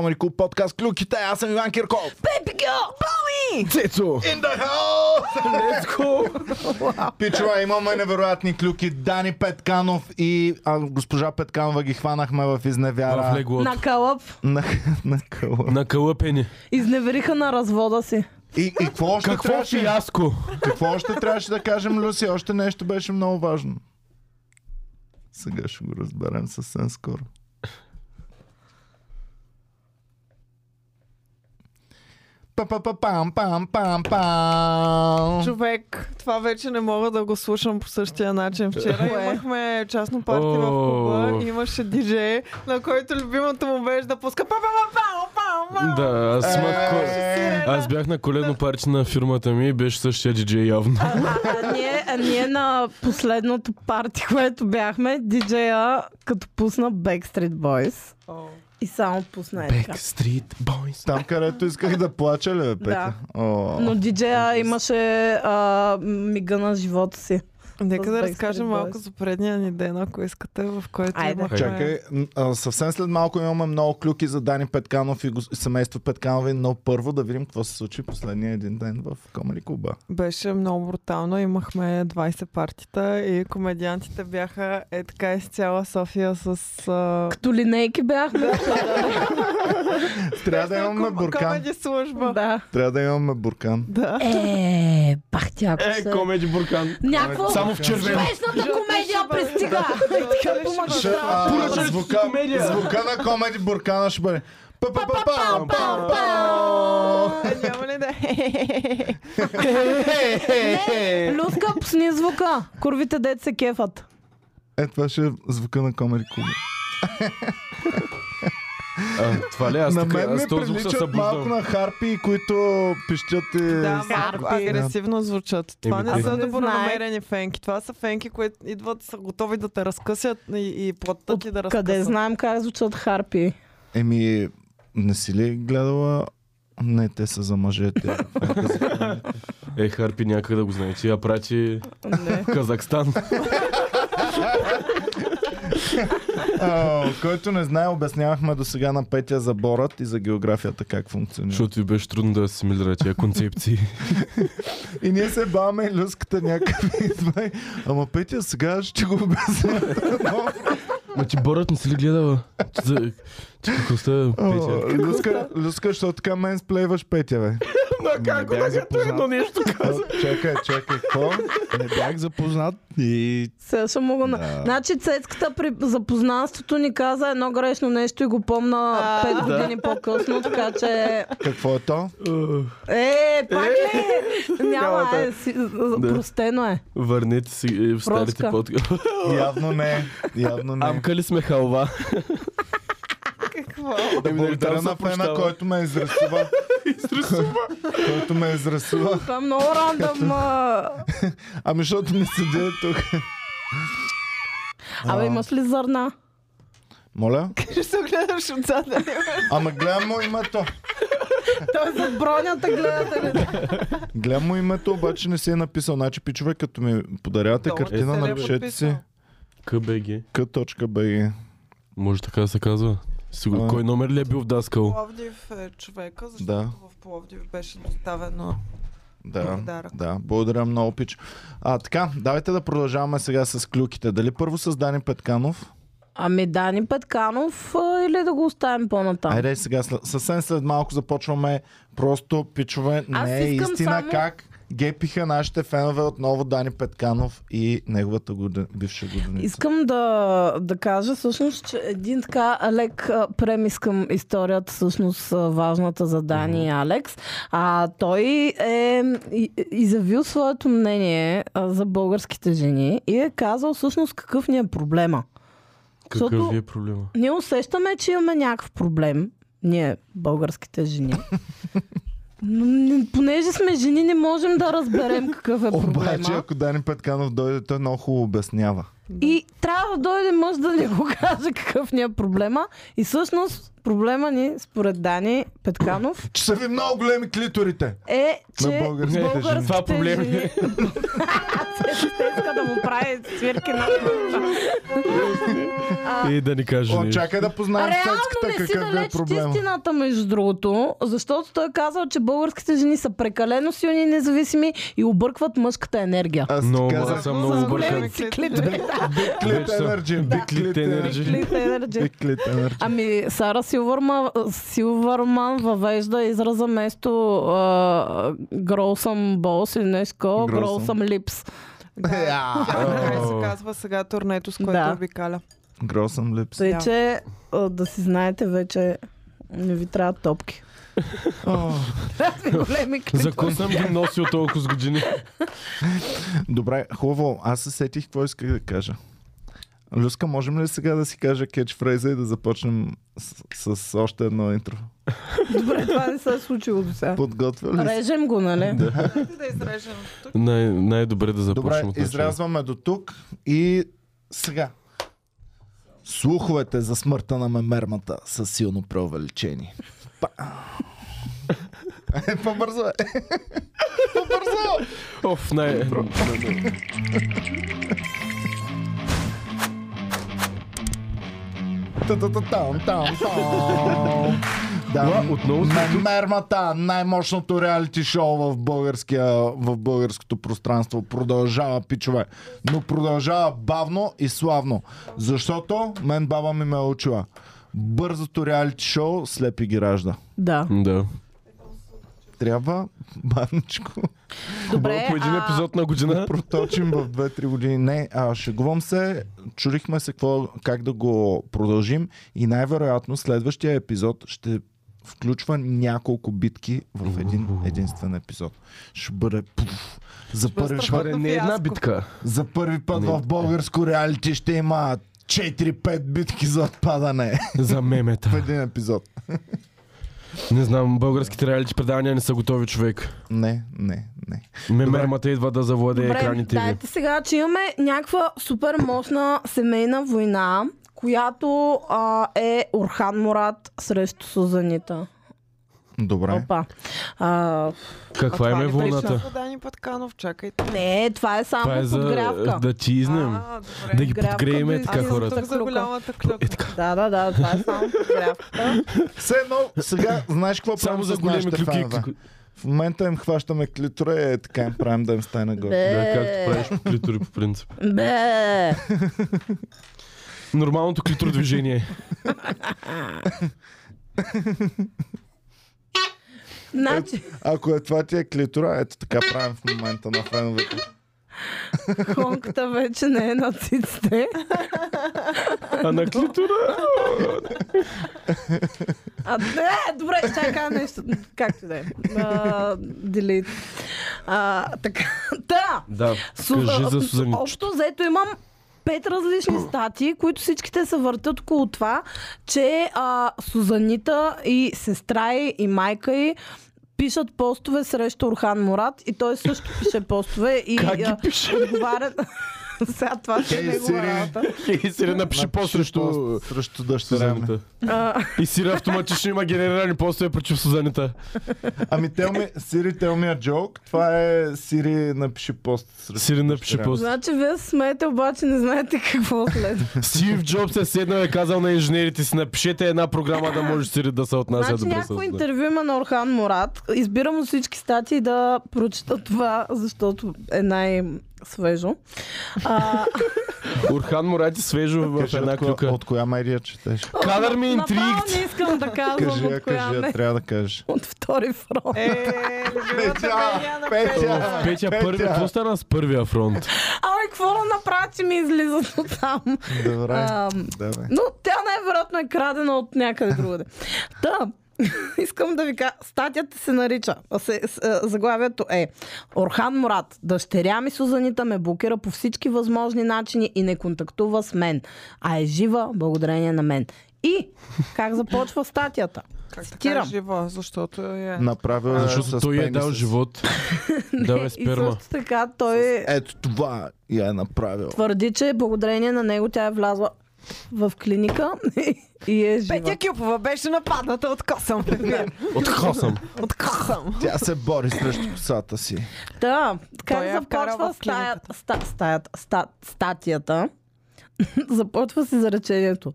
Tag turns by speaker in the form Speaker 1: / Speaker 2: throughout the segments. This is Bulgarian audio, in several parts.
Speaker 1: Комари Клуб подкаст Клюките. Аз съм Иван Кирков.
Speaker 2: Пепи Гьо! Боми!
Speaker 3: Цецо!
Speaker 1: In the house!
Speaker 3: Let's go!
Speaker 1: Пичува, имаме невероятни клюки. Дани Петканов и а, госпожа Петканова ги хванахме в изневяра.
Speaker 3: В леглото.
Speaker 2: На кълъп.
Speaker 1: На, на къла.
Speaker 3: На кълъпени.
Speaker 2: Изневериха на развода си.
Speaker 1: И, и какво още
Speaker 3: Какво
Speaker 1: трябваше?
Speaker 3: фиаско?
Speaker 1: Какво още трябваше да кажем, Люси? Още нещо беше много важно. Сега ще го разберем съвсем скоро. Па-па-па-пам, пам, пам, пам.
Speaker 4: Човек, това вече не мога да го слушам по същия начин. Вчера
Speaker 2: Кое?
Speaker 4: имахме частно парти в
Speaker 3: О.
Speaker 4: клуба и имаше диджей, на който любимото му беше да пуска па па па па па па
Speaker 3: Да, аз,
Speaker 1: Е.
Speaker 3: ма, ко... аз бях на коледно парти на фирмата ми и беше същия диджей
Speaker 1: Е,
Speaker 3: явно.
Speaker 2: А ние, а ние на последното парти, което бяхме, диджея като пусна Backstreet Boys и само пусна е така.
Speaker 3: Backstreet Boys.
Speaker 1: Там, където исках да плача, ли, бе, Петя? О.
Speaker 2: Но диджея имаше а, мига на живота си.
Speaker 4: Нека
Speaker 2: С
Speaker 4: да
Speaker 2: Backstreet
Speaker 4: разкажем
Speaker 2: Boys.
Speaker 4: малко за предния ни ден, ако искате, в който
Speaker 2: Айде.
Speaker 3: Е.
Speaker 4: имахме...
Speaker 1: Чакай, н- а, съвсем след малко имаме много клюки за Дани Петканов и гос- семейство Петканови, но първо да видим какво се случи последния един ден в Комали Куба.
Speaker 4: Беше много брутално. Имахме 20 партита и комедиантите бяха е така из цяла София с... А...
Speaker 2: Като линейки бяхме.
Speaker 1: Трябва да имаме
Speaker 4: ком-
Speaker 1: буркан.
Speaker 4: комеди служба.
Speaker 2: да.
Speaker 1: Трябва да имаме буркан.
Speaker 4: Да.
Speaker 2: Е, бах ти ако
Speaker 3: Е,
Speaker 2: се...
Speaker 3: комеди буркан.
Speaker 2: Някакво
Speaker 3: Само в червено.
Speaker 2: смешната Е, комедия пристига. Е, така по
Speaker 1: Ще,
Speaker 2: магистрала.
Speaker 1: а,
Speaker 3: Поръчали си
Speaker 1: звука,
Speaker 3: комедия.
Speaker 1: звука на комеди буркана ще бъде. Па-па-па-пам, пам, пам.
Speaker 2: Пау-пау!
Speaker 4: Е, Няма ли да...
Speaker 2: Не, Е, Люска, пусни звука. Курвите дет се кефат.
Speaker 1: Е, това ще е звука на комеди Куба.
Speaker 3: А, това ли? Аз
Speaker 1: На
Speaker 3: тук,
Speaker 1: мен ми
Speaker 3: аз този звук се
Speaker 1: приличат малко
Speaker 3: събуждам.
Speaker 1: на харпи, които пищят и...
Speaker 4: Да, малко агресивно звучат. Това
Speaker 3: Еми,
Speaker 4: не
Speaker 3: да.
Speaker 4: са
Speaker 2: Не
Speaker 4: добронамерени фенки. Това са фенки, които идват, са готови да те разкъсят и, и плътта ти да разкъсат.
Speaker 2: Къде знаем как звучат харпи?
Speaker 1: Еми, не си ли гледала... Не, те са за мъжете.
Speaker 3: Е, Харпи някъде да го знаете. Я прати
Speaker 2: Не.
Speaker 3: в Казахстан.
Speaker 1: А, който не знае, обяснявахме до сега на Петя за борът и за географията как функционира.
Speaker 3: Защото ви беше трудно да асимилира тия концепции.
Speaker 1: И ние се баваме и люската някакви идва. и, Ама Петя, сега ще го обясня.
Speaker 3: Ма ти борът не си ли гледала? Ти, за- ти какво сте, Петя?
Speaker 1: О, Люска, Люска, що така мен сплейваш Петя, бе?
Speaker 3: На
Speaker 1: как бях така запознат. едно
Speaker 3: нещо
Speaker 1: О, Чакай, чакай, какво? Не бях запознат и...
Speaker 2: Сега ще мога на...
Speaker 1: Да.
Speaker 2: Значи Цецката при запознанството ни каза едно грешно нещо и го помна
Speaker 4: А,
Speaker 2: 5
Speaker 3: да.
Speaker 2: години по-късно, така че...
Speaker 1: Какво е то?
Speaker 2: Е, пак ли? Няма,
Speaker 3: Няма
Speaker 2: е, си- простено е.
Speaker 3: Върнете си е, в старите
Speaker 2: Проска.
Speaker 3: подкасти.
Speaker 1: Явно не. Явно не.
Speaker 3: Амкали сме халва.
Speaker 4: Какво?
Speaker 1: Да
Speaker 3: Еми,
Speaker 1: благодаря
Speaker 3: нали, там се
Speaker 1: на Пена,
Speaker 3: прощава.
Speaker 1: който ме изрисува. изрисува. който ме изрисува.
Speaker 2: Това е много рандъм. а.
Speaker 1: Ами, защото ми седи тук.
Speaker 2: Абе, имаш ли зърна?
Speaker 1: Моля?
Speaker 4: Ще се огледаш отзад.
Speaker 1: Ама гледам му името.
Speaker 2: Той зад бронята гледате ли?
Speaker 1: Гледам му името, обаче не си е написал. Значи, пичове, като ми подарявате
Speaker 4: Долу
Speaker 1: картина,
Speaker 4: се не е
Speaker 1: напишете си
Speaker 3: КБГ.
Speaker 1: k.bg.
Speaker 3: Може така да се казва. Сигурно.
Speaker 1: А.
Speaker 3: Кой номер ли е бил в Даскал?
Speaker 4: Пловдив е човека, защото
Speaker 1: Да.
Speaker 4: в Пловдив беше доставено.
Speaker 1: Да,
Speaker 4: Подарък.
Speaker 1: да, благодаря много, пич. А, така, давайте да продължаваме сега с клюките. Дали първо с Дани Петканов?
Speaker 2: Ами Дани Петканов а, или да го оставим по-натам?
Speaker 1: Айде сега, след- съвсем след малко започваме просто, пичове,
Speaker 2: Аз
Speaker 1: не е
Speaker 2: искам
Speaker 1: истина
Speaker 2: само-
Speaker 1: как гепиха нашите фенове отново Дани Петканов и неговата годи... бивша годиница.
Speaker 2: Искам да, да кажа всъщност, че един така лек а, премис към историята, всъщност а, важната за Дани и Алекс. А, той е и- изявил своето мнение а, за българските жени и е казал всъщност какъв ни е проблема.
Speaker 3: Какъв
Speaker 2: Защото-
Speaker 3: ви е проблема?
Speaker 2: Ние усещаме, че имаме някакъв проблем, ние българските жени. Но не- понеже сме жени, не можем да разберем какъв е проблема.
Speaker 1: Обаче, ако Дани Петканов дойде, той много хубаво обяснява.
Speaker 2: И трябва да дойде мъж да ни го каже какъв ни е проблема. И всъщност проблема ни, според Дани Петканов,
Speaker 1: Че са ви много големи клиторите
Speaker 2: е, че
Speaker 1: на българските жени. е?
Speaker 3: Това проблем ли
Speaker 2: жени...
Speaker 3: е?
Speaker 2: Те иска да му прави свирки на А,
Speaker 3: И да ни каже
Speaker 1: О,
Speaker 3: нещо.
Speaker 1: чакай да познаем
Speaker 2: Реално не
Speaker 1: цецката
Speaker 2: си
Speaker 1: какъв е
Speaker 2: далеч от
Speaker 1: проблема.
Speaker 2: истината, между другото, защото той е казал, че българските жени са прекалено силни и независими и объркват мъжката енергия.
Speaker 1: Аз
Speaker 3: Много
Speaker 1: ти
Speaker 3: млад
Speaker 1: казах
Speaker 3: съм, много
Speaker 2: С
Speaker 3: объркан.
Speaker 2: големи циклите.
Speaker 1: Big Clit
Speaker 3: Вече съм.
Speaker 1: Energy.
Speaker 3: Big Clit Energy.
Speaker 2: Циклите енергия.
Speaker 1: Big Clit Energy.
Speaker 2: Ами, Сара Силвърман, Силвърман въвежда израза вместо uh, Growsome Balls или нещо такова,
Speaker 1: Growsome.
Speaker 2: Growsome Lips.
Speaker 4: Да.
Speaker 1: Я.
Speaker 4: Тя така и
Speaker 3: О.
Speaker 4: се казва сега турнето, с което
Speaker 2: Да.
Speaker 4: обикаля.
Speaker 1: Гросъм липс.
Speaker 2: Тъй,
Speaker 4: Да.
Speaker 2: че а, да си знаете вече, не ви трябват топки. Трябват ви големи
Speaker 3: За
Speaker 2: клипа.
Speaker 3: какво съм ги носил толкова с години?
Speaker 1: Добре, хубаво. Аз се сетих какво исках да кажа. Люска, можем ли сега да си кажа кетчфрейза и да започнем с, с още едно интро?
Speaker 2: Добре, това не се е случило до сега.
Speaker 1: Подготвя ли си?
Speaker 2: Режем го, нали?
Speaker 1: Да.
Speaker 4: Да изрежем. Тук
Speaker 3: Най- най-добре да
Speaker 1: Добре,
Speaker 3: започнем от начало.
Speaker 1: изрязваме до тук и сега. Слуховете за смъртта на мемермата са силно преувеличени. Па... Е, По-бързо е. По-бързо!
Speaker 3: Оф, най...
Speaker 1: Та-та-та-там, там, там.
Speaker 3: Уа, отново сме тук.
Speaker 1: Мемермата, най-мощното реалити шоу в, българския, в българското пространство. Продължава, пичове. Но продължава бавно и славно. Защото мен баба ми ме е учила. Бързото реалити шоу слепи ги ражда.
Speaker 2: Да.
Speaker 3: Да.
Speaker 1: Трябва баничко.
Speaker 2: Добре,
Speaker 3: По един
Speaker 2: а,
Speaker 3: епизод на
Speaker 1: да
Speaker 3: година.
Speaker 1: проточим в 2-3 години. Не, а шегувам се. Чудихме се какво, как да го продължим и най-вероятно следващия епизод ще включва няколко битки в един единствен епизод. Ще бъде пуф. За първи,
Speaker 4: бъде
Speaker 1: път,
Speaker 4: страхотно.
Speaker 3: Не една битка.
Speaker 1: за първи път
Speaker 3: Не.
Speaker 1: в българско реалити ще има 4-5 битки за отпадане
Speaker 3: За мемета.
Speaker 1: в един епизод.
Speaker 3: Не знам, българските реалити предавания не са готови, човек.
Speaker 1: Не, не, не.
Speaker 3: Мемермата идва да завладее
Speaker 2: добре,
Speaker 3: екраните ви.
Speaker 2: дайте сега, че имаме някаква супер мощна семейна война, която а, е Орхан Мурат срещу Сузанита.
Speaker 1: Добре.
Speaker 2: Опа. А,
Speaker 3: Каква
Speaker 4: А
Speaker 3: им
Speaker 4: това
Speaker 3: е
Speaker 4: ли прилича
Speaker 3: вълната?
Speaker 4: на Дани Пътканов, чакайте.
Speaker 2: не, това е само
Speaker 3: Това е за
Speaker 2: подгрявка.
Speaker 3: да ти изнем.
Speaker 4: А, добре.
Speaker 3: Да ги
Speaker 2: Грявка
Speaker 3: подгреем
Speaker 2: близо
Speaker 3: така
Speaker 2: до
Speaker 3: хората.
Speaker 4: Тук за
Speaker 2: клюка.
Speaker 4: голямата клюка.
Speaker 3: Е така.
Speaker 2: Да, да, да, това е само подгрявката.
Speaker 1: Все едно, сега знаеш какво
Speaker 3: Само
Speaker 1: правим
Speaker 3: за
Speaker 1: с
Speaker 3: големи
Speaker 1: нашите
Speaker 3: клюки.
Speaker 1: фенове? В момента им хващаме клитора и е така им правим да им стане горе.
Speaker 3: Да,
Speaker 2: Бе,
Speaker 3: както правиш по клитори по принцип.
Speaker 2: бе.
Speaker 3: Нормалното клитор движение.
Speaker 2: Значи,
Speaker 1: Ако е това ти е клитора, ето така правим в момента на феновете.
Speaker 2: конката вече не е на циците.
Speaker 3: А на клитора?
Speaker 2: А, не, добре, ще я кажа нещо. Както и да е. А, Delete. А, така. Та!
Speaker 3: Да,
Speaker 2: Су-
Speaker 3: кажи за
Speaker 2: а,
Speaker 3: Сузани.
Speaker 2: Общо взето имам пет различни статии, които всичките се въртят около това, че а, Сузанита и сестра й и майка й пишат постове срещу Орхан Мурат и той също пише постове и
Speaker 3: Как ги
Speaker 2: а,
Speaker 3: пише?
Speaker 2: отговарят... Сега това ще е
Speaker 1: Хей,
Speaker 2: негова
Speaker 1: Сири.
Speaker 2: работа.
Speaker 3: И си напиши по срещу
Speaker 1: Значи, пост срещу дъщеря ми.
Speaker 3: Сузанита.
Speaker 2: Значи А,
Speaker 3: И Сири автоматично има генерирани постове против Сузанита.
Speaker 1: Ами tell me, Siri, tell me a joke. Това е Siri, напиши пост срещу
Speaker 3: Сири напиши
Speaker 1: дъщеря ми.
Speaker 3: пост.
Speaker 2: значи вие се смеете, обаче не знаете какво следва.
Speaker 3: Стив Джобс е седнал и е казал на инженерите си, напишете една програма да може Сири да се отнася
Speaker 2: Значи
Speaker 3: добре с
Speaker 2: някакво
Speaker 3: нас.
Speaker 2: интервю има на Орхан Мурат. Избирам от всички статии да прочета това, защото е най-свежо. А,
Speaker 3: Урхан Мурати свежо в
Speaker 1: Кажи
Speaker 3: една
Speaker 1: от, коя,
Speaker 3: клюка.
Speaker 1: от коя медия четеш?
Speaker 3: Кадър ми е
Speaker 2: направо
Speaker 3: интригт.
Speaker 2: не искам да казвам
Speaker 1: Кажи, я,
Speaker 2: от коя
Speaker 1: кажи, я,
Speaker 2: не.
Speaker 1: трябва да кажеш.
Speaker 2: От втори фронт.
Speaker 4: Е, любимата Белия на
Speaker 1: Петя!
Speaker 3: В Петя първи.
Speaker 1: Петя.
Speaker 3: Какво стана с първия фронт?
Speaker 2: Абе, какво да направя, че ми излизат от там?
Speaker 1: Добре,
Speaker 2: Ам,
Speaker 1: давай.
Speaker 2: но тя най-вероятно е крадена от някъде другаде. Та, искам да ви кажа, статията се нарича, а се, с, а, заглавието е Орхан Мурат, дъщеря ми Сузанита ме блокира по всички възможни начини и не контактува с мен, а е жива благодарение на мен. И как започва статията?
Speaker 4: Как така е
Speaker 2: Цитирам.
Speaker 4: жива, защото е...
Speaker 1: Направил е
Speaker 3: Защото
Speaker 1: с
Speaker 3: той е
Speaker 1: пенис.
Speaker 3: дал живот. Дал е
Speaker 2: И
Speaker 3: сперма.
Speaker 2: също така той
Speaker 1: Ето това я е направил.
Speaker 2: твърди, че благодарение на него тя е влязла в клиника и е жива.
Speaker 4: Петя Кюпова беше нападната от косъм.
Speaker 3: От косъм.
Speaker 4: от косъм.
Speaker 1: Тя се бори срещу косата си.
Speaker 2: Да, как
Speaker 4: Той я вкара
Speaker 2: започва
Speaker 4: в
Speaker 2: стаята, ста, стаята, ста, статията? започва си заречението.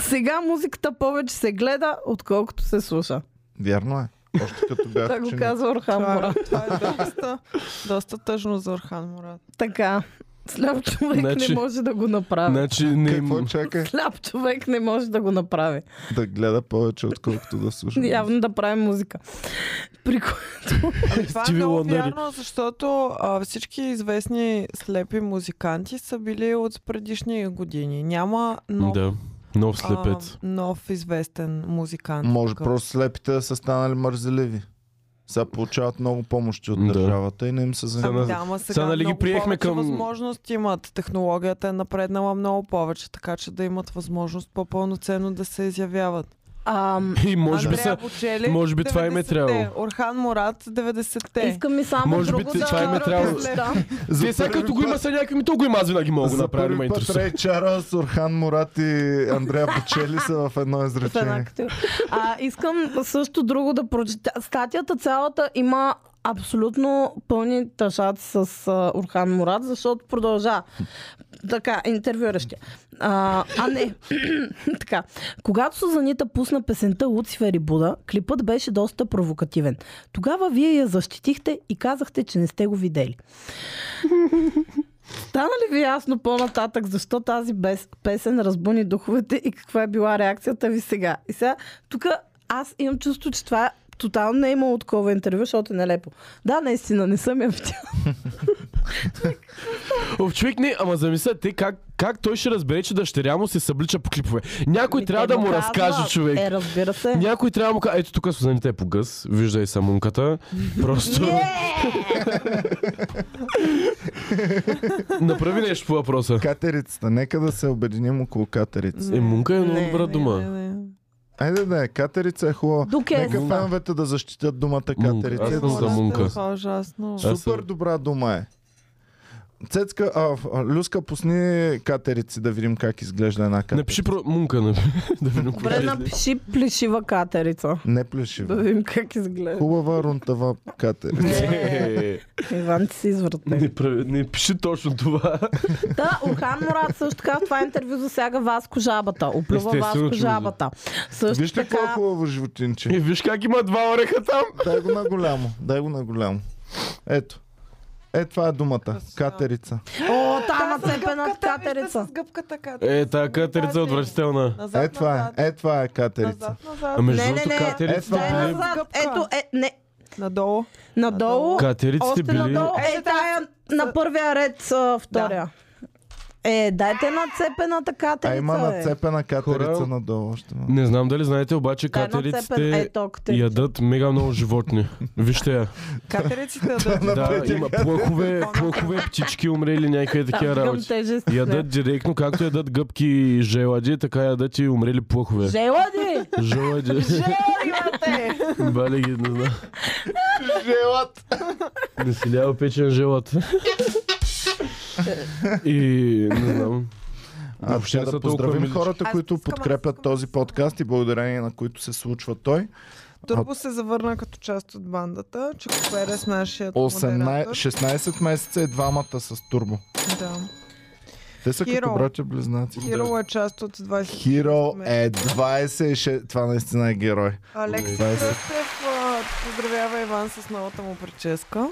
Speaker 2: Сега музиката повече се гледа, отколкото се слуша.
Speaker 1: Вярно е. Още като бях
Speaker 2: Това го
Speaker 1: ученик.
Speaker 2: казва Орхан
Speaker 4: Това,
Speaker 2: Мурат.
Speaker 4: е- това е доста, доста тъжно за Орхан Мурат.
Speaker 2: Така, сляп човек
Speaker 3: Значи-
Speaker 2: не може да го направи.
Speaker 3: Значи не им...
Speaker 1: Какво е? чака?
Speaker 2: Сляп човек не може да го направи.
Speaker 1: Да гледа повече, отколкото да слуша.
Speaker 2: Явно да прави музика. При кое...
Speaker 4: Ами това е
Speaker 3: Стиви
Speaker 4: много
Speaker 3: Уандър.
Speaker 4: вярно, защото а, всички известни слепи музиканти са били от предишни години. Няма нов,
Speaker 3: Да. Нов
Speaker 4: а,
Speaker 3: слепец.
Speaker 4: нов известен музикант.
Speaker 1: Може
Speaker 4: Тук.
Speaker 1: просто слепите да са станали мързеливи. Сега получават много помощи от
Speaker 3: Да.
Speaker 1: държавата и не им се
Speaker 4: Ами
Speaker 1: занимава.
Speaker 4: да, ама сега,
Speaker 3: сега нали ги
Speaker 4: много
Speaker 3: приехме
Speaker 4: повече
Speaker 3: към-
Speaker 4: възможности имат. Технологията е напреднала много повече, така че да имат възможност по-пълноценно да се изявяват.
Speaker 2: а,
Speaker 3: И може би
Speaker 4: Андрея
Speaker 3: са...
Speaker 4: Бочели,
Speaker 3: може би това им е
Speaker 4: 90-те.
Speaker 3: трябвало.
Speaker 4: Орхан Мурат, 90-те.
Speaker 2: искам и само
Speaker 3: Може би
Speaker 2: друго
Speaker 3: ти-
Speaker 2: да...
Speaker 3: това им е трябвало.
Speaker 2: Да.
Speaker 1: За
Speaker 3: Те сега
Speaker 1: първи
Speaker 3: като го има
Speaker 1: път-
Speaker 3: са някакви, ми то го има, аз винаги мога да го
Speaker 1: За
Speaker 3: направя, не ме
Speaker 1: първи път
Speaker 3: интересува.
Speaker 1: Рей Чарлз, Орхан Мурат и Андрея Бочели са в едно
Speaker 2: в една
Speaker 1: изречение.
Speaker 2: категория. А, искам също друго да прочета. Статията цялата има абсолютно пълни тъшаци с а, Орхан Мурат, защото продължа. Така, интервюиращия. А, а не, така. Когато Сузанита пусна песента Луцифер и Буда, клипът беше доста провокативен. Тогава вие я защитихте и казахте, че не сте го видели. Стана ли ви ясно по-нататък защо тази без песен разбуни духовете и каква е била реакцията ви сега? И сега, тук аз имам чувство, че това тотално не е имало такова интервю, защото е нелепо. Да, наистина, не съм я видяла.
Speaker 3: О, човек не, ама замисля, те как, как той ще разбере, че дъщеря му се съблича по клипове? Някой
Speaker 4: Ами,
Speaker 2: Ми,
Speaker 3: трябва
Speaker 2: те
Speaker 3: да му
Speaker 2: казва.
Speaker 3: разкаже, човек.
Speaker 2: Е, разбира се.
Speaker 3: Някой трябва да му каже, ето тук Сузанита е по гъс, вижда и самунката. Просто
Speaker 2: Е,
Speaker 3: направи нещо по въпроса.
Speaker 1: Катерицата. Нека да се обединим около катерица.
Speaker 4: Не,
Speaker 3: Е, мунка е много
Speaker 2: Не,
Speaker 3: добра
Speaker 4: не,
Speaker 3: дума.
Speaker 4: не, не.
Speaker 1: Айде да е, катерица е хубава.
Speaker 2: Дук е
Speaker 1: Нека
Speaker 2: ста.
Speaker 1: феновете да защитят думата катерица.
Speaker 3: Аз
Speaker 1: и
Speaker 3: съм
Speaker 1: да
Speaker 3: за
Speaker 1: се-
Speaker 3: мунка.
Speaker 4: Това е ужасно.
Speaker 3: Аз
Speaker 1: Супер
Speaker 3: съм-
Speaker 1: добра дума е. Цецка, а, а, Люска, пусни катерици да видим как изглежда една катерица.
Speaker 3: Напиши про мунка, напи- да видим кога
Speaker 2: Добре,
Speaker 3: е.
Speaker 2: напиши плешива катерица.
Speaker 1: Не
Speaker 2: Да
Speaker 1: плешива.
Speaker 2: видим как изглежда.
Speaker 1: Хубава рунтава катерица.
Speaker 3: Е,
Speaker 2: Иван ти си извъртен.
Speaker 3: Не, прави- не пиши точно това.
Speaker 2: Та, Орхан Мурат също така в това интервю засяга Васко Жабата. Оплюва
Speaker 3: Естествено, че
Speaker 2: Васко
Speaker 3: го
Speaker 2: Жабата. Също
Speaker 1: Вижте какво е
Speaker 2: така...
Speaker 1: хубаво животинче.
Speaker 3: И Е, виж как има два ореха там.
Speaker 1: Дай го на голямо. Дай го на голямо. Ето. Е, това е думата. Катерица.
Speaker 2: О, там
Speaker 4: Да, с
Speaker 2: нацепена
Speaker 4: гъбката,
Speaker 2: катерица.
Speaker 4: вижте, с гъбката катерица.
Speaker 3: Е, тая катерица е отвратителна.
Speaker 1: Е,
Speaker 4: Назад,
Speaker 1: това е.
Speaker 4: назад,
Speaker 1: Е, това е катерица.
Speaker 4: Назад, назад.
Speaker 3: А между
Speaker 2: Не, не,
Speaker 3: другото,
Speaker 2: не.
Speaker 1: Е,
Speaker 3: катериците
Speaker 1: това
Speaker 2: Дай
Speaker 1: е
Speaker 3: били...
Speaker 2: назад.
Speaker 4: Гъбка.
Speaker 2: Ето, е, не.
Speaker 4: Надолу.
Speaker 2: Надолу.
Speaker 3: Катериците
Speaker 2: Още
Speaker 3: били...
Speaker 2: надолу. Е,
Speaker 4: Е,
Speaker 2: тая на първия ред, а, втория. Е, дайте нацепената
Speaker 1: А има
Speaker 2: катерица,
Speaker 4: е.
Speaker 2: бе.
Speaker 1: нацепена катерица
Speaker 3: Хора-
Speaker 1: надолу. Още малко.
Speaker 3: Не знам дали знаете, обаче
Speaker 2: Дай нацепен, е,
Speaker 3: катериците
Speaker 2: то, катерица.
Speaker 3: ядат мега много животни. Вижте я.
Speaker 4: Катериците да
Speaker 3: Да, има плъхове, плъхове, птички умрели, някакви такива
Speaker 2: Там към
Speaker 3: работи.
Speaker 2: тежест.
Speaker 3: Ядат директно, както ядат гъбки и желади, така ядат и умрели плъхове.
Speaker 2: Желади!
Speaker 3: Желади. Бали ги, не знам. Желат. Не си лява печен желат. И не знам.
Speaker 1: А, Въобще
Speaker 3: Въобще са
Speaker 1: да
Speaker 3: толкова
Speaker 1: поздравим
Speaker 3: милички.
Speaker 1: хората,
Speaker 4: Аз
Speaker 1: които
Speaker 4: искам, аз
Speaker 1: подкрепят
Speaker 4: искам,
Speaker 1: този
Speaker 4: аз искам.
Speaker 1: подкаст и благодарение на които се случва той.
Speaker 4: Турбо се завърна като част от бандата. Чико Перес, нашият
Speaker 1: 18,
Speaker 4: модератор.
Speaker 1: 16 месеца и двамата с турбо.
Speaker 4: Да.
Speaker 1: Те са като
Speaker 4: Hero.
Speaker 1: братя близнаци.
Speaker 4: Кирил е част от 20.
Speaker 1: Хиро е 26. Това наистина е герой.
Speaker 4: Алекси
Speaker 1: Двадесет.
Speaker 4: Кръстев а, поздравява Иван с новата му прическа.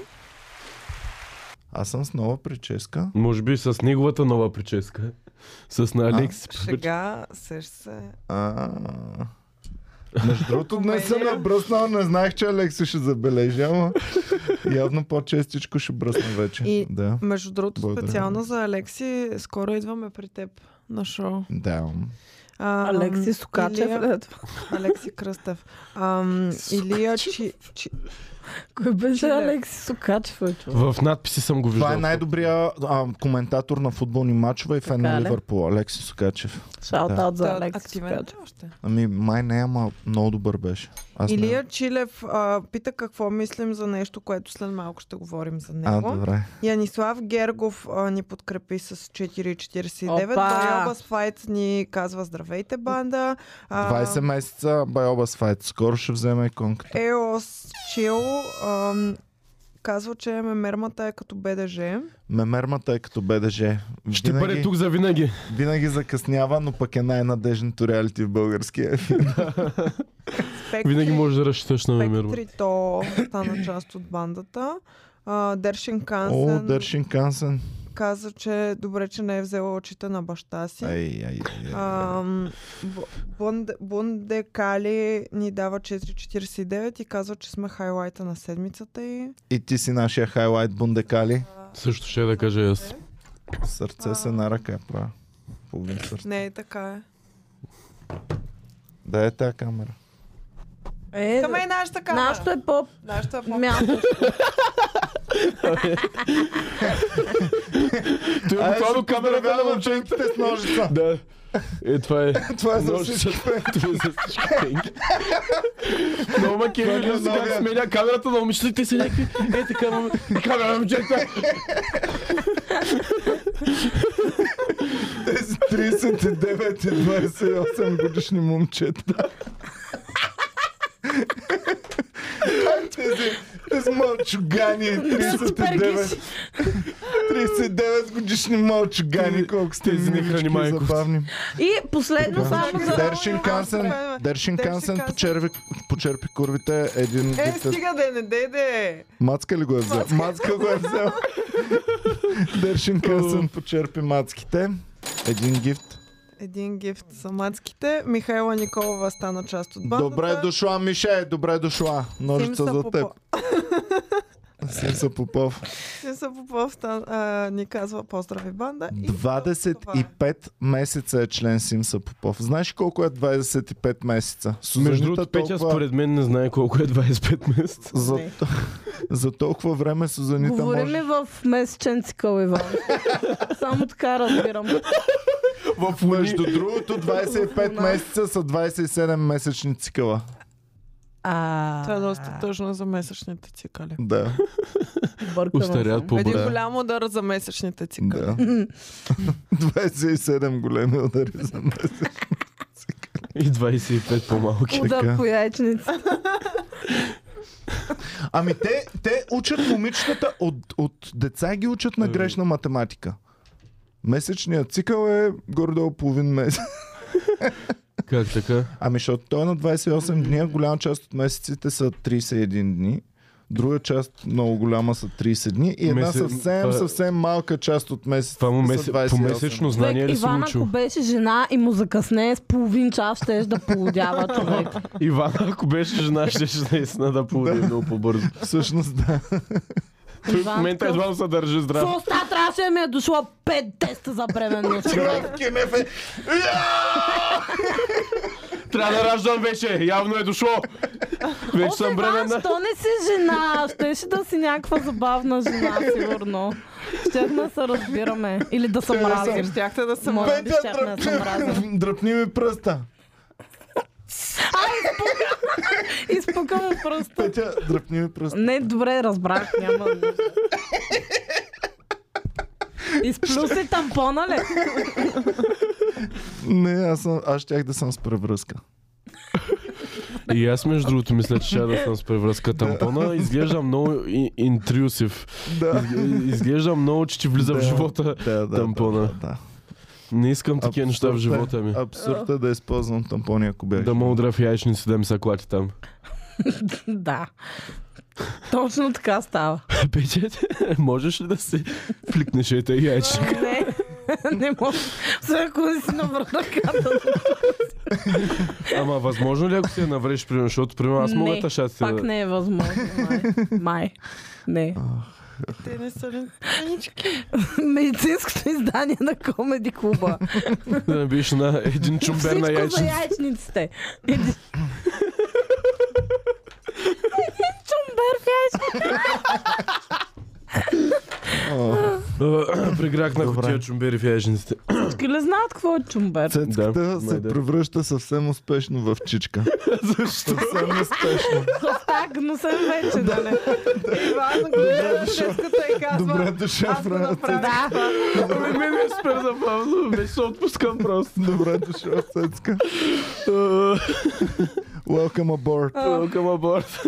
Speaker 1: Аз съм с нова прическа.
Speaker 3: Може би с неговата нова прическа. С на Алекс.
Speaker 4: Шега, сеш се.
Speaker 1: А. Между другото, днес съм
Speaker 4: Комедия.
Speaker 1: набръснал, не знаех, че Алекси ще забележи, ама явно по-честичко ще бръсна вече.
Speaker 4: И-
Speaker 1: Да.
Speaker 4: Между другото,
Speaker 1: Благодаря.
Speaker 4: специално за Алекси, скоро идваме при теб на шоу.
Speaker 1: Да.
Speaker 4: А,
Speaker 2: Алекси
Speaker 4: ам,
Speaker 2: Сукачев.
Speaker 4: Илия-
Speaker 2: е това.
Speaker 4: Алекси Кръстев. Ам, Илия Чи, Чи,
Speaker 2: Кой беше
Speaker 4: Чиле.
Speaker 2: Алекси Сукачва, човек?
Speaker 3: В надписи съм го виждал.
Speaker 1: Това е най-добрия а, коментатор на футболни матчове и фен
Speaker 2: Така
Speaker 1: на
Speaker 2: ли?
Speaker 1: Ливърпул, Алекси Сукачев.
Speaker 2: Шаут аут за
Speaker 4: Да,
Speaker 2: Алекси
Speaker 4: активен ли
Speaker 2: Сукачва.
Speaker 4: е още.
Speaker 1: Ами май не, ама много добър беше. Аз не...
Speaker 4: Илия е Чилев а, пита какво мислим за нещо, което след малко ще говорим за
Speaker 1: А,
Speaker 4: него.
Speaker 1: добре.
Speaker 4: Янислав Гергов а, ни подкрепи с 4,49.
Speaker 2: Опа!
Speaker 4: Бояба с е файт ни казва здравейте банда. А,
Speaker 1: 20 месеца Байоба с файт. Скоро ще вземе иконката.
Speaker 4: Еос Чил ам, казва, че мемермата е като БДЖ.
Speaker 1: Мемермата е като БДЖ.
Speaker 3: Ще бъде тук за винаги.
Speaker 1: винаги закъснява, но пък е най-надежното реалити в българския
Speaker 4: Спектри,
Speaker 3: Винаги можеш да разчиташ на Мемерва.
Speaker 4: Спектри, то стана част от бандата. А, Дершин Кансен
Speaker 1: О, Дършин Кансен.
Speaker 4: каза, че добре, че не е взела очите на баща си.
Speaker 1: Ай, ай, ай, ай.
Speaker 4: Ам, Б- Бунде- Бунде Кали ни дава 4,49 и казва, че сме хайлайта на седмицата и
Speaker 1: И ти си нашия хайлайт бундекали.
Speaker 3: Също ще е да кажа и аз.
Speaker 1: Сърце се на ръка права. Половин сърце.
Speaker 4: не е така е.
Speaker 1: Да е тая камера.
Speaker 2: Е,
Speaker 4: Към е нашата камера.
Speaker 2: нашето е по
Speaker 4: Нашата е по-
Speaker 2: мято.
Speaker 3: Той е буквално
Speaker 1: ще
Speaker 3: камерата на
Speaker 1: поздравявам
Speaker 3: момче.
Speaker 1: момченките с ножица.
Speaker 3: Да. Е, това е.
Speaker 1: Това е за
Speaker 3: Ножица.
Speaker 1: всички.
Speaker 3: Това е за всички пенки. Много ма
Speaker 1: Това е
Speaker 3: кефи, Люси, как
Speaker 1: новия.
Speaker 3: сменя камерата на момичетите си някакви. Е, така, мам... камера, момчета.
Speaker 1: Тези 39 и 28 годишни момчета. Ай, Тези, тези мълчугани,
Speaker 3: Е,
Speaker 1: 39, 39 годишни мълчугани, колко сте
Speaker 3: Тези не
Speaker 1: милички
Speaker 3: храни
Speaker 1: и
Speaker 3: майко.
Speaker 1: забавни.
Speaker 2: И последно само за...
Speaker 1: Дершин Кансен, Дершин Кансен почерпи, почерпи курвите един
Speaker 4: Е,
Speaker 1: вид.
Speaker 4: стига да не деде.
Speaker 1: Мацка ли го е взел? Мацка го е взел. Дершин Кансен почерпи мацките. Един гифт.
Speaker 4: Един гифт за мацките. Михайла Николова стана част от бандата.
Speaker 1: Добре дошла, Мише, добре дошла. Ножица
Speaker 4: Симса
Speaker 1: за
Speaker 4: Попов-
Speaker 1: теб. Симса Попов.
Speaker 4: Симса Попов стан, а, ни казва поздрави банда. И това е.
Speaker 1: 25 месеца е член Симса Попов. Знаеш колко е 25 месеца? Сузанита
Speaker 3: Между другото, Петя според мен не знае колко е 25 месеца.
Speaker 1: За,
Speaker 4: Не.
Speaker 1: за толкова време Сузанита
Speaker 2: Говорим
Speaker 1: може...
Speaker 2: ли в месечен цикъл, Иван. Само така разбирам.
Speaker 1: В Между другото, 25 месеца са 27 месечни цикъла.
Speaker 2: А,
Speaker 4: Това е доста тъжно за месечните цикали. Е,
Speaker 1: Да,
Speaker 2: бъркана
Speaker 3: Остарят
Speaker 2: съм.
Speaker 4: Един
Speaker 3: по-бързо.
Speaker 4: голям удар за месечните цикали.
Speaker 1: да. 27 големи удари за месец.
Speaker 3: И 25 по-малки.
Speaker 1: Така.
Speaker 2: Удар по яйчници.
Speaker 1: Ами те, те учат момичетата от, от деца ги учат
Speaker 3: Ами.
Speaker 1: на грешна математика. Месечният цикъл е горе-долу половин месец.
Speaker 3: Как така?
Speaker 1: Ами защото той е на 28 дни, а голяма част от месеците са 31 дни. Друга част, много голяма, са 30 дни. И една
Speaker 3: Месе-
Speaker 1: съвсем,
Speaker 3: това- е-
Speaker 1: съвсем малка част от месеците
Speaker 3: Това му
Speaker 1: са
Speaker 3: месе...
Speaker 1: 28.
Speaker 3: по месечно знание
Speaker 2: Човек,
Speaker 3: е ли си
Speaker 2: Иван, ако
Speaker 3: учил?
Speaker 2: беше жена и му закъсне с половин час, ще да полудява човек.
Speaker 3: Иван, ако беше жена, щеше наистина да поводи много по-бързо.
Speaker 1: Всъщност да.
Speaker 3: Той в
Speaker 2: Иван,
Speaker 3: момента
Speaker 2: какво-
Speaker 3: едва се държи здрав.
Speaker 2: С оста трябваше да ми е дошло 5 теста за бременност. човек.
Speaker 1: Кенеф е...
Speaker 3: Трябва да раждам вече, явно е дошло. Вече
Speaker 2: О,
Speaker 3: съм
Speaker 2: Иван,
Speaker 3: бременна.
Speaker 2: Що не си жена? Щеше да си някаква забавна жена, сигурно. Щяхме да се разбираме. Или да се
Speaker 4: Вие
Speaker 2: мразим.
Speaker 4: щяхте да се
Speaker 2: Моля.
Speaker 4: моля.
Speaker 2: би щях да съм
Speaker 1: дръпни,
Speaker 2: мразен.
Speaker 1: дръпни ми пръста.
Speaker 2: Изпука му пръста.
Speaker 1: Петя, дръпни ми пръста.
Speaker 2: Не, добре, разбрах. Няма нужда. Изплю си е тампона нали? ли?
Speaker 1: Не, аз, съм, аз щях да съм с превръзка.
Speaker 3: И аз между другото мисля, че ще да съм с превръзка тампона. Изглежда много и- интрюсив.
Speaker 1: Да.
Speaker 3: Изг- Изглежда много, че ти влиза в
Speaker 1: Да,
Speaker 3: живота.
Speaker 1: да, да,
Speaker 3: тампона.
Speaker 1: Да, да, да.
Speaker 3: Не искам такива неща в
Speaker 1: Абсурд е-
Speaker 3: живота ми.
Speaker 1: Абсурд е да използвам тампони, ако бях.
Speaker 3: Да му удра в яйчници да ми се клати там.
Speaker 2: Да. Точно така става.
Speaker 3: Пече, можеш ли да си фликнеш ете яйче?
Speaker 2: Не, не може. Сега ако не си навра ръката.
Speaker 3: Ама възможно ли е, ако се навреш, примерно, защото примерно аз мога
Speaker 2: Не,
Speaker 3: таша си.
Speaker 2: Пак не е възможно. Май. май. Не.
Speaker 4: Те не са ли
Speaker 2: Медицинското издание на Комеди клуба.
Speaker 3: Да не биш на един чумбер
Speaker 2: Всичко
Speaker 3: на
Speaker 2: за
Speaker 3: яйче.
Speaker 2: яйчниците. Един един чумбер в
Speaker 3: прегракнах от
Speaker 1: Добре.
Speaker 3: тия чумбери в яжниците.
Speaker 2: Всички ли знаят какво е чумбер?
Speaker 1: Цецката
Speaker 3: Да, май
Speaker 1: се
Speaker 3: да.
Speaker 1: превръща съвсем успешно в чичка. Защо? Съвсем успешно.
Speaker 2: Хастаг, но съм вече, нали? да не. Иван, ако е деската и казва...
Speaker 1: Добре дошла,
Speaker 2: аз го
Speaker 1: Франц.
Speaker 2: направя. Да.
Speaker 3: Ами мен не спер да павно, не се отпускам просто.
Speaker 1: Добре дошла, Цецка. Welcome aboard.
Speaker 3: Към аборт.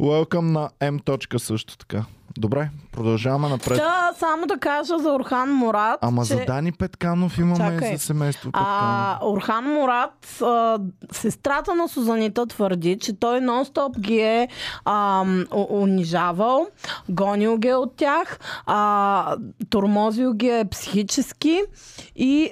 Speaker 1: Welcome на M точка също така. Добре, продължаваме напред.
Speaker 2: Та, само да кажа за Орхан Мурат,
Speaker 1: Ама
Speaker 2: че...
Speaker 1: за Дани Петканов имаме
Speaker 2: Чакай.
Speaker 1: и за семейство Петканов.
Speaker 2: А, Орхан Мурат, а, сестрата на Сузанита твърди, че той нон-стоп ги е а, унижавал, гонил ги е от тях, а, тормозил ги е психически и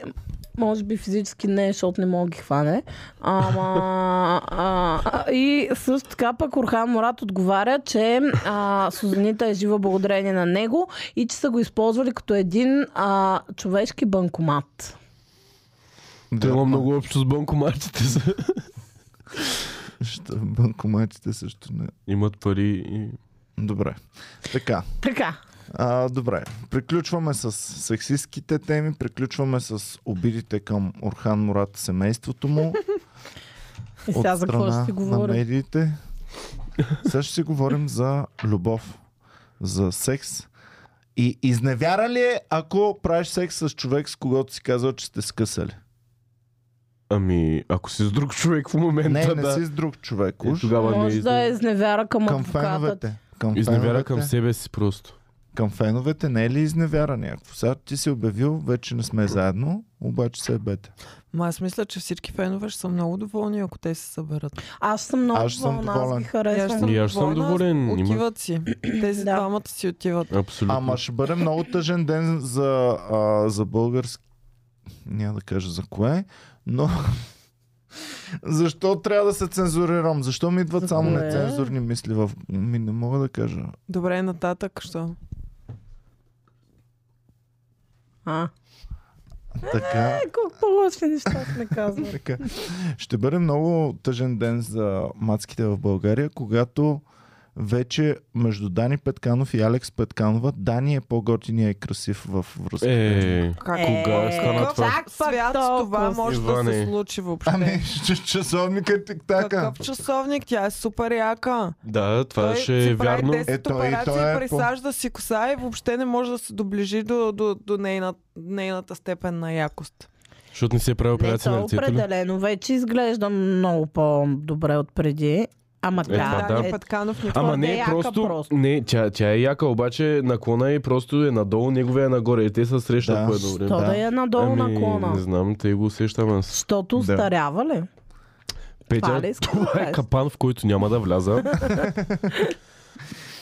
Speaker 2: може би физически не, защото не мога ги хване. Ама, а, а, и също така пък Орхан Мурат отговаря, че а, Сузанита е жива благодарение на него и че са го използвали като един а, човешки банкомат.
Speaker 3: Те
Speaker 1: Да,
Speaker 3: има много общо с банкоматите. са.
Speaker 1: ще- Банкоматите също не.
Speaker 3: Имат пари и...
Speaker 1: Добре. Така.
Speaker 2: Така.
Speaker 1: А, добре, приключваме с сексистските теми, приключваме с обидите към Орхан Мурат, семейството му,
Speaker 2: И
Speaker 1: от
Speaker 2: сега за какво ще
Speaker 1: страна
Speaker 2: си
Speaker 1: на
Speaker 2: говорим?
Speaker 1: медиите. Сега ще си говорим за любов, за секс. И изневяра ли е, ако правиш секс с човек, с когото си казал, че сте скъсали?
Speaker 3: Ами, ако си с друг човек в момента,
Speaker 1: Не, не
Speaker 3: Е, да.
Speaker 1: си с друг човек.
Speaker 3: Е,
Speaker 1: Уж.
Speaker 3: тогава не
Speaker 2: Може да е изневяра към,
Speaker 1: Към
Speaker 2: адвоката.
Speaker 1: феновете. Към
Speaker 3: Изневяра
Speaker 1: феновете,
Speaker 3: към себе си просто.
Speaker 1: към феновете не е ли изневяра някакво? Сега ти си обявил, вече не сме заедно, обаче се е бете.
Speaker 4: Ма аз мисля, че всички фенове ще са много доволни, ако те се съберат.
Speaker 2: Аз съм много
Speaker 1: Аз съм
Speaker 2: доволна, аз
Speaker 1: доволен.
Speaker 2: ги харесвам.
Speaker 3: И аз съм доволен, има.
Speaker 4: Отиват си. Тези
Speaker 2: Да.
Speaker 4: двамата си отиват.
Speaker 3: Абсолютно.
Speaker 1: Ама ще бъде много тъжен ден за, а, за български... Няма да кажа за кое, но... Защо трябва да се цензурирам? Защо ми идват
Speaker 2: За
Speaker 1: само
Speaker 2: кое?
Speaker 1: нецензурни мисли в... Ми не мога да кажа.
Speaker 4: Добре, нататък, що?
Speaker 2: А,
Speaker 1: Така...
Speaker 2: е, колко по-лоши неща сме казвали.
Speaker 1: Така. Ще бъде много тъжен ден за мацките в България, когато вече между Дани Петканов и Алекс Петканова Дани е по-готиния и красив в връзка.
Speaker 3: Е,
Speaker 4: Как?
Speaker 2: Е,
Speaker 3: кога стана
Speaker 4: какъв
Speaker 3: това?
Speaker 2: чак пък
Speaker 4: свят
Speaker 2: толкова.
Speaker 4: това може да
Speaker 3: Иване.
Speaker 4: се случи въобще?
Speaker 1: Ами, ч- часовника тик-така.
Speaker 4: Какъв часовник? Тя е супер яка.
Speaker 3: да, това
Speaker 4: той
Speaker 3: ще е
Speaker 4: си прави
Speaker 3: вярно.
Speaker 4: 10
Speaker 1: Е, той- и той
Speaker 4: операции,
Speaker 1: е по-
Speaker 4: присажда си коса и въобще не може да се доближи до, до, до нейна, нейната степен на якост.
Speaker 3: Защото не си е правил
Speaker 2: Не,
Speaker 3: операция
Speaker 2: то
Speaker 3: на лицето ли?
Speaker 2: определено. Вече изглеждам много по-добре от преди. Ама
Speaker 3: Е,
Speaker 2: да,
Speaker 3: това
Speaker 4: Дани
Speaker 3: да.
Speaker 2: е,
Speaker 4: Петканов ни
Speaker 3: Ама
Speaker 2: Твърде
Speaker 3: не е
Speaker 2: яка
Speaker 3: просто...
Speaker 2: просто.
Speaker 3: Не, тя, тя е яка, обаче наклона и просто е надолу, неговия е нагоре. И те се срещат
Speaker 1: Да.
Speaker 3: по едно време.
Speaker 2: то да,
Speaker 1: да.
Speaker 2: е надолу
Speaker 3: ами,
Speaker 2: наклона.
Speaker 3: не знам, те го усещам аз.
Speaker 2: Защото
Speaker 1: Да.
Speaker 2: устарява ли? Това ли
Speaker 3: Петя,
Speaker 2: иска да
Speaker 3: това е
Speaker 2: кажеш?
Speaker 3: капан, в който няма да вляза.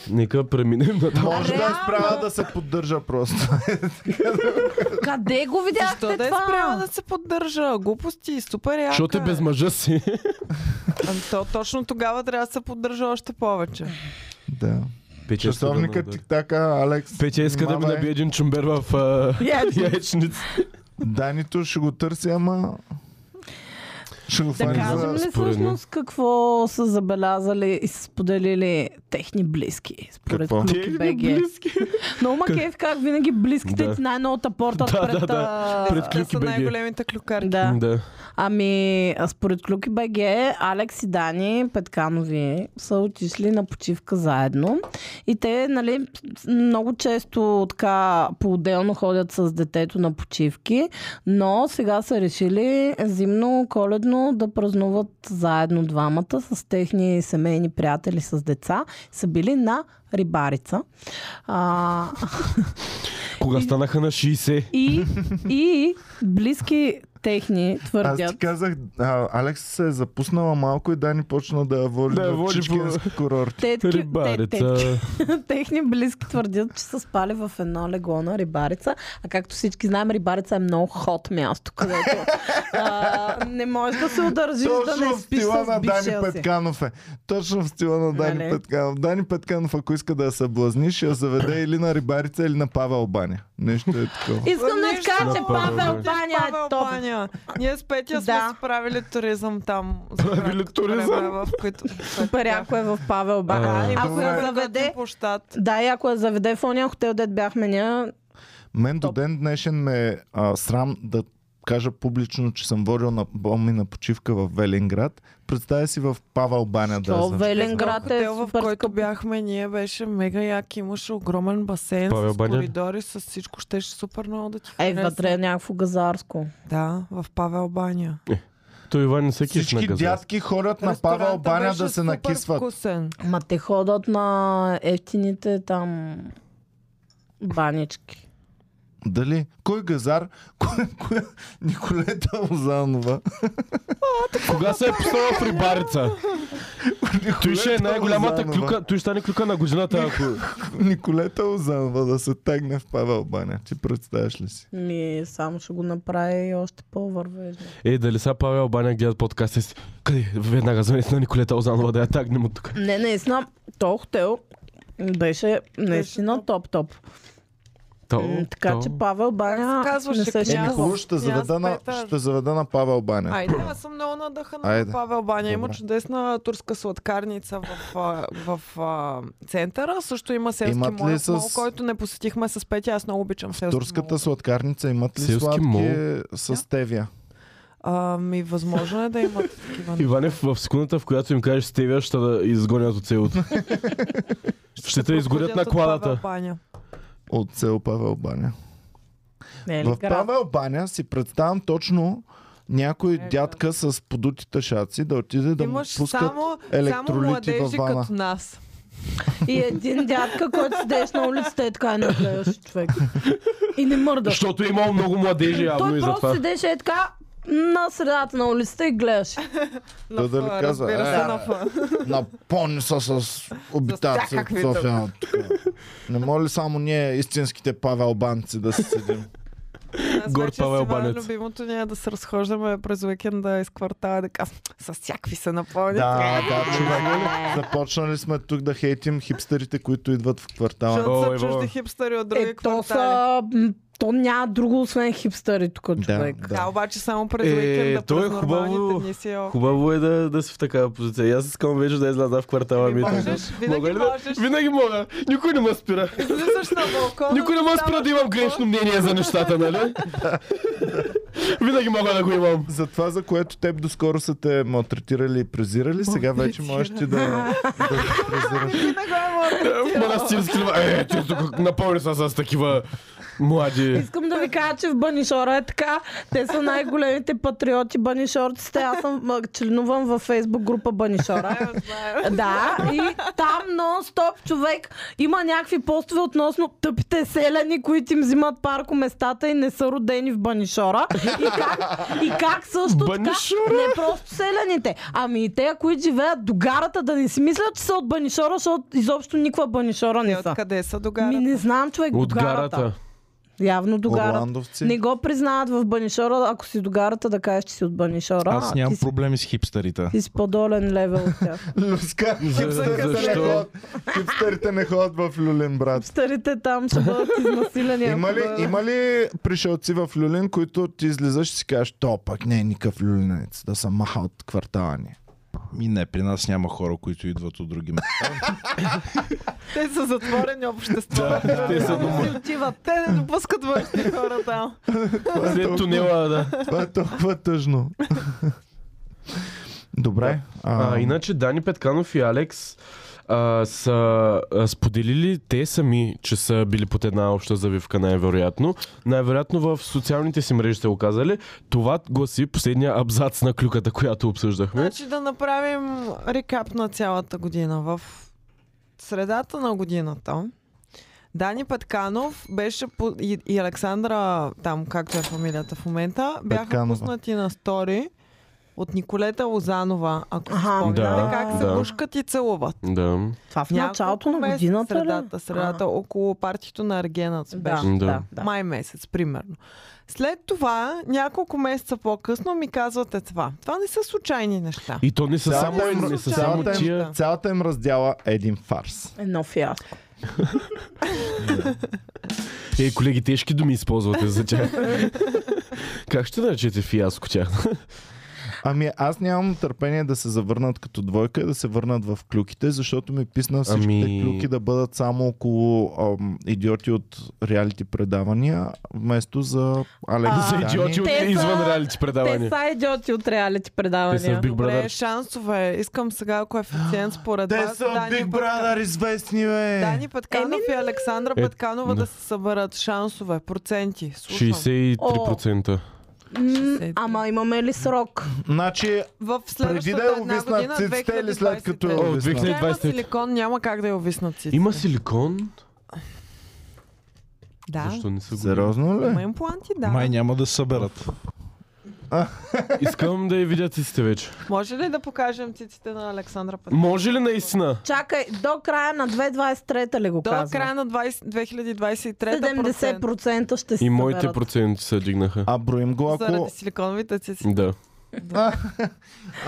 Speaker 3: Нека преминем на там.
Speaker 1: Може да
Speaker 2: Реално.
Speaker 1: изправя да се поддържа просто.
Speaker 2: Къде го
Speaker 4: Защо
Speaker 2: видяхте
Speaker 4: да е
Speaker 2: това?
Speaker 4: спряла да се поддържа? Глупости, супер яка
Speaker 3: Защото е без мъжа си.
Speaker 4: Ами то точно тогава трябва да се поддържа още повече.
Speaker 3: Е,
Speaker 1: Да.
Speaker 3: Петя иска да ме
Speaker 1: Часовника
Speaker 3: удари.
Speaker 1: тик-така, Алекс.
Speaker 3: Петя иска да ми
Speaker 1: внимавай.
Speaker 3: набие един чумбер в а,
Speaker 2: Яйчница.
Speaker 3: яйчница.
Speaker 1: Данито ще го търси, ама... Ще го
Speaker 2: Да
Speaker 1: фани
Speaker 2: кажем
Speaker 1: за...
Speaker 2: ли
Speaker 3: е според мен.
Speaker 2: всъщност какво са забелязали и са споделили техни близки, според
Speaker 1: Какво?
Speaker 2: Клюки БГ? Много ма
Speaker 3: Как-
Speaker 2: кеф как винаги близките
Speaker 3: Да.
Speaker 2: ти най-новата порта
Speaker 3: Да,
Speaker 2: пред...
Speaker 3: да, да.
Speaker 2: а,
Speaker 3: Пред
Speaker 4: Те
Speaker 3: Клюки
Speaker 4: са
Speaker 3: БГ.
Speaker 4: най-големите клюкари.
Speaker 2: да.
Speaker 3: Да.
Speaker 2: Ами, а според Клюки БГ, Алекс и Дани Петканови са отишли на почивка заедно. И те, нали, много често така по-отделно ходят с детето на почивки, но сега са решили зимно, коледно да празнуват заедно двамата с техни семейни приятели с деца. Са били на рибарица. А,
Speaker 3: Кога станаха на 60.
Speaker 2: и, и близки техни
Speaker 1: Аз ти
Speaker 2: твърдят,
Speaker 1: казах, а, Алекс се е запуснала малко и Дани почна да я води
Speaker 3: Да я
Speaker 1: до
Speaker 3: води по-
Speaker 1: чичкински курорт.
Speaker 2: Тетки, те-
Speaker 3: Рибарица.
Speaker 2: тетки, техни близки твърдят, че са спали в едно легло на Рибарица. А както всички знаем, Рибарица е много хот място, където а, не можеш да се удържиш да е
Speaker 1: Точно
Speaker 2: не
Speaker 1: в
Speaker 2: спиш
Speaker 1: стила
Speaker 2: с
Speaker 1: на Дани
Speaker 2: бившия си.
Speaker 1: Петканов е. Точно в стила на Дани
Speaker 2: Нали?
Speaker 1: Петканов. Дани Петканов, ако иска да я съблазни, ще я заведе или на Рибарица, или на Павел Баня. Нещо е такова.
Speaker 2: Искам да ти
Speaker 4: Нищо
Speaker 2: кажа, че
Speaker 3: на
Speaker 2: Павел
Speaker 3: Павел
Speaker 2: Баня
Speaker 4: Ами, Павел
Speaker 2: е топ.
Speaker 4: Баня. Ние с Петя сме
Speaker 2: Да.
Speaker 4: си правили туризъм там. за
Speaker 3: Правили
Speaker 4: краткото
Speaker 3: туризъм?
Speaker 4: време, В който...
Speaker 2: Супер, яко е в Павел Баня.
Speaker 3: А,
Speaker 4: Ако
Speaker 2: Ако
Speaker 1: добре.
Speaker 2: я
Speaker 4: заведе...
Speaker 2: заведе... Да, и ако я заведе в ония хотел, дед бяхме ние,
Speaker 1: Мен до ден днешен ме а, срам да кажа публично, че съм водил на бомбина почивка в Велинград. Представя си в Павел Баня да значи.
Speaker 2: То
Speaker 1: съм.
Speaker 2: Велинград е
Speaker 4: Хотел, в
Speaker 2: супер
Speaker 4: който
Speaker 2: скъп.
Speaker 4: бяхме ние, беше мега як. Имаше огромен басейн
Speaker 3: Павел
Speaker 4: с
Speaker 3: Баня?
Speaker 4: коридори, с всичко. Щеше супер много да ти
Speaker 2: Е,
Speaker 4: хареса.
Speaker 2: вътре е някакво газарско.
Speaker 4: Да, в Павел Баня.
Speaker 3: Той Иван не се киш на
Speaker 1: Всички
Speaker 3: газа.
Speaker 1: дядки ходят на Павел
Speaker 4: Ресторанта
Speaker 1: Баня
Speaker 4: беше
Speaker 1: да се
Speaker 4: супер
Speaker 1: накисват.
Speaker 4: Вкусен.
Speaker 2: Ма те ходят на ефтините там банички.
Speaker 1: Дали? Кой газар? Кой, кой... Николета Озанова.
Speaker 3: Кога се е пуснала в рибарица? Той ще е
Speaker 1: Николета
Speaker 3: най-голямата
Speaker 1: Озанова.
Speaker 3: клюка. Той ще стане клюка на годината, ако...
Speaker 1: Николета Озанова да се тегне в Павел Баня. Ти представяш ли си?
Speaker 2: Ми, само ще го направи още по-вървежно.
Speaker 3: Е, дали са Павел Баняк гледат подкаста си? Къде? Веднага звъните на Николета Озанова да я тагнем от тук.
Speaker 2: Не, наистина, то хотел беше наистина
Speaker 4: топ.
Speaker 2: топ-топ. М, Така че Павел Баня
Speaker 4: Как се казваше,
Speaker 2: не се
Speaker 4: княз?
Speaker 2: жени.
Speaker 4: Е, Аз-
Speaker 1: Хубаво ще
Speaker 4: аз
Speaker 1: заведа, на,
Speaker 4: Петър.
Speaker 1: ще заведа на Павел Баня.
Speaker 4: Айде, аз съм много надъхана
Speaker 1: Е. Айде.
Speaker 4: на Павел Баня. Има
Speaker 1: Добре.
Speaker 4: чудесна турска сладкарница в, а, в, а, центъра. Също има селски
Speaker 1: Имат ли
Speaker 4: мол,
Speaker 1: с-
Speaker 4: мол, който не посетихме с Петя. Аз много обичам селски
Speaker 1: Турската
Speaker 4: мол.
Speaker 1: сладкарница имат ли
Speaker 3: Селски
Speaker 1: сладки
Speaker 3: мол?
Speaker 1: с тевия?
Speaker 4: А, ми възможно е да имат такива.
Speaker 3: Иванев, е в секундата, в която им кажеш стевия, ще да изгонят от селото. ще те изгорят на
Speaker 4: Проходят от
Speaker 3: кладата.
Speaker 4: Павел Баня.
Speaker 1: От сел Павел Баня.
Speaker 2: Не, е ли
Speaker 1: В
Speaker 2: град?
Speaker 1: Павел Баня си представям точно някой дядка с подутите шаци да отиде да му
Speaker 4: Имаш
Speaker 1: пускат...
Speaker 4: само, само
Speaker 1: електролити във
Speaker 4: младежи
Speaker 1: вана.
Speaker 4: като нас.
Speaker 2: И един дядка, който седеш на улицата е така и не гледаш човек. И не мърдаш.
Speaker 3: Защото е имал много младежи явно
Speaker 2: Той
Speaker 3: и
Speaker 2: просто
Speaker 3: затова.
Speaker 2: седеше е така на средата на улицата и гледаш.
Speaker 1: Да, да ли
Speaker 4: фа,
Speaker 1: казва,
Speaker 4: разбира
Speaker 1: е,
Speaker 4: се, на фа.
Speaker 1: Напълни са с обитаци
Speaker 4: всякакви
Speaker 1: в София. Тук. Не може ли само ние, истинските павелбанци, да си седим?
Speaker 4: Аз
Speaker 3: Горд
Speaker 4: вече
Speaker 3: Павел
Speaker 4: с Ивана
Speaker 3: Банец.
Speaker 4: Любимото ние е да се разхождаме през уикенда из квартала да казвам, с всякакви се напълни.
Speaker 1: да, да, човек. Започнали сме тук да хейтим хипстерите, които идват в квартала.
Speaker 4: Защото
Speaker 3: Ой,
Speaker 4: са
Speaker 3: бабе.
Speaker 4: чужди хипстери от други
Speaker 2: Е, то
Speaker 4: квартали.
Speaker 2: са... м, То няма друго, освен хипстъри тук,
Speaker 1: Да,
Speaker 2: човек.
Speaker 1: да.
Speaker 4: Да, обаче само през
Speaker 3: Е,
Speaker 4: уикенда,
Speaker 3: то е
Speaker 4: през
Speaker 3: хубаво.
Speaker 4: нормалните дни си. о.
Speaker 3: Хубаво е да, да си в такава позиция. И аз искам вече да изляза в квартала ми.
Speaker 4: Ами
Speaker 3: и така.
Speaker 4: можеш, винаги
Speaker 3: Мога ли да-
Speaker 4: можеш.
Speaker 3: Винаги мога. Никой не ме спира.
Speaker 4: Излизаш на балкона. е-
Speaker 3: Никой не ме спира да имам грешно мнение за нещата, нали? Винаги мога да го имам.
Speaker 1: За това, за което теб доскоро са те малтретирали и презирали, сега вече можеш ти да, да ги презираш.
Speaker 4: е
Speaker 3: Манастирски льва. Е, ти тук напълни са с такива млади.
Speaker 2: Искам да ви кажа, че в Банишора е така. Те са най-големите патриоти банишорците. Аз съм а, членувам във фейсбук група Банишора. Да, и там нон-стоп човек има някакви постове относно тъпите селяни, които им взимат парко местата и не са родени в Банишора. И как, и как също
Speaker 3: Банишора?
Speaker 2: така, не просто селяните, ами и те, които живеят до гарата, да не си мислят, че са от Банишора, защото изобщо никаква Банишора не
Speaker 4: Е,
Speaker 2: са.
Speaker 4: Откъде са до
Speaker 2: Ми
Speaker 4: гара?
Speaker 2: не знам човек
Speaker 3: От
Speaker 2: до гарата.
Speaker 3: гарата.
Speaker 2: Явно до гарата.
Speaker 1: Орландовци.
Speaker 2: Не го признават в Банишора, ако си до гарата да кажеш, че си от Банишора.
Speaker 5: Аз
Speaker 2: А,
Speaker 5: нямам
Speaker 2: ти си,
Speaker 5: проблеми с хипстерите.
Speaker 2: ти си по-долен левел от тях.
Speaker 1: Люска, хипстерите не
Speaker 3: защо?
Speaker 1: ходят- Хипстерите не ходят в Люлин, брат.
Speaker 2: Старите там ще бъдат изнасилени. ако
Speaker 1: Има ли,
Speaker 2: бъдат.
Speaker 1: има ли пришелци в Люлин, които ти излизаш и си кажеш, то пък не е никакъв люлинец, да съм маха от квартала ни.
Speaker 5: Ми не, при нас няма хора, които идват от други места.
Speaker 4: Те са затворени общества.
Speaker 3: Те са дома.
Speaker 4: Си отиват. Те не допускат външни хора там.
Speaker 1: Това е
Speaker 3: След
Speaker 1: толкова,
Speaker 3: тунела, да.
Speaker 1: това е толкова тъжно. Добре.
Speaker 3: А, иначе Дани Петканов и Алекс а, са а, споделили те сами, че са били под една обща завивка, най-вероятно. Най-вероятно в социалните си мрежи сте го казали. Това гласи последния абзац на клюката, която обсъждахме.
Speaker 4: Значи да направим рекап на цялата година. В средата на годината Дани Петканов беше по... и, и Александра, там както е фамилията в момента, бяха
Speaker 1: Петканова.
Speaker 4: пуснати на стори от Николета Лозанова, ако си
Speaker 2: Аха.
Speaker 4: спомняте,
Speaker 3: Да,
Speaker 4: как се
Speaker 3: да.
Speaker 4: гушкат и целуват.
Speaker 3: Да.
Speaker 2: Това в
Speaker 4: Няколко
Speaker 2: началото на
Speaker 4: месеца,
Speaker 2: годината ли?
Speaker 4: Средата, средата, около партито на Аргенът
Speaker 2: А,
Speaker 4: беше.
Speaker 2: да,
Speaker 3: Да.
Speaker 2: да, да.
Speaker 4: Май месец, примерно. След това, няколко месеца по-късно, ми казвате това. Това не са случайни неща.
Speaker 3: И то не са само,
Speaker 1: цялата им-
Speaker 3: не са само
Speaker 1: цялата им-
Speaker 3: тия.
Speaker 1: цялата им раздяла е един фарс.
Speaker 2: Едно фиаско.
Speaker 3: Ей, колеги, тежки думи използвате за тях. как ще наречете фиаско тях?
Speaker 1: Ами аз нямам търпение да се завърнат като двойка и да се върнат в клюките, защото ми писна всичките
Speaker 3: Ами-
Speaker 1: ами... клюки да бъдат само около ам, идиоти от реалити предавания, вместо за Алекс
Speaker 2: А,
Speaker 1: Дани.
Speaker 3: За идиоти от
Speaker 2: Те са-
Speaker 3: извън реалити
Speaker 2: Те
Speaker 3: предавания.
Speaker 2: са идиоти от реалити
Speaker 3: Те са в
Speaker 2: предавания.
Speaker 3: Big
Speaker 4: Добре,
Speaker 3: Brother.
Speaker 4: шансове. Искам сега коефициент според
Speaker 1: Те
Speaker 4: вас.
Speaker 1: са Big
Speaker 4: Пътка-
Speaker 1: Brother известни, бе!
Speaker 4: Дани Петканов и Александра
Speaker 3: Е,
Speaker 4: Петканова
Speaker 3: да.
Speaker 4: да се съберат. Шансове, проценти. Слушам.
Speaker 3: 63%.
Speaker 2: М, Ама имаме ли срок?
Speaker 1: Значи,
Speaker 4: В
Speaker 1: преди
Speaker 4: следващата
Speaker 1: да я
Speaker 4: една
Speaker 1: увиснат
Speaker 4: година,
Speaker 1: циците или след като
Speaker 4: 2023.
Speaker 1: я
Speaker 3: О,
Speaker 1: увиснат?
Speaker 3: 2000.
Speaker 4: Тя има
Speaker 3: 2023.
Speaker 4: силикон, няма как да я увиснат циците.
Speaker 3: Има силикон?
Speaker 4: Да.
Speaker 3: Защо не са го?
Speaker 1: Сериозно
Speaker 4: Има
Speaker 1: ли?
Speaker 4: импланти, да.
Speaker 5: Май няма да съберат.
Speaker 3: Искам да я видя циците вече.
Speaker 4: Може ли да покажем циците на Александра Петканова?
Speaker 3: Може ли наистина?
Speaker 2: Чакай, до края на 2023 ли го
Speaker 4: До
Speaker 2: казва?
Speaker 4: края на 20, 2023 процент
Speaker 2: 70% ще се
Speaker 3: И моите
Speaker 2: съберат.
Speaker 3: проценти се дигнаха.
Speaker 1: А броим го, ако...
Speaker 4: заради силиконовите цици.
Speaker 3: Да.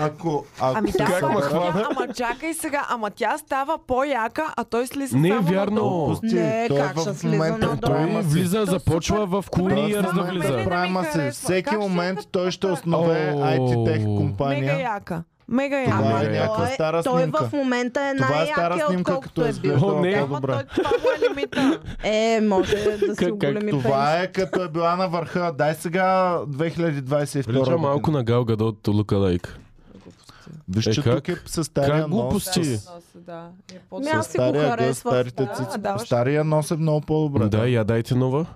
Speaker 1: ако, ако
Speaker 4: Ами
Speaker 1: се
Speaker 4: да,
Speaker 3: Как
Speaker 4: ама,
Speaker 3: ме
Speaker 1: съберат-
Speaker 3: хвана?
Speaker 4: тя, ама чакай сега, ама тя става по-яка, а той слиза
Speaker 3: Не е
Speaker 4: само
Speaker 3: вярно.
Speaker 4: надолу.
Speaker 1: Отпусти.
Speaker 2: Не,
Speaker 1: Той е
Speaker 2: как
Speaker 1: в
Speaker 2: ще слиза
Speaker 1: момента
Speaker 2: надолу?
Speaker 1: той е
Speaker 3: Той
Speaker 1: има си-
Speaker 3: влиза, започва в куриер
Speaker 1: Той
Speaker 3: да
Speaker 1: в момента
Speaker 4: Мене
Speaker 3: влиза.
Speaker 1: прайма се.
Speaker 4: харесва.
Speaker 1: Всеки
Speaker 4: Как ще
Speaker 1: момент
Speaker 4: я
Speaker 1: той ще
Speaker 4: направя?
Speaker 1: основе
Speaker 3: О,
Speaker 1: IT тех
Speaker 4: Мега
Speaker 1: компания.
Speaker 4: яка. Мега яка.
Speaker 1: Това
Speaker 3: Ама
Speaker 1: е
Speaker 3: той
Speaker 1: някаква
Speaker 2: е-
Speaker 1: стара
Speaker 2: той
Speaker 1: снимка.
Speaker 2: в момента е
Speaker 1: Това е стара
Speaker 2: най-якия,
Speaker 1: снимка, като
Speaker 2: отколкото
Speaker 1: е
Speaker 2: е бил.
Speaker 1: изглеждала
Speaker 3: О, не.
Speaker 4: Ама
Speaker 1: по-добра.
Speaker 4: той, това му е лимита.
Speaker 2: Е, може да си
Speaker 3: Как- как
Speaker 2: оголеми пенис.
Speaker 1: Това е като е била на върха. Дай сега 2022
Speaker 3: Прилича
Speaker 1: година.
Speaker 3: малко на Гал Гадот Лука Лайк.
Speaker 1: Виж,
Speaker 3: Е,
Speaker 1: че
Speaker 3: как?
Speaker 1: тук е с стария
Speaker 3: Как го
Speaker 1: нос.
Speaker 3: пусти?
Speaker 1: С,
Speaker 4: Да, е
Speaker 2: Ми
Speaker 4: по-добре.
Speaker 2: аз
Speaker 1: с
Speaker 2: си го
Speaker 1: стария гъс,
Speaker 2: харесвам.
Speaker 1: старите
Speaker 2: Да,
Speaker 1: цици.
Speaker 4: даваш.
Speaker 1: Стария нос е много по-добре.
Speaker 3: Да, я дайте нова.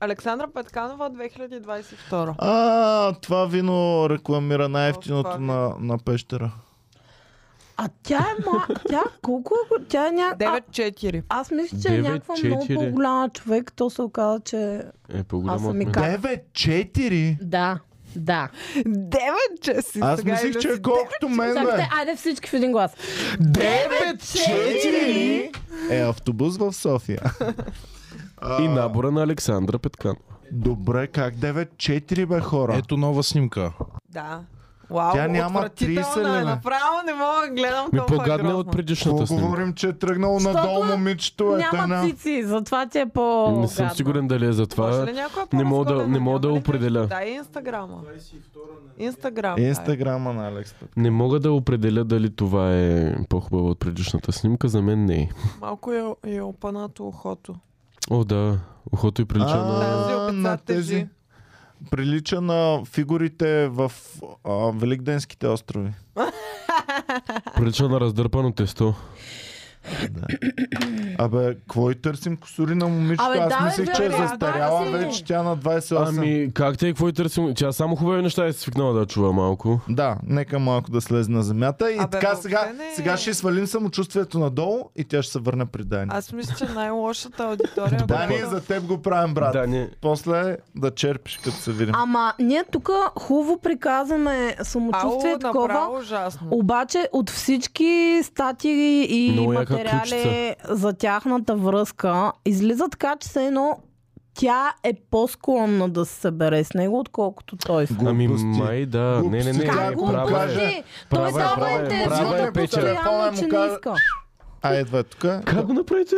Speaker 4: Александра Петканова 2022.
Speaker 1: А, това вино рекламира
Speaker 4: това
Speaker 1: най-ефтиното
Speaker 4: ви-
Speaker 1: на, на пещера.
Speaker 2: А тя е ма... Тя колко е... го- Тя е ня... а,
Speaker 4: 9-4.
Speaker 2: аз мисля, че е
Speaker 3: Девет,
Speaker 2: някаква много
Speaker 3: четири.
Speaker 2: по-голяма човек. То се оказа, че...
Speaker 3: Е,
Speaker 2: Аз
Speaker 3: по-голяма
Speaker 2: съм
Speaker 3: от
Speaker 2: и
Speaker 3: мен.
Speaker 2: Как?
Speaker 1: 9-4?
Speaker 2: Да, да.
Speaker 4: 9-4.
Speaker 1: Аз мислих, че е колкото мен е.
Speaker 2: Чакайте,
Speaker 1: бе.
Speaker 2: айде всички в един глас.
Speaker 1: 9-4? Е, автобус в София.
Speaker 3: И набора на Александра Петкан.
Speaker 1: Добре, как 9-4 бе хора?
Speaker 5: Ето нова снимка.
Speaker 4: Да. Вау,
Speaker 1: Тя няма 30
Speaker 4: отвратителна е.
Speaker 1: лева.
Speaker 4: Направо не мога да гледам
Speaker 3: Ми
Speaker 4: толкова
Speaker 3: по-гадна е
Speaker 4: грозно.
Speaker 3: от предишната
Speaker 1: Какво
Speaker 3: снимка.
Speaker 1: говорим, че е тръгнало
Speaker 2: Защото
Speaker 1: надолу момичето? Е, те
Speaker 2: Няма
Speaker 1: на...
Speaker 2: цици, затова ти е по...
Speaker 3: Не съм сигурен дали е за
Speaker 4: Може
Speaker 3: това.
Speaker 4: ли някоя
Speaker 3: не мога да-
Speaker 4: по-разгодена?
Speaker 3: не мога да
Speaker 4: Няма ли
Speaker 3: определя.
Speaker 4: нещо? Дай инстаграма. Инстаграм. дай.
Speaker 1: Инстаграма на Алекс.
Speaker 3: Не мога да определя дали това е по-хубава от предишната снимка. За мен не е.
Speaker 4: Малко е, е опанато ухото.
Speaker 3: О, да. Ухото и прилича на...
Speaker 4: Тази опица
Speaker 1: на
Speaker 4: тежи.
Speaker 1: тези. Прилича на фигурите в а, Великденските острови.
Speaker 3: Прилича на раздърпано тесто.
Speaker 1: Абе, какво и търсим косури на момичето?
Speaker 2: Абе,
Speaker 1: Аз
Speaker 2: да, бе,
Speaker 1: мислих, че е
Speaker 2: вероятно
Speaker 1: застаряла
Speaker 2: си.
Speaker 1: вече тя на 28.
Speaker 3: Ами, как те и какво и търсим? Тя само хубави неща е свикнала да чува малко.
Speaker 1: Да, нека малко да слезе на земята. И
Speaker 4: Абе,
Speaker 1: така
Speaker 4: въобще
Speaker 1: сега,
Speaker 4: не.
Speaker 1: сега ще свалим самочувствието надолу и тя ще се върне при Дани.
Speaker 4: Аз мисля, че най-лошата аудитория...
Speaker 1: Дани,
Speaker 4: която-
Speaker 1: за теб го правим, брат.
Speaker 3: Да, не.
Speaker 1: После да черпиш, като се видим.
Speaker 2: Ама ние тук хубаво приказваме
Speaker 4: Ало,
Speaker 2: самочувствие такова,
Speaker 4: направо ужасно.
Speaker 2: Обаче от всички статии и
Speaker 3: Много яка
Speaker 2: материали
Speaker 3: ключица.
Speaker 2: за тяхната връзка, излиза така, че се едно тя е по-склонна да се събере с него, отколкото той. с нея.
Speaker 3: Ами,
Speaker 1: Глупости.
Speaker 3: май да. Не, не, не.
Speaker 1: Глупости.
Speaker 3: не,
Speaker 2: Как го
Speaker 1: права е.
Speaker 2: обожи? Той
Speaker 3: Права е,
Speaker 2: дава
Speaker 3: права е,
Speaker 2: интервю,
Speaker 3: права е,
Speaker 2: но
Speaker 3: Петя.
Speaker 1: Телефона
Speaker 2: постоянно,
Speaker 1: му
Speaker 2: че не
Speaker 1: каза-
Speaker 2: иска.
Speaker 1: А, едва е тук.
Speaker 3: Как го направите?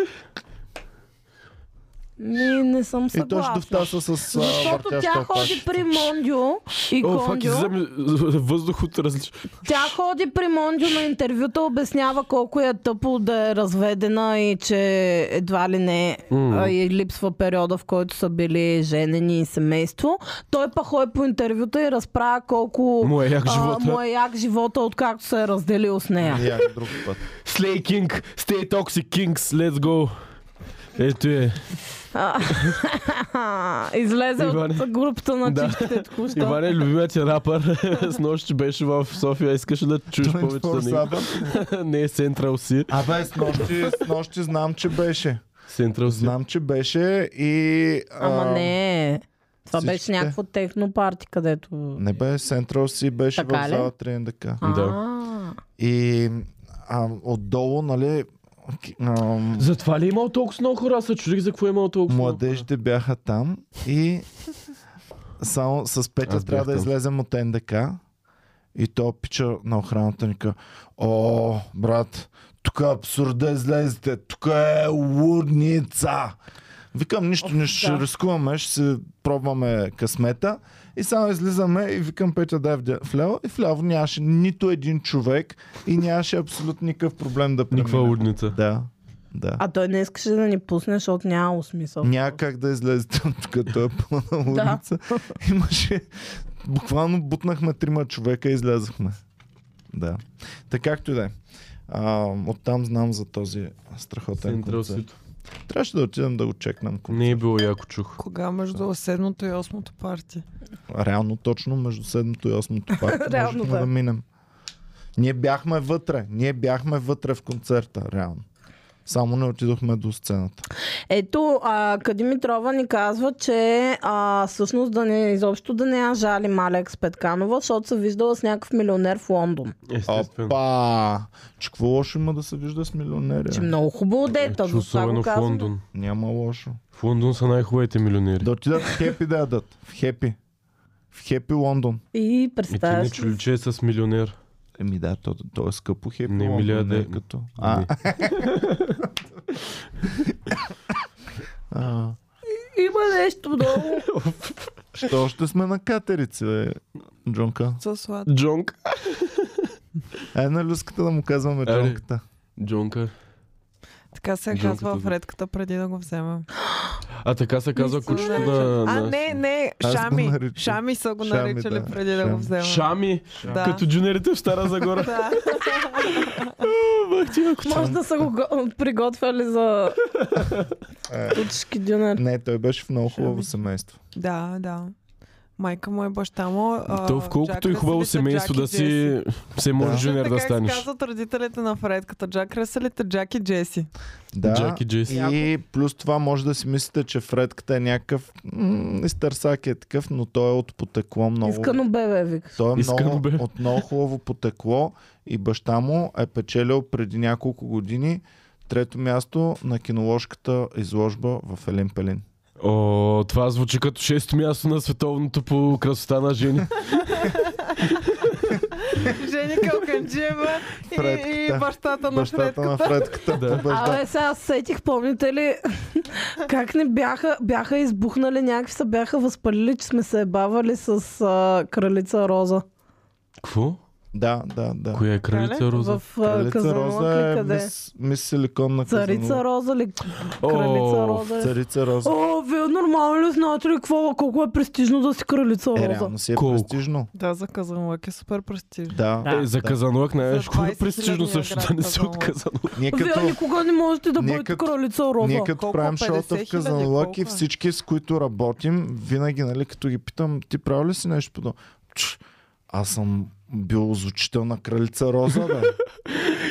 Speaker 2: Не, не съм
Speaker 1: И то ще
Speaker 2: съгласна.
Speaker 1: довтаса с а,
Speaker 2: Защото
Speaker 1: въртящ
Speaker 2: тя
Speaker 1: топак.
Speaker 2: ходи при Мондио и
Speaker 3: О, фак,
Speaker 2: Кондио.
Speaker 3: излиза ми въздух от различни.
Speaker 2: Тя ходи при Мондио на интервюта, обяснява колко е тъпо да е разведена и че едва ли не
Speaker 3: Мм.
Speaker 2: а, и липсва периода, в който са били женени и семейство. Той па ходи по интервюта и разправя колко
Speaker 3: Му е як
Speaker 2: а,
Speaker 3: живота. Ами-
Speaker 2: му е як живота, откакто се е разделил с нея.
Speaker 1: Я, друг път.
Speaker 3: Slay King, Stay Toxic Kings, let's go. Ето е.
Speaker 2: А, Излезе
Speaker 3: Иване.
Speaker 2: от групата на
Speaker 3: Да.
Speaker 2: чичките току-що.
Speaker 3: Иване, любимият ти рапър с нощи беше в София. Искаше да чуеш повече
Speaker 1: 24
Speaker 3: за него.
Speaker 1: саба.
Speaker 3: не е Central Си.
Speaker 1: Абе, с нощи, с нощи знам, че беше.
Speaker 3: Central Си.
Speaker 1: Знам, че беше и...
Speaker 2: Ама
Speaker 1: а,
Speaker 2: не, това
Speaker 1: всичките.
Speaker 2: беше някакво техно парти, където...
Speaker 1: Не бе, Central си беше
Speaker 2: Така
Speaker 1: в
Speaker 2: ли?
Speaker 1: зала 3 НДК.
Speaker 3: Да.
Speaker 2: А.
Speaker 1: И а, отдолу, нали, к- а,
Speaker 3: Затова ли е имал толкова много хора? Аз се чудих за какво е имал толкова много хора.
Speaker 1: младежите бяха там и само с Петя
Speaker 3: Аз бях
Speaker 1: трябва да
Speaker 3: там.
Speaker 1: излезем от НДК. И то пича на охраната ни ка, О, брат, тук е абсурда излезете. Тук е лудница. Викам, нищо,
Speaker 2: Оф,
Speaker 1: нищо,
Speaker 2: да.
Speaker 1: ще рискуваме, ще си пробваме късмета. И само излизаме и викам Петя дай вдя- вляво. И вляво нямаше нито един човек и нямаше абсолютно никакъв проблем да
Speaker 3: Никаква
Speaker 1: преминем.
Speaker 3: лудница.
Speaker 1: Да, да.
Speaker 2: А той не искаше да ни пусне, защото няма смисъл.
Speaker 1: Няма как да излезете от тук, той е пълна
Speaker 2: Да.
Speaker 1: улица. Имаше... Буквално бутнахме трима човека и излязахме. Да. Така както и да е. А, Оттам знам за този страхотен
Speaker 3: Централ
Speaker 1: концерт.
Speaker 3: Сито.
Speaker 1: Трябваше да отидем да го чекнем. концерт.
Speaker 3: Не е било яко чух.
Speaker 4: Кога между седмото и осмото парти?
Speaker 1: Реално точно между седмото и осмото парти
Speaker 2: Реално,
Speaker 1: можехме
Speaker 2: да.
Speaker 1: да минем. Ние бяхме вътре. Ние бяхме вътре в концерта. Реално. Само не отидохме до сцената.
Speaker 2: Ето, а, Кади Митрова ни казва, че а, всъщност да не, изобщо да не я жали Малекс Петканова, защото се виждала с някакъв милионер в Лондон.
Speaker 3: Естествено.
Speaker 1: Опа! Че какво лошо има да се вижда с милионери?
Speaker 2: Че
Speaker 1: бе?
Speaker 2: много хубаво дета, до това
Speaker 3: Че
Speaker 2: го
Speaker 3: Е, Особено в
Speaker 2: казвам.
Speaker 3: Лондон.
Speaker 1: Няма лошо.
Speaker 3: В Лондон са най-хубавите милионери.
Speaker 1: Да отидат в Хепи да ядат. В Хепи. В Хепи Лондон.
Speaker 2: И
Speaker 3: И ти не
Speaker 2: представяш ли
Speaker 3: чули, че е с милионер.
Speaker 1: Еми да, то, то е скъпо Хепи
Speaker 3: Не,
Speaker 1: Лондон.
Speaker 3: милиарде-
Speaker 1: не е като... А,
Speaker 3: Не.
Speaker 1: а,
Speaker 2: Има нещо много.
Speaker 1: ще още сме на катерици, бе, Джонка.
Speaker 4: С сладко.
Speaker 3: Джонк.
Speaker 1: Е, на люската да му казваме
Speaker 3: Аре.
Speaker 1: Джонката.
Speaker 3: Джонка.
Speaker 4: Така се
Speaker 3: Жълтото
Speaker 4: казва в
Speaker 3: злато.
Speaker 4: редката преди да го вземем.
Speaker 3: А така се казва
Speaker 4: Не се
Speaker 3: кучето
Speaker 4: нарича.
Speaker 3: на...
Speaker 4: А,
Speaker 3: на-
Speaker 4: не, не,
Speaker 1: Аз го
Speaker 4: Шами.
Speaker 1: наричам.
Speaker 4: Шами са го
Speaker 1: Шами,
Speaker 4: наричали
Speaker 1: да.
Speaker 4: преди да го
Speaker 1: Шами.
Speaker 4: вземем.
Speaker 3: Шами,
Speaker 4: Да.
Speaker 3: като джунерите в Стара Загора.
Speaker 4: Да.
Speaker 2: Може да са го го приготвяли за тучки дюнер.
Speaker 1: Не, той беше в много хубаво
Speaker 4: Шами.
Speaker 1: семейство.
Speaker 4: да, да. Майка му и баща му. а,
Speaker 3: То в колкото
Speaker 4: Джак
Speaker 3: и хубаво
Speaker 4: Ръсъл и
Speaker 3: семейство
Speaker 4: Джак и
Speaker 3: да
Speaker 4: Джеси.
Speaker 3: си, все може
Speaker 1: Да.
Speaker 3: джунер
Speaker 4: Така
Speaker 3: да
Speaker 4: как се
Speaker 3: станеш.
Speaker 4: казват родителите на Фредката. Джак Ръселите, Джак и Джеси.
Speaker 1: Да.
Speaker 3: Джак и Джеси.
Speaker 1: И плюс това може да си мислите, че Фредката е някакъв... м, Изтърсак е такъв, но той е от потекло много...
Speaker 2: Искано бебе, вика.
Speaker 1: Той е
Speaker 3: Искрено
Speaker 1: много,
Speaker 3: бе.
Speaker 1: от много хубаво потекло и баща му е печелил преди няколко години трето място на киноложката изложба в Елин Пелин.
Speaker 3: О, това звучи като шесто място на световното по красота на жени.
Speaker 4: Жени Калканджиева и, и
Speaker 1: Фредката.
Speaker 4: бащата на
Speaker 1: Бащата на
Speaker 4: Фредката.
Speaker 1: Фредката
Speaker 3: Да.
Speaker 1: побежда.
Speaker 2: Абе, сега аз сетих, помните ли как не бяха, бяха избухнали, някакви са бяха възпалили, че сме се ебавали с а, кралица Роза.
Speaker 3: Какво?
Speaker 1: Да, да, да.
Speaker 3: Коя е кралица
Speaker 4: Крале?
Speaker 3: Роза?
Speaker 2: В а,
Speaker 1: Кралица Роза
Speaker 2: Казанлък ли
Speaker 1: е
Speaker 2: къде?
Speaker 1: мис, мис силиконна
Speaker 2: Царица
Speaker 1: Казанлък.
Speaker 2: Роза ли?
Speaker 3: О,
Speaker 2: Кралица Роза е.
Speaker 1: Царица Роза.
Speaker 2: О, вие нормално ли знаете ли какво, колко е престижно да си кралица
Speaker 1: Е,
Speaker 2: Роза?
Speaker 1: реално си е
Speaker 3: Колко?
Speaker 1: престижно.
Speaker 4: Да, за Казанлък е супер престижно.
Speaker 1: Да.
Speaker 2: Да.
Speaker 3: Е, за Казанлък, не знаеш,
Speaker 4: За
Speaker 3: колко
Speaker 4: 20
Speaker 3: престижно
Speaker 4: хилядния
Speaker 3: също
Speaker 4: град
Speaker 3: да не се от
Speaker 4: Казанлък.
Speaker 3: Казанлък.
Speaker 1: Ние
Speaker 2: Вие
Speaker 1: като,
Speaker 2: никога не можете да
Speaker 1: Ние
Speaker 2: бъдете
Speaker 1: като-
Speaker 2: кралица Роза.
Speaker 1: ние като
Speaker 4: Колко?
Speaker 1: правим
Speaker 4: 50
Speaker 1: шоута в
Speaker 4: хиляди,
Speaker 1: Казанлък и
Speaker 4: колко е?
Speaker 1: всички с които работим, винаги, нали, като ги питам, ти правил ли си нещо подобно? Чш, Аз съм бил звучител на кралица Роза, бе.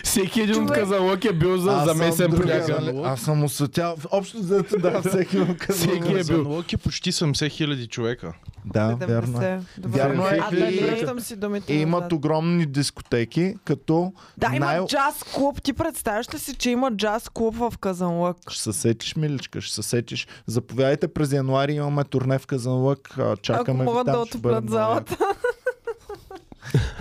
Speaker 3: Всеки един от Казанлък е бил за
Speaker 1: Аз съм
Speaker 3: замесен по
Speaker 1: другия,
Speaker 3: някакъв.
Speaker 1: нали? Аз съм осветял. Общо взето да, всеки му казва.
Speaker 3: Всеки е бил.
Speaker 5: Лъки почти 70 хиляди човека.
Speaker 1: Да, вярно е.
Speaker 4: 70. Добре.
Speaker 1: Вярно е.
Speaker 4: А,
Speaker 1: И-
Speaker 4: да, връщам си думите.
Speaker 1: И имат
Speaker 4: назад.
Speaker 1: огромни дискотеки, като
Speaker 4: Да, има
Speaker 1: най-
Speaker 4: джаз клуб. Ти представяш ли си, че има джаз клуб в Казанлък?
Speaker 1: Ще се сетиш, миличка, ще се сетиш. Заповядайте през януари, имаме турне в Казанлък. а, Чакаме ви
Speaker 4: Ако могат
Speaker 1: там,
Speaker 4: да
Speaker 1: ще бъде
Speaker 4: отоплят
Speaker 1: много
Speaker 4: залата.
Speaker 1: яко.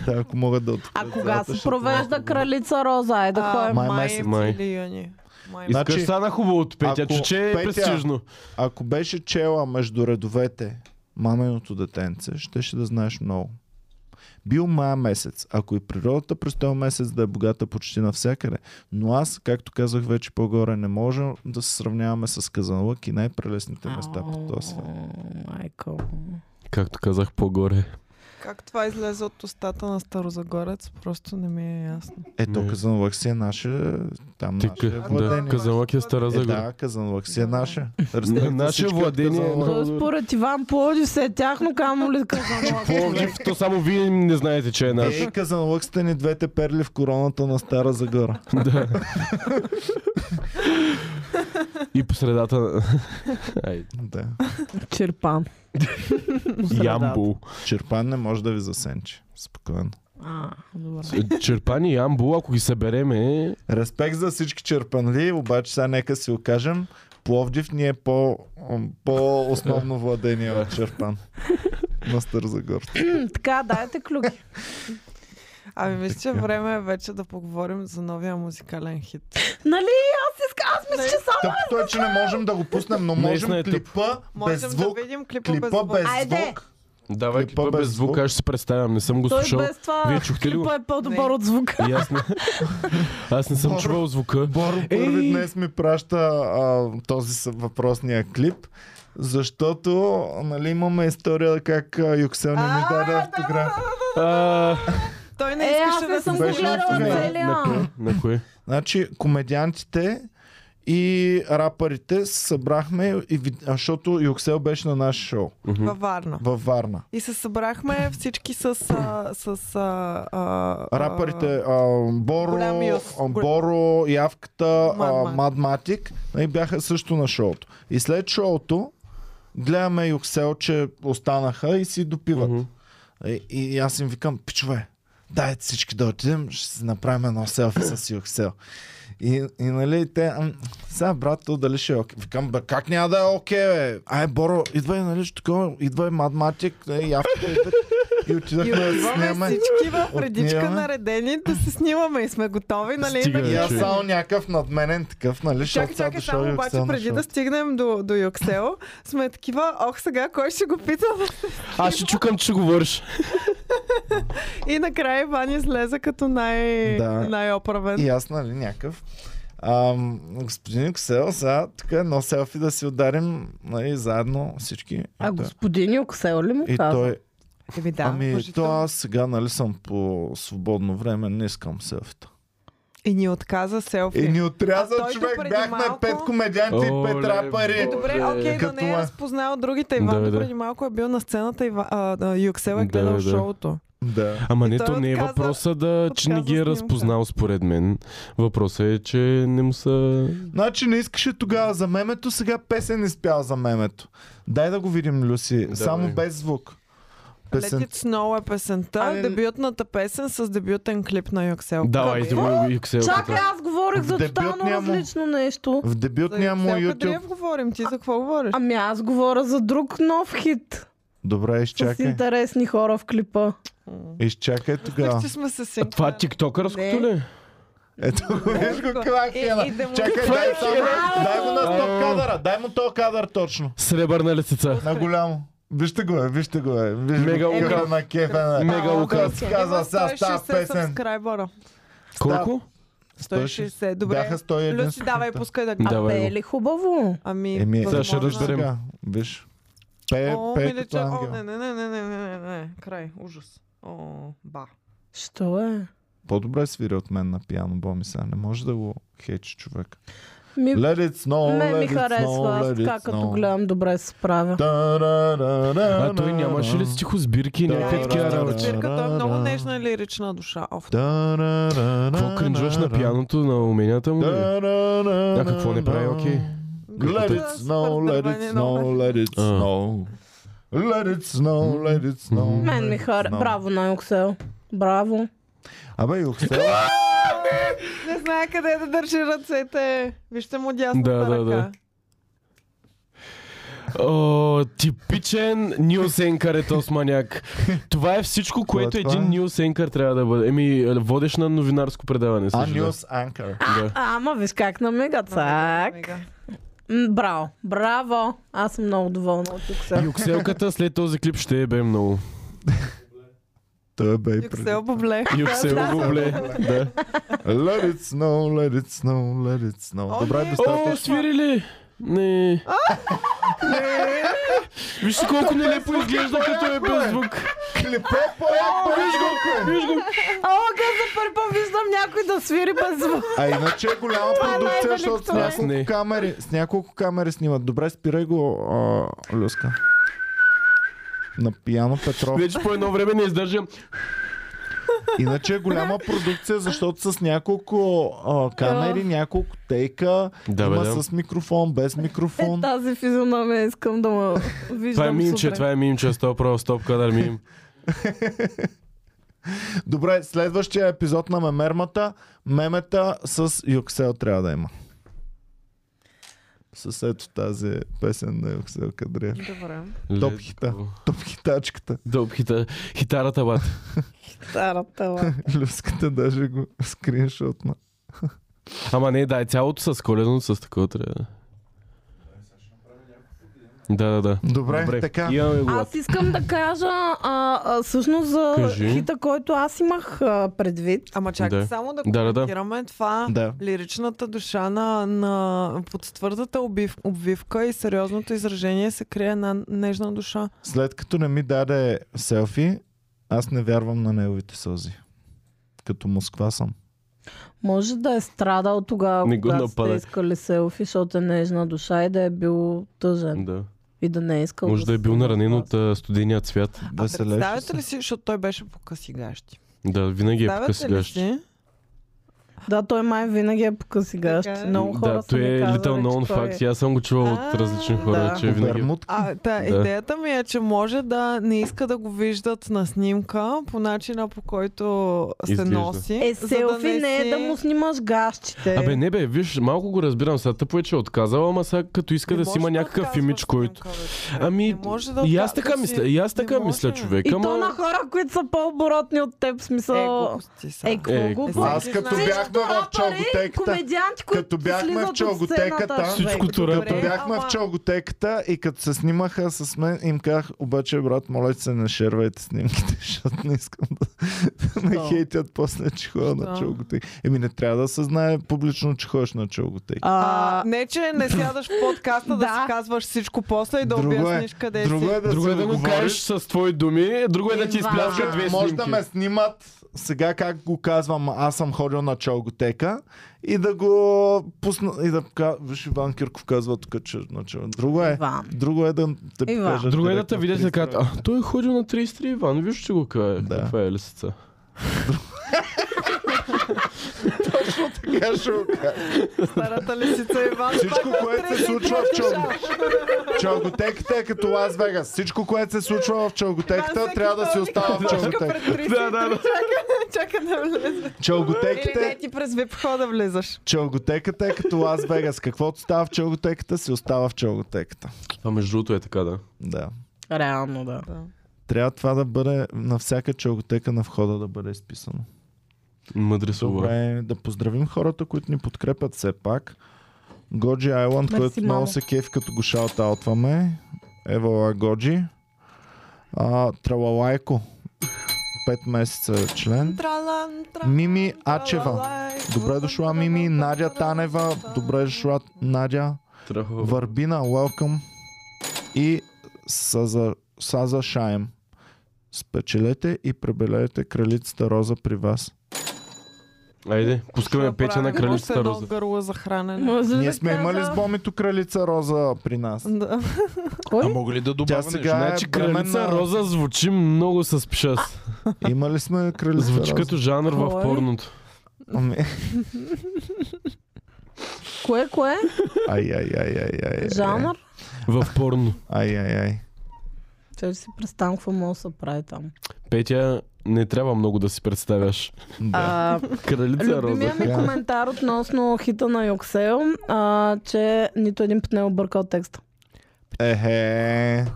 Speaker 1: Да, ако могат да отоплят
Speaker 2: А кога
Speaker 1: залата,
Speaker 2: се
Speaker 1: ще е
Speaker 2: провежда кралица Роза? Айде да
Speaker 4: А,
Speaker 2: ходим.
Speaker 1: Май
Speaker 4: май
Speaker 1: месец.
Speaker 3: Май.
Speaker 4: или юни. Май.
Speaker 1: Значи,
Speaker 3: Искаш стана хубаво от Петя,
Speaker 1: ако
Speaker 3: че, че е
Speaker 1: Петя-
Speaker 3: престижно.
Speaker 1: Ако беше чела между редовете маменото детенце, ще ще да знаеш много. Бил мая месец. Ако и природата през този месец да е богата почти навсякъде. Но аз, както казах вече по-горе, не можем да се сравняваме с Казанлък и най-прелесните места по този свят.
Speaker 2: Майко.
Speaker 3: Както казах по-горе.
Speaker 4: Как това излезе от устата на Старозагорец, просто не ми е ясно.
Speaker 1: Ето
Speaker 3: Не.
Speaker 1: Казанлък си е наше, там
Speaker 3: Ти,
Speaker 1: наше е
Speaker 3: къ- да,
Speaker 1: владение.
Speaker 3: Казанлък е Стара
Speaker 1: Е,
Speaker 3: Загора.
Speaker 1: да, Казанлък си е наше. Респект
Speaker 3: На-
Speaker 1: за
Speaker 3: наше
Speaker 1: всички от
Speaker 3: владение е
Speaker 1: Казанлък.
Speaker 3: много-
Speaker 2: То според Иван Плодив се е тяхно, камо ли казвам.
Speaker 3: Пловдив, то само вие не знаете, че е наш.
Speaker 1: Ей, Казанлък сте ни двете перли в короната на Стара Загора.
Speaker 3: Да. И по средата... Ай,
Speaker 1: Да.
Speaker 2: Черпан.
Speaker 3: Ямбул.
Speaker 1: Черпан не може да ви засенчи. Спокойно.
Speaker 2: А, добре.
Speaker 3: Черпани и Ямбул, ако ги събереме...
Speaker 1: Респект за всички черпанли, обаче сега нека си окажем. Пловдив ни е по, по основно владение от Черпан. На Стързагор.
Speaker 2: Така, дайте клюки.
Speaker 4: Ами мисля, че време е вече да поговорим за новия музикален хит.
Speaker 2: Нали, аз искам, аз мисля, че само...
Speaker 1: Тъпто е, че не можем да го пуснем, но можем
Speaker 3: Наистина е тъп.
Speaker 1: клипа без
Speaker 4: Можем да
Speaker 1: звук.
Speaker 4: видим клипа, без
Speaker 1: Клипа
Speaker 4: звук.
Speaker 1: без
Speaker 2: Айде!
Speaker 1: звук.
Speaker 3: Давай
Speaker 1: Клипа
Speaker 3: клипа без
Speaker 1: без
Speaker 3: Е, звук,
Speaker 1: звук.
Speaker 3: аз ще се представям, не съм го
Speaker 2: Той
Speaker 3: слушал.
Speaker 2: е без това
Speaker 3: Вие чухте ли го?
Speaker 2: клипа е по-добър от звука.
Speaker 3: И аз не... аз не съм
Speaker 1: Боро.
Speaker 3: чувал звука.
Speaker 1: Боро първи днес ми праща а, този с- въпросния клип, защото нали, имаме история как а, Юксел не ми
Speaker 4: А,
Speaker 1: даде
Speaker 4: да,
Speaker 1: автограф.
Speaker 3: А,
Speaker 4: Той не
Speaker 2: Е, аз
Speaker 4: искаше
Speaker 2: не
Speaker 4: да
Speaker 2: съм
Speaker 4: се
Speaker 2: го
Speaker 1: беше
Speaker 2: гледала
Speaker 1: автограф.
Speaker 2: целия.
Speaker 3: на кое? На кое?
Speaker 1: Значи, комедиантите и рапърите се събрахме, и, ви- а, защото Юксел беше на наше шоу
Speaker 4: във Варна.
Speaker 1: във Варна.
Speaker 4: И се събрахме всички с... А, с а, а, а,
Speaker 1: Рапърите а,
Speaker 4: голям
Speaker 1: Боро,
Speaker 4: Юс.
Speaker 1: а, Боро, Явката, а,
Speaker 4: Мадмат.
Speaker 1: Мадматик и бяха също на шоуто. И след шоуто гледаме Юксел, че останаха и си допиват. И, и аз им викам, пичове, дайте всички да отидем, ще си направим едно селфи с Юксел. И, и нали, те, ам, сега брат, то дали ще е окей. Викам, бе, как няма да е окей, бе? Ай, Боро, идвай, нали, ще такова, идвай, Мадматик, е, явка, идвай. И
Speaker 4: И
Speaker 1: отидахме да
Speaker 4: отиваме
Speaker 1: снимаме.
Speaker 4: всички в редичка
Speaker 1: Отнемаме.
Speaker 4: наредени да се снимаме и сме готови, нали?
Speaker 3: Стига,
Speaker 4: да
Speaker 1: И
Speaker 4: ги-
Speaker 1: аз само някакъв надменен такъв, нали, защото
Speaker 4: Чакай,
Speaker 1: сега
Speaker 4: чакай,
Speaker 1: дошъл
Speaker 4: само обаче
Speaker 1: Юксел на
Speaker 4: преди
Speaker 1: шоу.
Speaker 4: да стигнем до, до Юксел, сме такива, ох сега, кой ще го пита?
Speaker 3: Аз ще чукам, че ще го върш.
Speaker 4: И накрая Иван излезе като най...
Speaker 1: Да.
Speaker 4: най-оправен.
Speaker 1: И аз, нали, някакъв. Ам, господин Юксел, сега тук е едно селфи да си ударим, нали, заедно всички. И
Speaker 2: А
Speaker 1: той-
Speaker 2: господин Юксел ли му
Speaker 1: и
Speaker 3: е
Speaker 2: каза?
Speaker 1: той,
Speaker 4: Еми да,
Speaker 1: ами, то
Speaker 4: положително.
Speaker 1: аз сега, нали, съм по свободно време, не искам селфита.
Speaker 4: И ни отказа селфи.
Speaker 1: И Е, ни отряза
Speaker 4: А той
Speaker 1: човек,
Speaker 4: допреди
Speaker 1: бяхме
Speaker 4: малко-
Speaker 1: пет комедианти и пет
Speaker 3: Оле,
Speaker 1: рапари.
Speaker 4: Е, добре,
Speaker 3: Боже.
Speaker 4: окей, да
Speaker 1: Като
Speaker 4: не е
Speaker 1: ма-
Speaker 4: разпознал другите. Иван
Speaker 3: Да,
Speaker 4: да,
Speaker 3: бе, да.
Speaker 4: преди малко е бил на сцената и Юксел е
Speaker 3: Да,
Speaker 4: гледал
Speaker 3: бе, да.
Speaker 4: шоуто.
Speaker 1: Да.
Speaker 3: Ама
Speaker 4: И
Speaker 3: не,
Speaker 4: той
Speaker 3: то не е
Speaker 4: отказа-
Speaker 3: въпроса да, че не ги е
Speaker 4: отказа
Speaker 3: разпознал според мен. Въпросът е, че не му са...
Speaker 1: Значи не искаше тогава за мемето, сега песен изпял за мемето. Дай да го видим, Люси,
Speaker 3: Давай.
Speaker 1: само без звук.
Speaker 4: Песен... Let
Speaker 1: Песен...
Speaker 4: It Snow е песента,
Speaker 2: Ами-
Speaker 4: дебютната песен с дебютен клип на Юксел.
Speaker 3: Давай,
Speaker 4: Къде?
Speaker 3: да му
Speaker 2: Чакай, аз говорих за тотално
Speaker 1: Дебютния му-
Speaker 2: различно нещо.
Speaker 1: В
Speaker 4: За
Speaker 1: дебютния му
Speaker 4: Юксел
Speaker 1: YouTube.
Speaker 4: Кадриев говорим, ти за какво говориш?
Speaker 2: Ами аз говоря за друг нов хит.
Speaker 1: Добре,
Speaker 2: С
Speaker 1: изчакай.
Speaker 2: интересни хора в клипа.
Speaker 1: Изчакай тогава.
Speaker 4: Мислех, че сме се
Speaker 3: А това е тиктокърското
Speaker 2: Не.
Speaker 3: ли?
Speaker 1: Ето го, виж го каква е
Speaker 4: И- и да
Speaker 1: хена.
Speaker 4: му-
Speaker 1: Чакай,
Speaker 3: Каква е
Speaker 1: дай, само,
Speaker 2: хена?
Speaker 1: дай го на
Speaker 3: Ау.
Speaker 1: стоп кадъра. Дай му то кадър точно.
Speaker 3: Сребърна лисица.
Speaker 1: На голямо. Вижте го е, вижте го е. Вижте
Speaker 3: Мега
Speaker 1: го
Speaker 3: лукав.
Speaker 1: е на кефа. е.
Speaker 3: Мега лукав.
Speaker 1: Си казал сега с тази песен.
Speaker 4: сабскрайбъра.
Speaker 3: Колко?
Speaker 4: 160, добре.
Speaker 1: Бяха 101.
Speaker 4: Люси, давай, пускай да...
Speaker 2: А
Speaker 3: Давай
Speaker 2: пее
Speaker 3: го.
Speaker 2: ли хубаво?
Speaker 4: Ами,
Speaker 1: Еми,
Speaker 4: възможно
Speaker 3: Сега ще
Speaker 4: е.
Speaker 3: разберем.
Speaker 1: Сега, Е, Виж. Пее,
Speaker 4: О,
Speaker 1: пее
Speaker 4: миличе,
Speaker 1: като
Speaker 4: о, не,
Speaker 1: ангел.
Speaker 4: не, не, не, не, не, не, не, край, ужас. О, ба.
Speaker 2: Що е?
Speaker 1: По-добре свири от мен на пиано, Боми сега. Не може да го хечи човек.
Speaker 2: Ми,
Speaker 1: Let it snow,
Speaker 2: ме ми
Speaker 1: let it
Speaker 2: харесва.
Speaker 1: snow,
Speaker 2: Аз
Speaker 1: let
Speaker 2: така
Speaker 1: it
Speaker 2: като
Speaker 1: snow.
Speaker 2: гледам, добре се справя.
Speaker 1: Та-ра-ра-ра-ра.
Speaker 3: А той нямаше ли стихосбирки и
Speaker 1: Да,
Speaker 3: някакви
Speaker 1: да,
Speaker 3: такива
Speaker 1: да,
Speaker 3: работи?
Speaker 1: да.
Speaker 4: Цирката е много нежна и лирична душа. Оф,
Speaker 1: Та-ра-ра-ра-ра.
Speaker 3: Какво кринжваш на пианото, на уменията му? нали? ли?
Speaker 1: Та-ра-ра-ра-ра.
Speaker 3: А какво не прави, окей.
Speaker 1: Let it snow, let it snow, let it
Speaker 3: А.
Speaker 1: snow. Let it snow, let it snow.
Speaker 3: Мгм.
Speaker 1: let
Speaker 2: Мен
Speaker 1: it
Speaker 2: ми харесва.
Speaker 1: snow.
Speaker 2: Браво на Юксел. Браво.
Speaker 1: Абе, Юксел,
Speaker 4: Не знае къде да държи ръцете. Вижте му дясната
Speaker 3: Да, да, да.
Speaker 4: ръка.
Speaker 3: О, типичен Нилс Енкър е този маняк. Това е всичко, което
Speaker 1: е това?
Speaker 3: един Нилс Енкър трябва да бъде. Еми, водеш на новинарско предаване.
Speaker 1: а
Speaker 3: съжалявам.
Speaker 1: News Anchor.
Speaker 3: Да.
Speaker 2: А, ама виж как намига, цак.
Speaker 4: Мега.
Speaker 2: М, Браво. Браво. Аз съм много доволна от Юксел.
Speaker 3: Юкселката след този клип ще е бе много.
Speaker 1: Той бе и Ами преди.
Speaker 4: Юксел Бобле.
Speaker 3: Юксел Бобле. Да.
Speaker 1: Let it snow, let it snow, let it snow.
Speaker 4: О,
Speaker 1: Добре,
Speaker 4: не.
Speaker 3: О,
Speaker 1: достатъчно.
Speaker 3: свири ли? Не. Не. Вижте колко нелепо изглежда, като е без звук.
Speaker 1: Клипе по-яко, виж го!
Speaker 3: Виж го.
Speaker 2: О, за първо виждам някой да свири без звук.
Speaker 1: А иначе е голяма
Speaker 2: е
Speaker 1: продукция,
Speaker 2: най-великото.
Speaker 1: защото с
Speaker 3: Аз не.
Speaker 1: няколко камери, с няколко камери снимат. Добре, спирай го, а, Люска. На пиано Петров.
Speaker 3: Вече по едно време не издържам.
Speaker 1: Иначе е голяма продукция, защото с няколко а, камери, няколко тейка,
Speaker 3: Да, бе,
Speaker 1: има
Speaker 3: да.
Speaker 1: с микрофон, без
Speaker 2: Е,
Speaker 1: микрофон.
Speaker 2: тази физиономия искам да му виждам
Speaker 3: Това е мимче,
Speaker 2: сутрин.
Speaker 3: това е мимче, стоп, право, стоп, кадър мим.
Speaker 1: Добре, следващия епизод на мемермата, мемета с Юксел трябва да има. С ето тази песен на Юксел Кадриев.
Speaker 4: Добре.
Speaker 1: Топ хита. Топ хитачката.
Speaker 3: Топ хита. Хитарата, бат.
Speaker 2: Старата, ла.
Speaker 1: Люската даже го скриншотна.
Speaker 3: Ама не, да, е цялото с коледно, с такова трябва. да. Да, да, да.
Speaker 1: Добре, така.
Speaker 3: Имаме го.
Speaker 2: Аз искам да кажа а, а, всъщност за
Speaker 3: Кажи.
Speaker 2: хита, който аз имах а, предвид.
Speaker 4: Ама чакай
Speaker 3: Да.
Speaker 4: само да
Speaker 3: Да, да, да.
Speaker 4: коментираме това.
Speaker 1: Да.
Speaker 4: Лиричната душа на, на под твърдата обив, обвивка и сериозното изражение се крие една нежна душа.
Speaker 1: След като не ми даде селфи, аз не вярвам на неговите сълзи. Като Москва съм.
Speaker 2: Може да е страдал тогава,
Speaker 3: Не го
Speaker 2: когато сте
Speaker 3: нападай.
Speaker 2: искали селфи, защото е нежна душа и да е бил тъжен.
Speaker 3: Да.
Speaker 2: И да не е искал
Speaker 3: Може да е
Speaker 2: се
Speaker 3: бил наранен
Speaker 2: запази.
Speaker 3: от а, студения цвят.
Speaker 1: Да
Speaker 4: а
Speaker 1: се лепи.
Speaker 4: представяте ли си, защото той беше по късигащи?
Speaker 3: Да, винаги е
Speaker 4: Представяте ли
Speaker 3: покъсигащ.
Speaker 4: си?
Speaker 2: Да, той май винаги е покъсигащ.
Speaker 4: Така е.
Speaker 2: Много хора
Speaker 3: Да,
Speaker 2: са
Speaker 3: той
Speaker 2: ми
Speaker 3: е
Speaker 2: казали,
Speaker 3: little
Speaker 2: че
Speaker 3: known
Speaker 2: той е-
Speaker 3: fact. и Аз съм го чувал от
Speaker 4: А,
Speaker 3: различни
Speaker 4: да.
Speaker 3: хора, че винаги... е-
Speaker 1: Бермудка.
Speaker 4: А, та,
Speaker 3: Да.
Speaker 4: идеята ми е, че може да не иска да го виждат на снимка по начина по който се
Speaker 3: Изглежда.
Speaker 4: носи.
Speaker 2: Е,
Speaker 4: за
Speaker 2: селфи не, е да му снимаш
Speaker 1: е.
Speaker 2: гащите.
Speaker 3: Абе, не бе, виж, малко го разбирам. Сега тъпо е, че е отказала, ама сега като иска
Speaker 4: Не
Speaker 3: да
Speaker 4: може
Speaker 3: си има някакъв
Speaker 4: отказва
Speaker 3: имидж, който...
Speaker 4: снимка, бе, човек.
Speaker 3: Ами,
Speaker 4: Не може да
Speaker 3: и аз
Speaker 4: отказва
Speaker 3: така
Speaker 4: си.
Speaker 3: мисля, и аз
Speaker 4: Не
Speaker 3: така мисля,
Speaker 4: може.
Speaker 3: човек.
Speaker 2: и то на
Speaker 3: Ама...
Speaker 2: хора, които са по-оборотни от теб,
Speaker 4: Е,
Speaker 2: смисъл...
Speaker 4: глупости са.
Speaker 2: Е, какво го
Speaker 3: Е, глупости.
Speaker 1: Аз като
Speaker 4: Всичко
Speaker 1: бяхме в чолготеката,
Speaker 2: комедианти, които
Speaker 1: като бяхме
Speaker 2: слизат
Speaker 1: в
Speaker 2: от
Speaker 1: чолготеката,
Speaker 2: сцената,
Speaker 3: всичко
Speaker 2: човек.
Speaker 3: тура-
Speaker 4: Добре,
Speaker 1: като бяхме
Speaker 4: ама-
Speaker 1: в чолготеката и като се снимаха с мен, им казах, обаче, брат, моля ти се, не шервайте снимките, защото не искам да ме
Speaker 2: Що?
Speaker 1: хейтят после, че ходя на
Speaker 4: Що?
Speaker 1: чолготека. Еми, не трябва да се знае публично, че ходиш на чолготека.
Speaker 4: А,
Speaker 2: А,
Speaker 4: не, че не сядаш в подкаста да,
Speaker 2: Да.
Speaker 4: си казваш всичко после и да
Speaker 1: Друго е.
Speaker 4: обясниш къде
Speaker 1: Друго
Speaker 4: си.
Speaker 1: е да
Speaker 3: Друго
Speaker 1: се
Speaker 3: е да го
Speaker 1: договориш.
Speaker 3: кажеш с твои думи, друго е да ти
Speaker 2: Ева.
Speaker 3: изпляска две
Speaker 1: Може да
Speaker 3: снимки.
Speaker 1: ме снимат сега, как го казвам, аз съм ходил на чолготека и да го пусна и да кажа, виж Иван Кирков казва тук, че на чол- Друго е.
Speaker 2: Иван.
Speaker 1: Друго е да те
Speaker 2: Иван.
Speaker 1: покажа.
Speaker 3: Друго е да те видят и да кажат, а, той е ходил на 33, Иван, виж, че го кае.
Speaker 1: Да.
Speaker 3: Каква е лисица?
Speaker 1: Така ще го кажа.
Speaker 4: Старата лисица е Иван.
Speaker 1: Е, Всичко, което се случва в чолготеката. Чолготеката е като Лас Вегас. Всичко, което се случва в чолготеката, трябва да си остава в чолготеката.
Speaker 4: Да, да, да. Чакай да влезе. Или
Speaker 1: Чолготеката е
Speaker 4: не, ти през вип хода влизаш.
Speaker 1: Чолготеката е като Лас Вегас. Каквото става в чолготеката, си остава в чолготеката.
Speaker 3: Това между другото е така, да.
Speaker 1: Да.
Speaker 2: Реално, да.
Speaker 1: Трябва това да бъде на всяка чолготека на входа да бъде изписано.
Speaker 3: Мъдри слова.
Speaker 1: Добре, да поздравим хората, които ни подкрепят все пак. Годжи Айланд,
Speaker 2: Мерси,
Speaker 1: който много
Speaker 2: мамо.
Speaker 1: се кефи, като го шаутаутваме. Евала Годжи. А, Тралалайко. Пет месеца е член.
Speaker 4: Тралан, тралан,
Speaker 1: Мими Ачева.
Speaker 4: тралалай.
Speaker 1: Добре дошла, Мими. Надя Танева. Добре дошла, Надя.
Speaker 3: Трахова.
Speaker 1: Върбина, welcome. И Саза, Саза Шаем. Спечелете и пребелете кралицата Роза при вас.
Speaker 3: Айде, пускаме
Speaker 4: Ще
Speaker 3: печа на
Speaker 4: направим още
Speaker 3: кралицата
Speaker 4: едно
Speaker 1: Е,
Speaker 3: Роза.
Speaker 4: гърло за хранене.
Speaker 2: Може ли
Speaker 1: Ние
Speaker 2: да
Speaker 1: сме имали
Speaker 2: кажа-
Speaker 1: с бомито кралица Роза при нас.
Speaker 4: Да.
Speaker 5: А
Speaker 2: Кой?
Speaker 5: мога ли да
Speaker 1: Тя
Speaker 5: добавя
Speaker 1: сега е
Speaker 3: Значи кралица
Speaker 1: бременна.
Speaker 3: Роза звучи много с пшас.
Speaker 1: Имали сме кралица
Speaker 3: Звучи
Speaker 1: Роза.
Speaker 3: като жанр в
Speaker 2: Кой?
Speaker 3: порното.
Speaker 1: Ами,
Speaker 2: Кое, кое?
Speaker 1: Ай, ай, ай, ай, ай,
Speaker 2: Е,
Speaker 1: ай.
Speaker 2: Жанър?
Speaker 3: В порно.
Speaker 1: Ай, ай, ай.
Speaker 2: Че си представям какво може да се прави там.
Speaker 3: Петя, не трябва много да си представяш.
Speaker 1: Да.
Speaker 2: А,
Speaker 1: Ами,
Speaker 3: Кралица
Speaker 2: любимия
Speaker 3: Роза.
Speaker 2: ми
Speaker 1: Да.
Speaker 2: коментар относно хита на Юксел, а, че нито един път не е объркал текста.
Speaker 1: Ехе.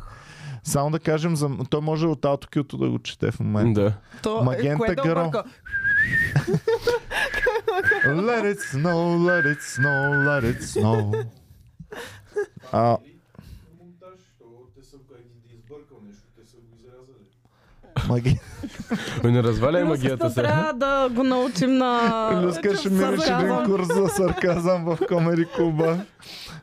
Speaker 1: Само да кажем, за... той може от AutoCue да го чете в момента.
Speaker 3: Да.
Speaker 4: То, е,
Speaker 1: Магента
Speaker 4: кое да
Speaker 1: гърло.
Speaker 4: обърка?
Speaker 1: Let it snow, let it snow, let it snow. А, Маги...
Speaker 3: Бе, Ами, Не разваляй
Speaker 2: Плюс
Speaker 3: е магията
Speaker 2: това
Speaker 3: сега.
Speaker 2: трябва да го научим на...
Speaker 1: Люска ще
Speaker 2: че
Speaker 1: минеш един
Speaker 2: сарказъм.
Speaker 1: курс за сарказъм в Комери Куба.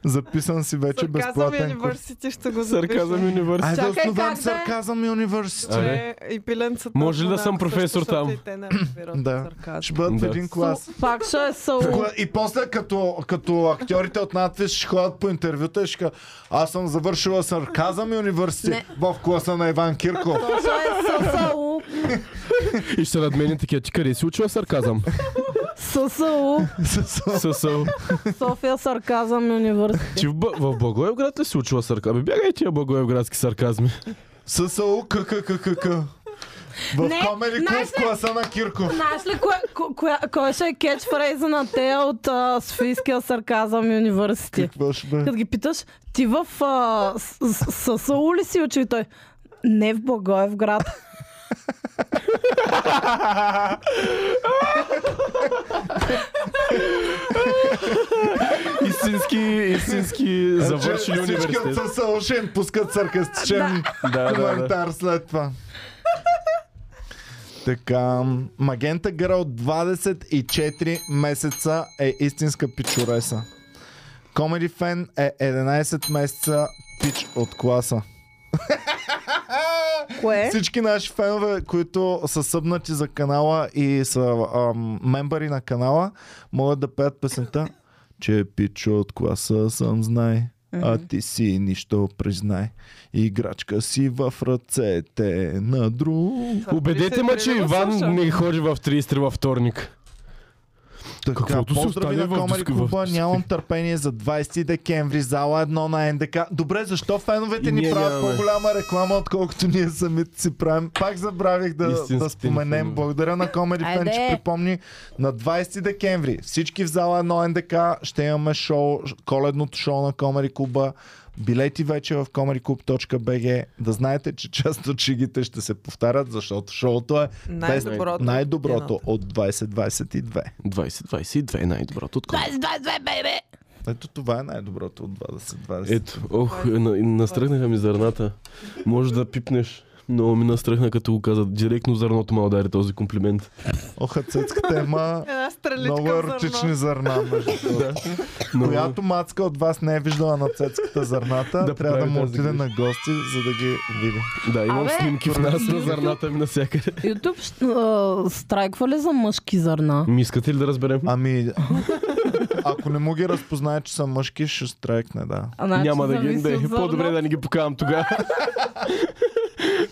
Speaker 1: Записан си вече
Speaker 4: Сарказъм и
Speaker 1: безплатен курс.
Speaker 4: университи ще го запишем.
Speaker 3: Сарказъм университет.
Speaker 1: Айде да
Speaker 2: Чакай,
Speaker 1: основам
Speaker 2: как да е?
Speaker 1: сарказъм и университет.
Speaker 4: Добре, и пиленцата.
Speaker 3: Може ли да
Speaker 4: знам
Speaker 3: съм професор
Speaker 4: също, защото
Speaker 3: там?
Speaker 4: и те не разбират
Speaker 1: Да.
Speaker 4: сарказъм.
Speaker 1: Ще бъдат в
Speaker 3: Да.
Speaker 1: един клас.
Speaker 2: Су- Пак ще е сълу.
Speaker 1: Кла- И после като, като актьорите от надвис ще ходят по интервюта и ще кажат, аз съм завършила сарказъм и университет в класа на Иван Кирков.
Speaker 2: Ще е със сълу.
Speaker 3: И ще се надмени такива. Ти къде си учила сарказъм?
Speaker 2: Със сълу.
Speaker 3: Съсъл.
Speaker 2: София сарказъм университет.
Speaker 3: Ти в, Б- в Благоевград ли си учила сарказъм? Абе бягай тия благоевградски сарказми.
Speaker 1: ССУ ККККК. В
Speaker 2: Не,
Speaker 1: Комели Клуб в
Speaker 2: най-се-
Speaker 1: класа на Кирков.
Speaker 2: Знаеш ли кое, ко, коя, кой ще е кетчфрейза на те от а, Софийския сарказъм университет?
Speaker 1: Какво ще бе?
Speaker 2: Като ги питаш, ти в а, с- с- ССУ ли си учи? И Той, не в Благоевград.
Speaker 3: истински, истински завършили
Speaker 1: Всички от
Speaker 3: университет.
Speaker 1: Сълшен пускат саркастичен
Speaker 3: Да, да, да.
Speaker 1: коментар след това. Така, Магента Гърл 24 месеца е истинска пичореса. Комеди Фен е 11 месеца пич от класа.
Speaker 2: Кое?
Speaker 1: Всички наши фенове, които са събнати за канала и са ам, мембари на канала, могат да пеят песента Че пичо от класа съм знай, а ти си нищо признай. Играчка си в ръцете на друг.
Speaker 3: Убедете ме, че Иван не ходи в 33 във вторник.
Speaker 1: Така,
Speaker 3: Каквото се
Speaker 1: поздрави
Speaker 3: остане
Speaker 1: на
Speaker 3: в
Speaker 1: Комари
Speaker 3: диско- в
Speaker 1: Клуба,
Speaker 3: диско-
Speaker 1: нямам търпение за 20 декември, зала едно на НДК. Добре, защо феновете
Speaker 3: И
Speaker 1: ни
Speaker 3: ние
Speaker 1: правят
Speaker 3: нямаме.
Speaker 1: по-голяма реклама, отколкото ние самите си правим? Пак забравих да,
Speaker 3: Истинските
Speaker 1: да
Speaker 3: ни
Speaker 1: споменем.
Speaker 3: фенове.
Speaker 1: Благодаря на Комари Фен,
Speaker 2: Айде!
Speaker 1: че припомни. На 20 декември всички в зала едно НДК ще имаме шоу, коледното шоу на Комари Клуба. Билети вече в comedyclub.bg. Да знаете, че част от шигите ще се повтарят, защото шоуто е без
Speaker 4: Най-доброто.
Speaker 1: най-доброто от 2022.
Speaker 3: 20-22 е най-доброто от коледа.
Speaker 2: 22, бебе!
Speaker 1: Ето това е най-доброто от 2020.
Speaker 3: Ето, ох, на, настръхнаха ми зърната. Може да пипнеш. Много ми настръхна, като го каза. Директно зърното ме удари този комплимент.
Speaker 1: Оха, цецката има
Speaker 4: Една стреличка
Speaker 1: много еротични зърна, между другото.
Speaker 3: Но...
Speaker 1: Която мацка от вас не е виждала на цецката зърната,
Speaker 3: Да
Speaker 1: трябва да
Speaker 3: прави
Speaker 1: му
Speaker 3: тази
Speaker 1: отиде
Speaker 3: грижа.
Speaker 1: на гости, за да ги види.
Speaker 3: Да, имам
Speaker 2: Абе!
Speaker 3: снимки в нас на зърната ми навсякъде.
Speaker 2: Ютуб а, страйква ли за мъжки зърна?
Speaker 3: Ми искате ли да разберем?
Speaker 1: Ами, ако не му ги разпознае, че са мъжки, ще страйкне, да.
Speaker 2: А, значи,
Speaker 3: Няма да ги
Speaker 2: зависи
Speaker 3: да,
Speaker 2: от зърна.
Speaker 3: По-добре да не ги покавам тогава.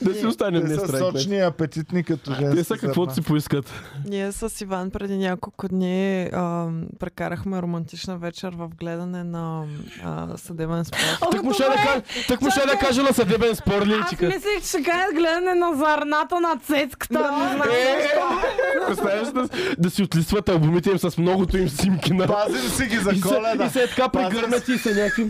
Speaker 3: да си останем
Speaker 1: Те
Speaker 3: не
Speaker 1: са
Speaker 3: страйк.
Speaker 1: сочни и апетитни като женски
Speaker 3: Те са каквото си
Speaker 1: зърна.
Speaker 3: поискат.
Speaker 4: Ние с Иван преди няколко дни а, прекарахме романтична вечер в гледане на а, съдебен спор.
Speaker 2: О,
Speaker 3: Тък му ще
Speaker 2: добре.
Speaker 3: да кажа, тък му ще да
Speaker 2: Чакай.
Speaker 3: кажа на съдебен спор ли,
Speaker 2: Аз
Speaker 3: чика.
Speaker 2: мислех, че ще кажа гледане на зърната на цецката. Не
Speaker 3: Е,
Speaker 2: знам.
Speaker 3: Представяш да, да си отлистват албумите им с многото им снимки на...
Speaker 1: Пазим си ги за
Speaker 3: И се, и
Speaker 1: коледа.
Speaker 3: се е така
Speaker 1: Пазим
Speaker 3: прегърнати и са някакви...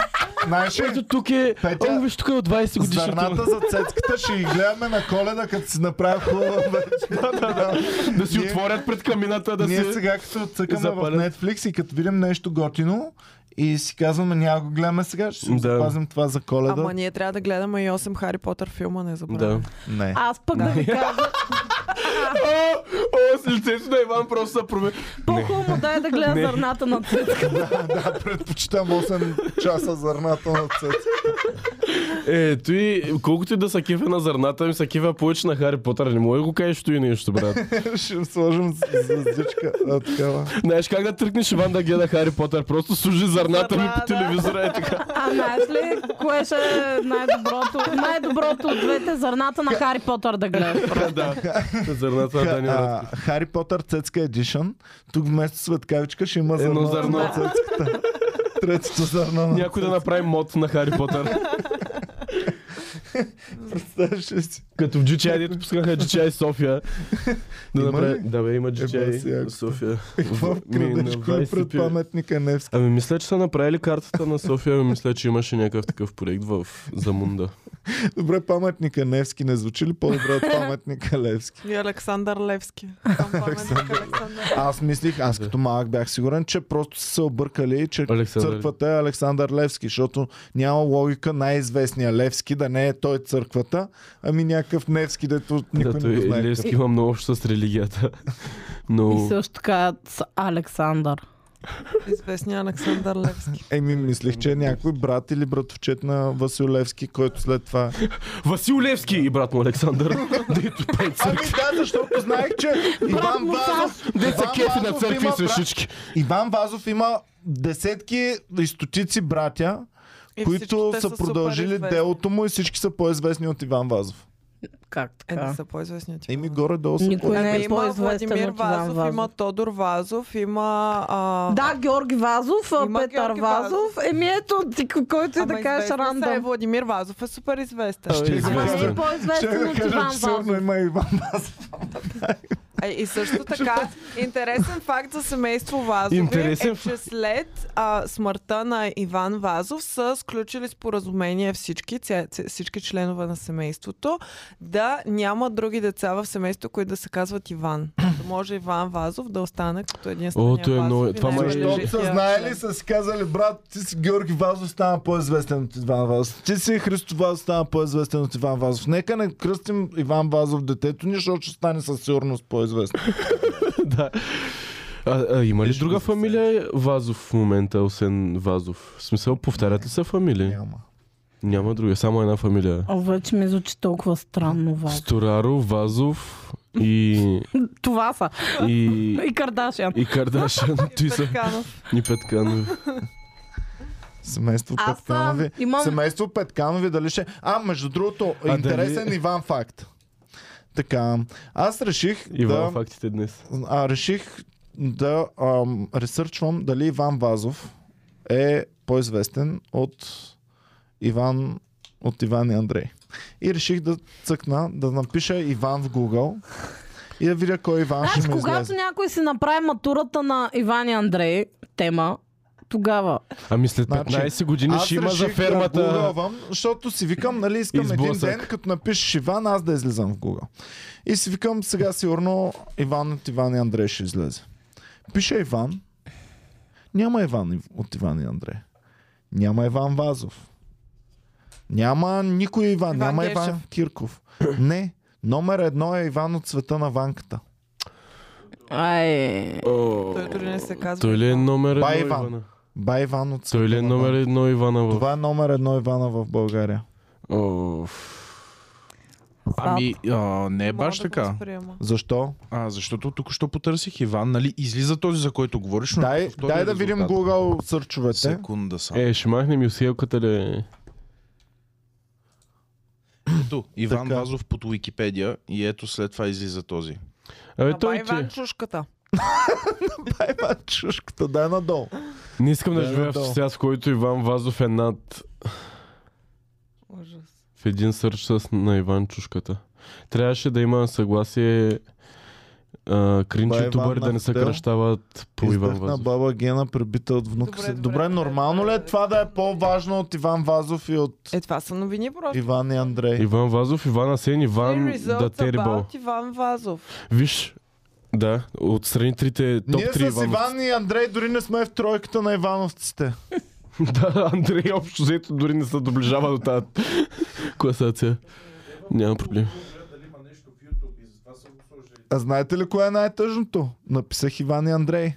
Speaker 1: Знаеш ли,
Speaker 3: Ето тук е...
Speaker 1: Петя,
Speaker 3: О, виж, тук е от 20
Speaker 1: зърната
Speaker 3: годишната.
Speaker 1: за цецката ще ги гледаме на коледа, като си направя хубава вечер.
Speaker 3: Да си
Speaker 1: Ние-
Speaker 3: отворят пред камината, да
Speaker 1: Ние
Speaker 3: си...
Speaker 1: сега като цъкаме
Speaker 3: запалят.
Speaker 1: в Netflix и като видим нещо готино и си казваме няма го гледаме сега, ще си
Speaker 3: Да.
Speaker 1: запазим това за коледа.
Speaker 4: Ама ние трябва да гледаме и 8 Хари Потър филма, не
Speaker 3: Да.
Speaker 4: забравяй.
Speaker 1: Не.
Speaker 2: Аз пък да ви кажа,
Speaker 3: О, о, с лицето на Иван просто се проме...
Speaker 2: по-хубаво да е да гледа зърната на цецката.
Speaker 1: да, предпочитам 8 часа зърната на цъц.
Speaker 3: Ето и Е, колкото и да са кефе на зърната ми, са кефе повече на Хари Потър. Не мога да го кажеш, то и нещо, брат.
Speaker 1: ще им сложим з- звездичка. А, такава.
Speaker 3: Знаеш как да тръгнеш Иван да гледа Хари Потър? Просто служи зърната ми по телевизора. Е така.
Speaker 2: А знаеш ли, кое ще е най-доброто? Най-доброто от двете зърната на Хари Потър да гледаш.
Speaker 3: да. Зърната на
Speaker 1: Ха-
Speaker 3: е Дани Радко.
Speaker 1: а, Хари Потър Цецка Едишън. Тук вместо светкавичка ще има зърно,
Speaker 3: Едно зърно.
Speaker 1: на цецката. Третото зърно на
Speaker 3: Някой да направи мод на Хари Потър.
Speaker 1: Представяш ли си?
Speaker 3: Като в GTI, дето пускаха GTI София. Да
Speaker 1: Има
Speaker 3: направи...
Speaker 1: ли?
Speaker 3: Да, бе, има
Speaker 1: Еба си,
Speaker 3: GTI
Speaker 1: яко.
Speaker 3: София.
Speaker 1: Какво в
Speaker 3: Ми, на
Speaker 1: крадешко е
Speaker 3: 25.
Speaker 1: пред паметника Невски?
Speaker 3: Ами мисля, че са направили картата на София, ами мисля, че имаше някакъв такъв проект в Замунда.
Speaker 1: Добре, паметника Невски не звучи ли по-добре от паметника Левски?
Speaker 4: И Александър Левски. Там паметник Александър.
Speaker 1: Аз мислих, аз като малък бях сигурен, че просто са се объркали, че
Speaker 3: Александър.
Speaker 1: църквата е Александър Левски, защото няма логика най-известния Левски да не е той църквата, ами някакъв Невски, дето никой
Speaker 3: да,
Speaker 1: не
Speaker 3: той
Speaker 1: го знае.
Speaker 3: е Левски има много общо с религията. Но...
Speaker 2: И също така с Александър.
Speaker 4: Известния Александър Левски.
Speaker 1: Еми, мислих, че е някой брат или братовчет на Васил Левски, който след това...
Speaker 3: Васил Левски и брат му Александър. Дето пее
Speaker 1: Ами
Speaker 3: църкви.
Speaker 1: да, защото знаех, че Иван Вазов...
Speaker 3: Деца
Speaker 1: Иван
Speaker 3: кефи на
Speaker 1: Вазов
Speaker 3: църкви
Speaker 1: има
Speaker 3: и
Speaker 1: брат-
Speaker 3: свещички.
Speaker 1: Иван Вазов има десетки и стотици братя,
Speaker 4: И всички
Speaker 1: които
Speaker 4: те
Speaker 1: са
Speaker 4: супер
Speaker 1: продължили
Speaker 4: известни.
Speaker 1: делото му и всички са по-известни от Иван Вазов.
Speaker 2: Как
Speaker 4: Е,
Speaker 2: така?
Speaker 4: не са по-известни от
Speaker 1: Еми
Speaker 4: Иван.
Speaker 1: горе-долу са
Speaker 2: Никой
Speaker 1: по-
Speaker 2: не е
Speaker 4: Ами има
Speaker 2: по-известен
Speaker 4: Владимир
Speaker 2: от Иван
Speaker 4: Вазов,
Speaker 2: Вазов.
Speaker 4: има Тодор Вазов, има... А...
Speaker 2: Да, Георги Вазов, а,
Speaker 4: Има
Speaker 2: Петър
Speaker 4: Георги
Speaker 2: Вазов. Еми ето, ти, който и
Speaker 4: Ама
Speaker 2: да кажеш
Speaker 4: известни са, е,
Speaker 2: рандъм.
Speaker 4: Владимир Вазов е супер известен.
Speaker 3: Той е
Speaker 1: Ще
Speaker 2: Ама не е
Speaker 3: известен.
Speaker 1: Ще
Speaker 2: по-известен
Speaker 1: ви
Speaker 2: от
Speaker 1: кажа,
Speaker 2: Иван
Speaker 1: че сигурно е-
Speaker 2: Вазов.
Speaker 1: има Иван Вазов.
Speaker 4: А, и също така, интересен факт за семейство Вазови
Speaker 3: Интересен
Speaker 4: е, че след а, смъртта на Иван Вазов са сключили споразумение всички, ця, ця, всички членове на семейството да няма други деца в семейството, които да се казват Иван. може Иван Вазов да остане като единствения
Speaker 3: О, той е
Speaker 4: Вазов
Speaker 3: много-
Speaker 4: и
Speaker 3: това
Speaker 4: най-
Speaker 3: ма е-
Speaker 4: преживия
Speaker 1: Защото са знаели,
Speaker 4: член.
Speaker 1: са си казали, брат, ти си Георги Вазов, стана по-известен от Иван Вазов. Ти си Христо Вазов, стана по-известен от Иван Вазов. Нека не кръстим Иван Вазов детето ни, защото ще стане със сигурност по-известен.
Speaker 3: да. А, а, има ли друга фамилия Вазов в момента, освен Вазов? В смисъл, повтарят ли са фамилии?
Speaker 1: Няма.
Speaker 3: Няма друга, само една фамилия.
Speaker 2: О, вече ми звучи толкова странно важно.
Speaker 3: Стораро, Вазов и...
Speaker 2: Това са.
Speaker 3: и...
Speaker 2: И Кардашиан.
Speaker 3: И Кардашан, ти са
Speaker 4: Петканов.
Speaker 3: и Петканов.
Speaker 1: Семейство
Speaker 2: Аз, а,
Speaker 1: Петканови.
Speaker 2: имам-
Speaker 1: Семейство Петканови, дали ще... А, между другото,
Speaker 3: А,
Speaker 1: интересен
Speaker 3: дали-
Speaker 1: Иван факт. Така, аз реших
Speaker 3: Иван,
Speaker 1: да...
Speaker 3: фактите днес.
Speaker 1: а, реших да ам, ресърчвам дали Иван Вазов е по-известен от Иван от Иван и Андрей. И реших да цъкна, да напиша Иван в Google и да видя кой Иван
Speaker 2: Значи,
Speaker 1: ще ми
Speaker 2: когато
Speaker 1: излезе.
Speaker 2: някой си направи матурата на Иван и Андрей, тема, тогава.
Speaker 3: Ами след
Speaker 1: Значи,
Speaker 3: 15 години ще има за
Speaker 1: реших
Speaker 3: фермата.
Speaker 1: Да гугълвам, защото си викам, нали, искам един
Speaker 3: Изблъсък.
Speaker 1: ден, като напишеш Иван, аз да излизам в Google. И си викам, сега сигурно Иван от Иван и Андрей ще излезе. Пише Иван. Няма Иван и- от Иван и Андрей. Няма Иван Вазов. Няма никой Иван.
Speaker 4: Иван
Speaker 1: няма
Speaker 4: Гешев.
Speaker 1: Иван Кирков. Не. Номер едно е Иван от света на ванката.
Speaker 2: Ай.
Speaker 3: О,
Speaker 4: Той дори не се казва.
Speaker 3: Той ли е номер
Speaker 1: Ба,
Speaker 3: едно
Speaker 1: Иван.
Speaker 3: Ивана?
Speaker 1: Ба Иван от света
Speaker 3: Той ли е
Speaker 1: на
Speaker 3: номер
Speaker 1: ванката.
Speaker 3: едно Ивана в...
Speaker 1: Това е номер едно Ивана в България.
Speaker 3: О,
Speaker 5: Ами, а, не е
Speaker 4: Мога
Speaker 5: баш
Speaker 4: да го
Speaker 5: така.
Speaker 4: възприема.
Speaker 1: Защо?
Speaker 5: А, защото тук що потърсих Иван, нали? Излиза този, за който говориш, но...
Speaker 1: Дай,
Speaker 5: втория
Speaker 1: дай да
Speaker 5: резултат.
Speaker 1: видим Google сърчовете.
Speaker 5: Секунда само. Е.
Speaker 3: е, ще махнем и усилката ли?
Speaker 5: Ето, Иван
Speaker 1: Така.
Speaker 5: Вазов под Уикипедия и ето след това излиза този.
Speaker 3: Абе,
Speaker 4: Ама
Speaker 3: той ти е.
Speaker 4: Иван Чушката.
Speaker 1: Иван Чушката, дай надолу.
Speaker 3: Не искам да
Speaker 1: Да,
Speaker 3: живея в
Speaker 1: надолу.
Speaker 3: свят, в който Иван Вазов е над
Speaker 4: Ужас.
Speaker 3: в един сърч с на Иван Чушката. Трябваше да има съгласие а,
Speaker 1: Ба,
Speaker 3: Кринчо
Speaker 1: Иван
Speaker 3: Тубър да не
Speaker 1: Нафтел.
Speaker 3: съкръщават по Иван
Speaker 1: Издъхна
Speaker 3: Вазов.
Speaker 1: баба Гена, прибита от внука
Speaker 4: Добре,
Speaker 1: си.
Speaker 4: добре,
Speaker 1: Добре,
Speaker 4: добре,
Speaker 1: нормално ли е
Speaker 4: добре.
Speaker 1: това да е по-важно от Иван Вазов и от
Speaker 4: Е, това са новини просто.
Speaker 1: Иван и
Speaker 4: Е.
Speaker 1: Андрей?
Speaker 3: Иван Вазов, Иван Асен, Иван
Speaker 4: Three results
Speaker 3: да Терибъл.
Speaker 4: about Иван Вазов.
Speaker 3: Виж, да, от страни трите топ
Speaker 1: Ние
Speaker 3: 3
Speaker 1: с Иван и Андрей дори не сме в тройката на Ивановците.
Speaker 3: да, Андрей общо взето дори не се доближава до тази класация. Няма проблем.
Speaker 1: А знаете ли кое е най-тъжното? Написах Иван и Андрей.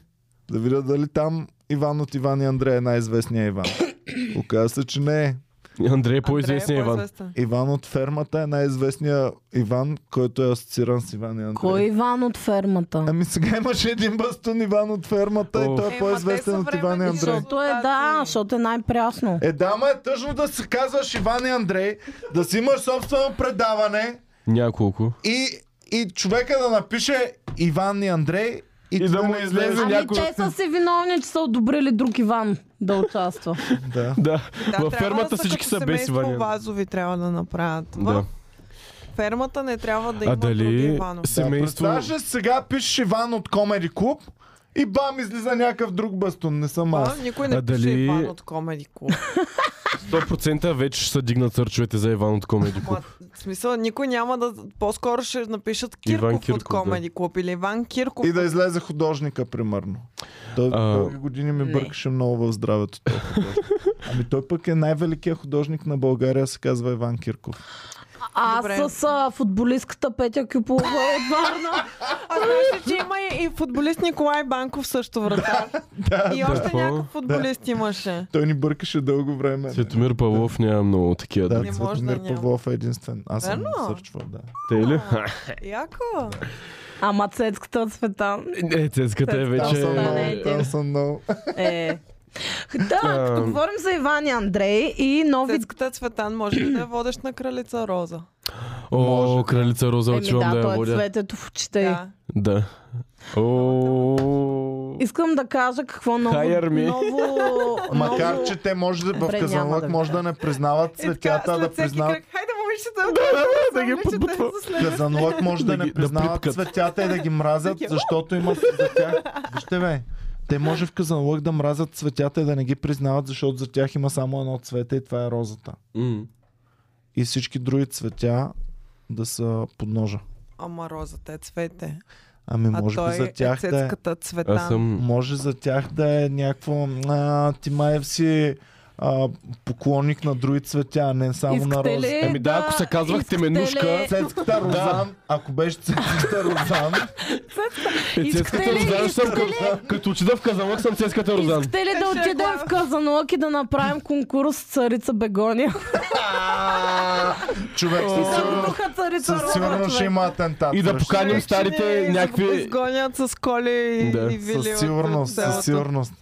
Speaker 1: Да видя дали там Иван от Иван и Андрей е най-известният Иван. Оказва се, че не е.
Speaker 3: Андрей е
Speaker 4: Андрей
Speaker 3: по-известният
Speaker 4: е
Speaker 3: Иван.
Speaker 4: по-известен.
Speaker 1: Иван от фермата е най-известният Иван, който е асоцииран с Иван и Андрей.
Speaker 2: Кой е Иван от фермата?
Speaker 1: Ами сега имаше един бастун Иван от фермата
Speaker 3: О.
Speaker 1: и той е
Speaker 4: Е,
Speaker 1: по-известен
Speaker 4: ма те
Speaker 1: от
Speaker 4: са
Speaker 1: Иван и
Speaker 4: временни
Speaker 1: Андрей.
Speaker 4: жълти.
Speaker 2: Защото е да, защото е най-прясно.
Speaker 1: Е, да, ма е тъжно да се казваш Иван и Андрей, да си имаш собствено предаване
Speaker 3: Няколко.
Speaker 1: и, и човека да напише Иван и Андрей и,
Speaker 3: И
Speaker 1: ти
Speaker 3: да му
Speaker 1: не
Speaker 3: излезе
Speaker 1: излезе.
Speaker 2: Ами
Speaker 3: някой-
Speaker 2: те са си виновни, че са одобрили друг Иван да участва.
Speaker 1: Да.
Speaker 3: Да,
Speaker 4: Да,
Speaker 3: във
Speaker 4: трябва
Speaker 3: фермата
Speaker 4: да
Speaker 3: всички
Speaker 4: като
Speaker 3: са без
Speaker 4: семейство
Speaker 3: Иван. и Андрей.
Speaker 4: Вазови трябва да направят.
Speaker 3: Да.
Speaker 4: В фермата не трябва да има
Speaker 3: А
Speaker 4: други
Speaker 3: дали
Speaker 4: Иванови.
Speaker 3: семейство...
Speaker 1: Да, представяш ли, сега пишеш Иван от Комери Клуб и бам, излиза някакъв друг бастун, не съм
Speaker 4: А,
Speaker 1: аз.
Speaker 4: никой не
Speaker 3: А
Speaker 4: пише
Speaker 3: дали-
Speaker 4: Иван от Комеди Клуб.
Speaker 3: 100% вече ще се дигнат сърчовете за Иван от Комеди Клуб.
Speaker 4: Ма, в смисъл, никой няма да... По-скоро ще напишат Кирков,
Speaker 3: Иван
Speaker 4: от
Speaker 3: Кирков, да.
Speaker 4: Комеди Клуб или Иван Кирков.
Speaker 1: И да излезе художника, примерно. Той
Speaker 3: А,
Speaker 1: дълги години ми
Speaker 2: не.
Speaker 1: бъркаше много в здравето. този художник. Ами той пък е най-великият художник на България, се казва Иван Кирков.
Speaker 2: Аз
Speaker 4: Добре.
Speaker 2: с а, футболистката Петя Кюпова е от Варна.
Speaker 4: А знаеш ли, че има и, и футболист Николай Банков също вратар. и още
Speaker 3: Какво?
Speaker 4: някакъв футболист имаше.
Speaker 1: Той ни бъркаше дълго време.
Speaker 3: Светомир Павлов няма много такива.
Speaker 1: Да,
Speaker 3: други.
Speaker 4: Не може
Speaker 1: Цветомир
Speaker 4: да няма.
Speaker 1: Павлов е единствен. Аз съм
Speaker 4: Верно?
Speaker 1: го сърчвал, да.
Speaker 3: Те ли?
Speaker 4: Яко.
Speaker 2: Ама цецката от Светан.
Speaker 3: Е, цецката е
Speaker 1: Там
Speaker 3: вече...
Speaker 1: съм
Speaker 2: не,
Speaker 1: много.
Speaker 2: те.
Speaker 1: Там съм много.
Speaker 2: Е. Да, като
Speaker 3: Ам.
Speaker 2: говорим за Иван и Андрей и нови...
Speaker 4: Детската Цветан може ли да е водещ на кралица Роза?
Speaker 3: О, кралица Роза,
Speaker 2: Еми
Speaker 3: отивам да
Speaker 2: да,
Speaker 3: я
Speaker 2: той е
Speaker 3: водя.
Speaker 2: цветето в очите. й.
Speaker 4: Да.
Speaker 3: Да. О,
Speaker 2: Искам да кажа какво ново...
Speaker 3: Хайер ми.
Speaker 2: ново,
Speaker 1: Макар,
Speaker 2: ново-
Speaker 1: че те може да в
Speaker 2: Добре, няма
Speaker 1: Казанлък
Speaker 2: да
Speaker 1: може да не признават
Speaker 4: И Е, така,
Speaker 1: цветята, да
Speaker 4: след всеки
Speaker 1: признават.
Speaker 4: кръг, Хайде, момичета,
Speaker 3: да ги
Speaker 4: момичета,
Speaker 3: подбутва.
Speaker 4: за след-
Speaker 1: Казанлък може да
Speaker 3: Да ги-
Speaker 1: не
Speaker 3: да
Speaker 1: признават
Speaker 3: пипкат.
Speaker 1: цветята и да ги мразят, защото имат за тях. Вижте бе, те може в Казанлък да мразят цветята и да не ги признават, защото за тях има само едно цвете и това е розата.
Speaker 3: м.
Speaker 1: И всички други цветя да са под ножа.
Speaker 4: Ама розата е цвете.
Speaker 1: Ами
Speaker 4: А
Speaker 1: може
Speaker 4: той
Speaker 1: би за тях
Speaker 4: е
Speaker 1: да е...
Speaker 4: цецката Цветан.
Speaker 3: Аз съм...
Speaker 1: Може за тях да е някакво... А, ти май е си а, поклонник на други цветя, а не само на
Speaker 2: Искате
Speaker 1: рози.
Speaker 2: ли
Speaker 3: Еми да, ако се казвах
Speaker 2: искате
Speaker 3: Теменушка,
Speaker 2: ли-
Speaker 1: Цецката Розан, ако беше цецката Розан,
Speaker 2: Искате
Speaker 3: Цецката
Speaker 2: ли-
Speaker 3: Розан съм
Speaker 2: искате
Speaker 3: като, като отида в казанлък съм Цецката Розан.
Speaker 2: Искате ли да
Speaker 4: Ще
Speaker 2: отидем
Speaker 4: глава.
Speaker 2: в Казанлък и да направим конкурс с царица Бегония?
Speaker 1: човек със сигурност,
Speaker 2: Тука Е, царица
Speaker 1: със
Speaker 2: Роза,
Speaker 1: сигурност ще
Speaker 2: човек.
Speaker 1: има атентат.
Speaker 3: И да
Speaker 1: срещу-
Speaker 3: поканим
Speaker 4: Човек е ще
Speaker 3: старите
Speaker 4: ни
Speaker 3: някакви-
Speaker 4: Изгонят с коли
Speaker 3: Да.
Speaker 4: да. и вили.
Speaker 1: Със сигурност, със сигурност.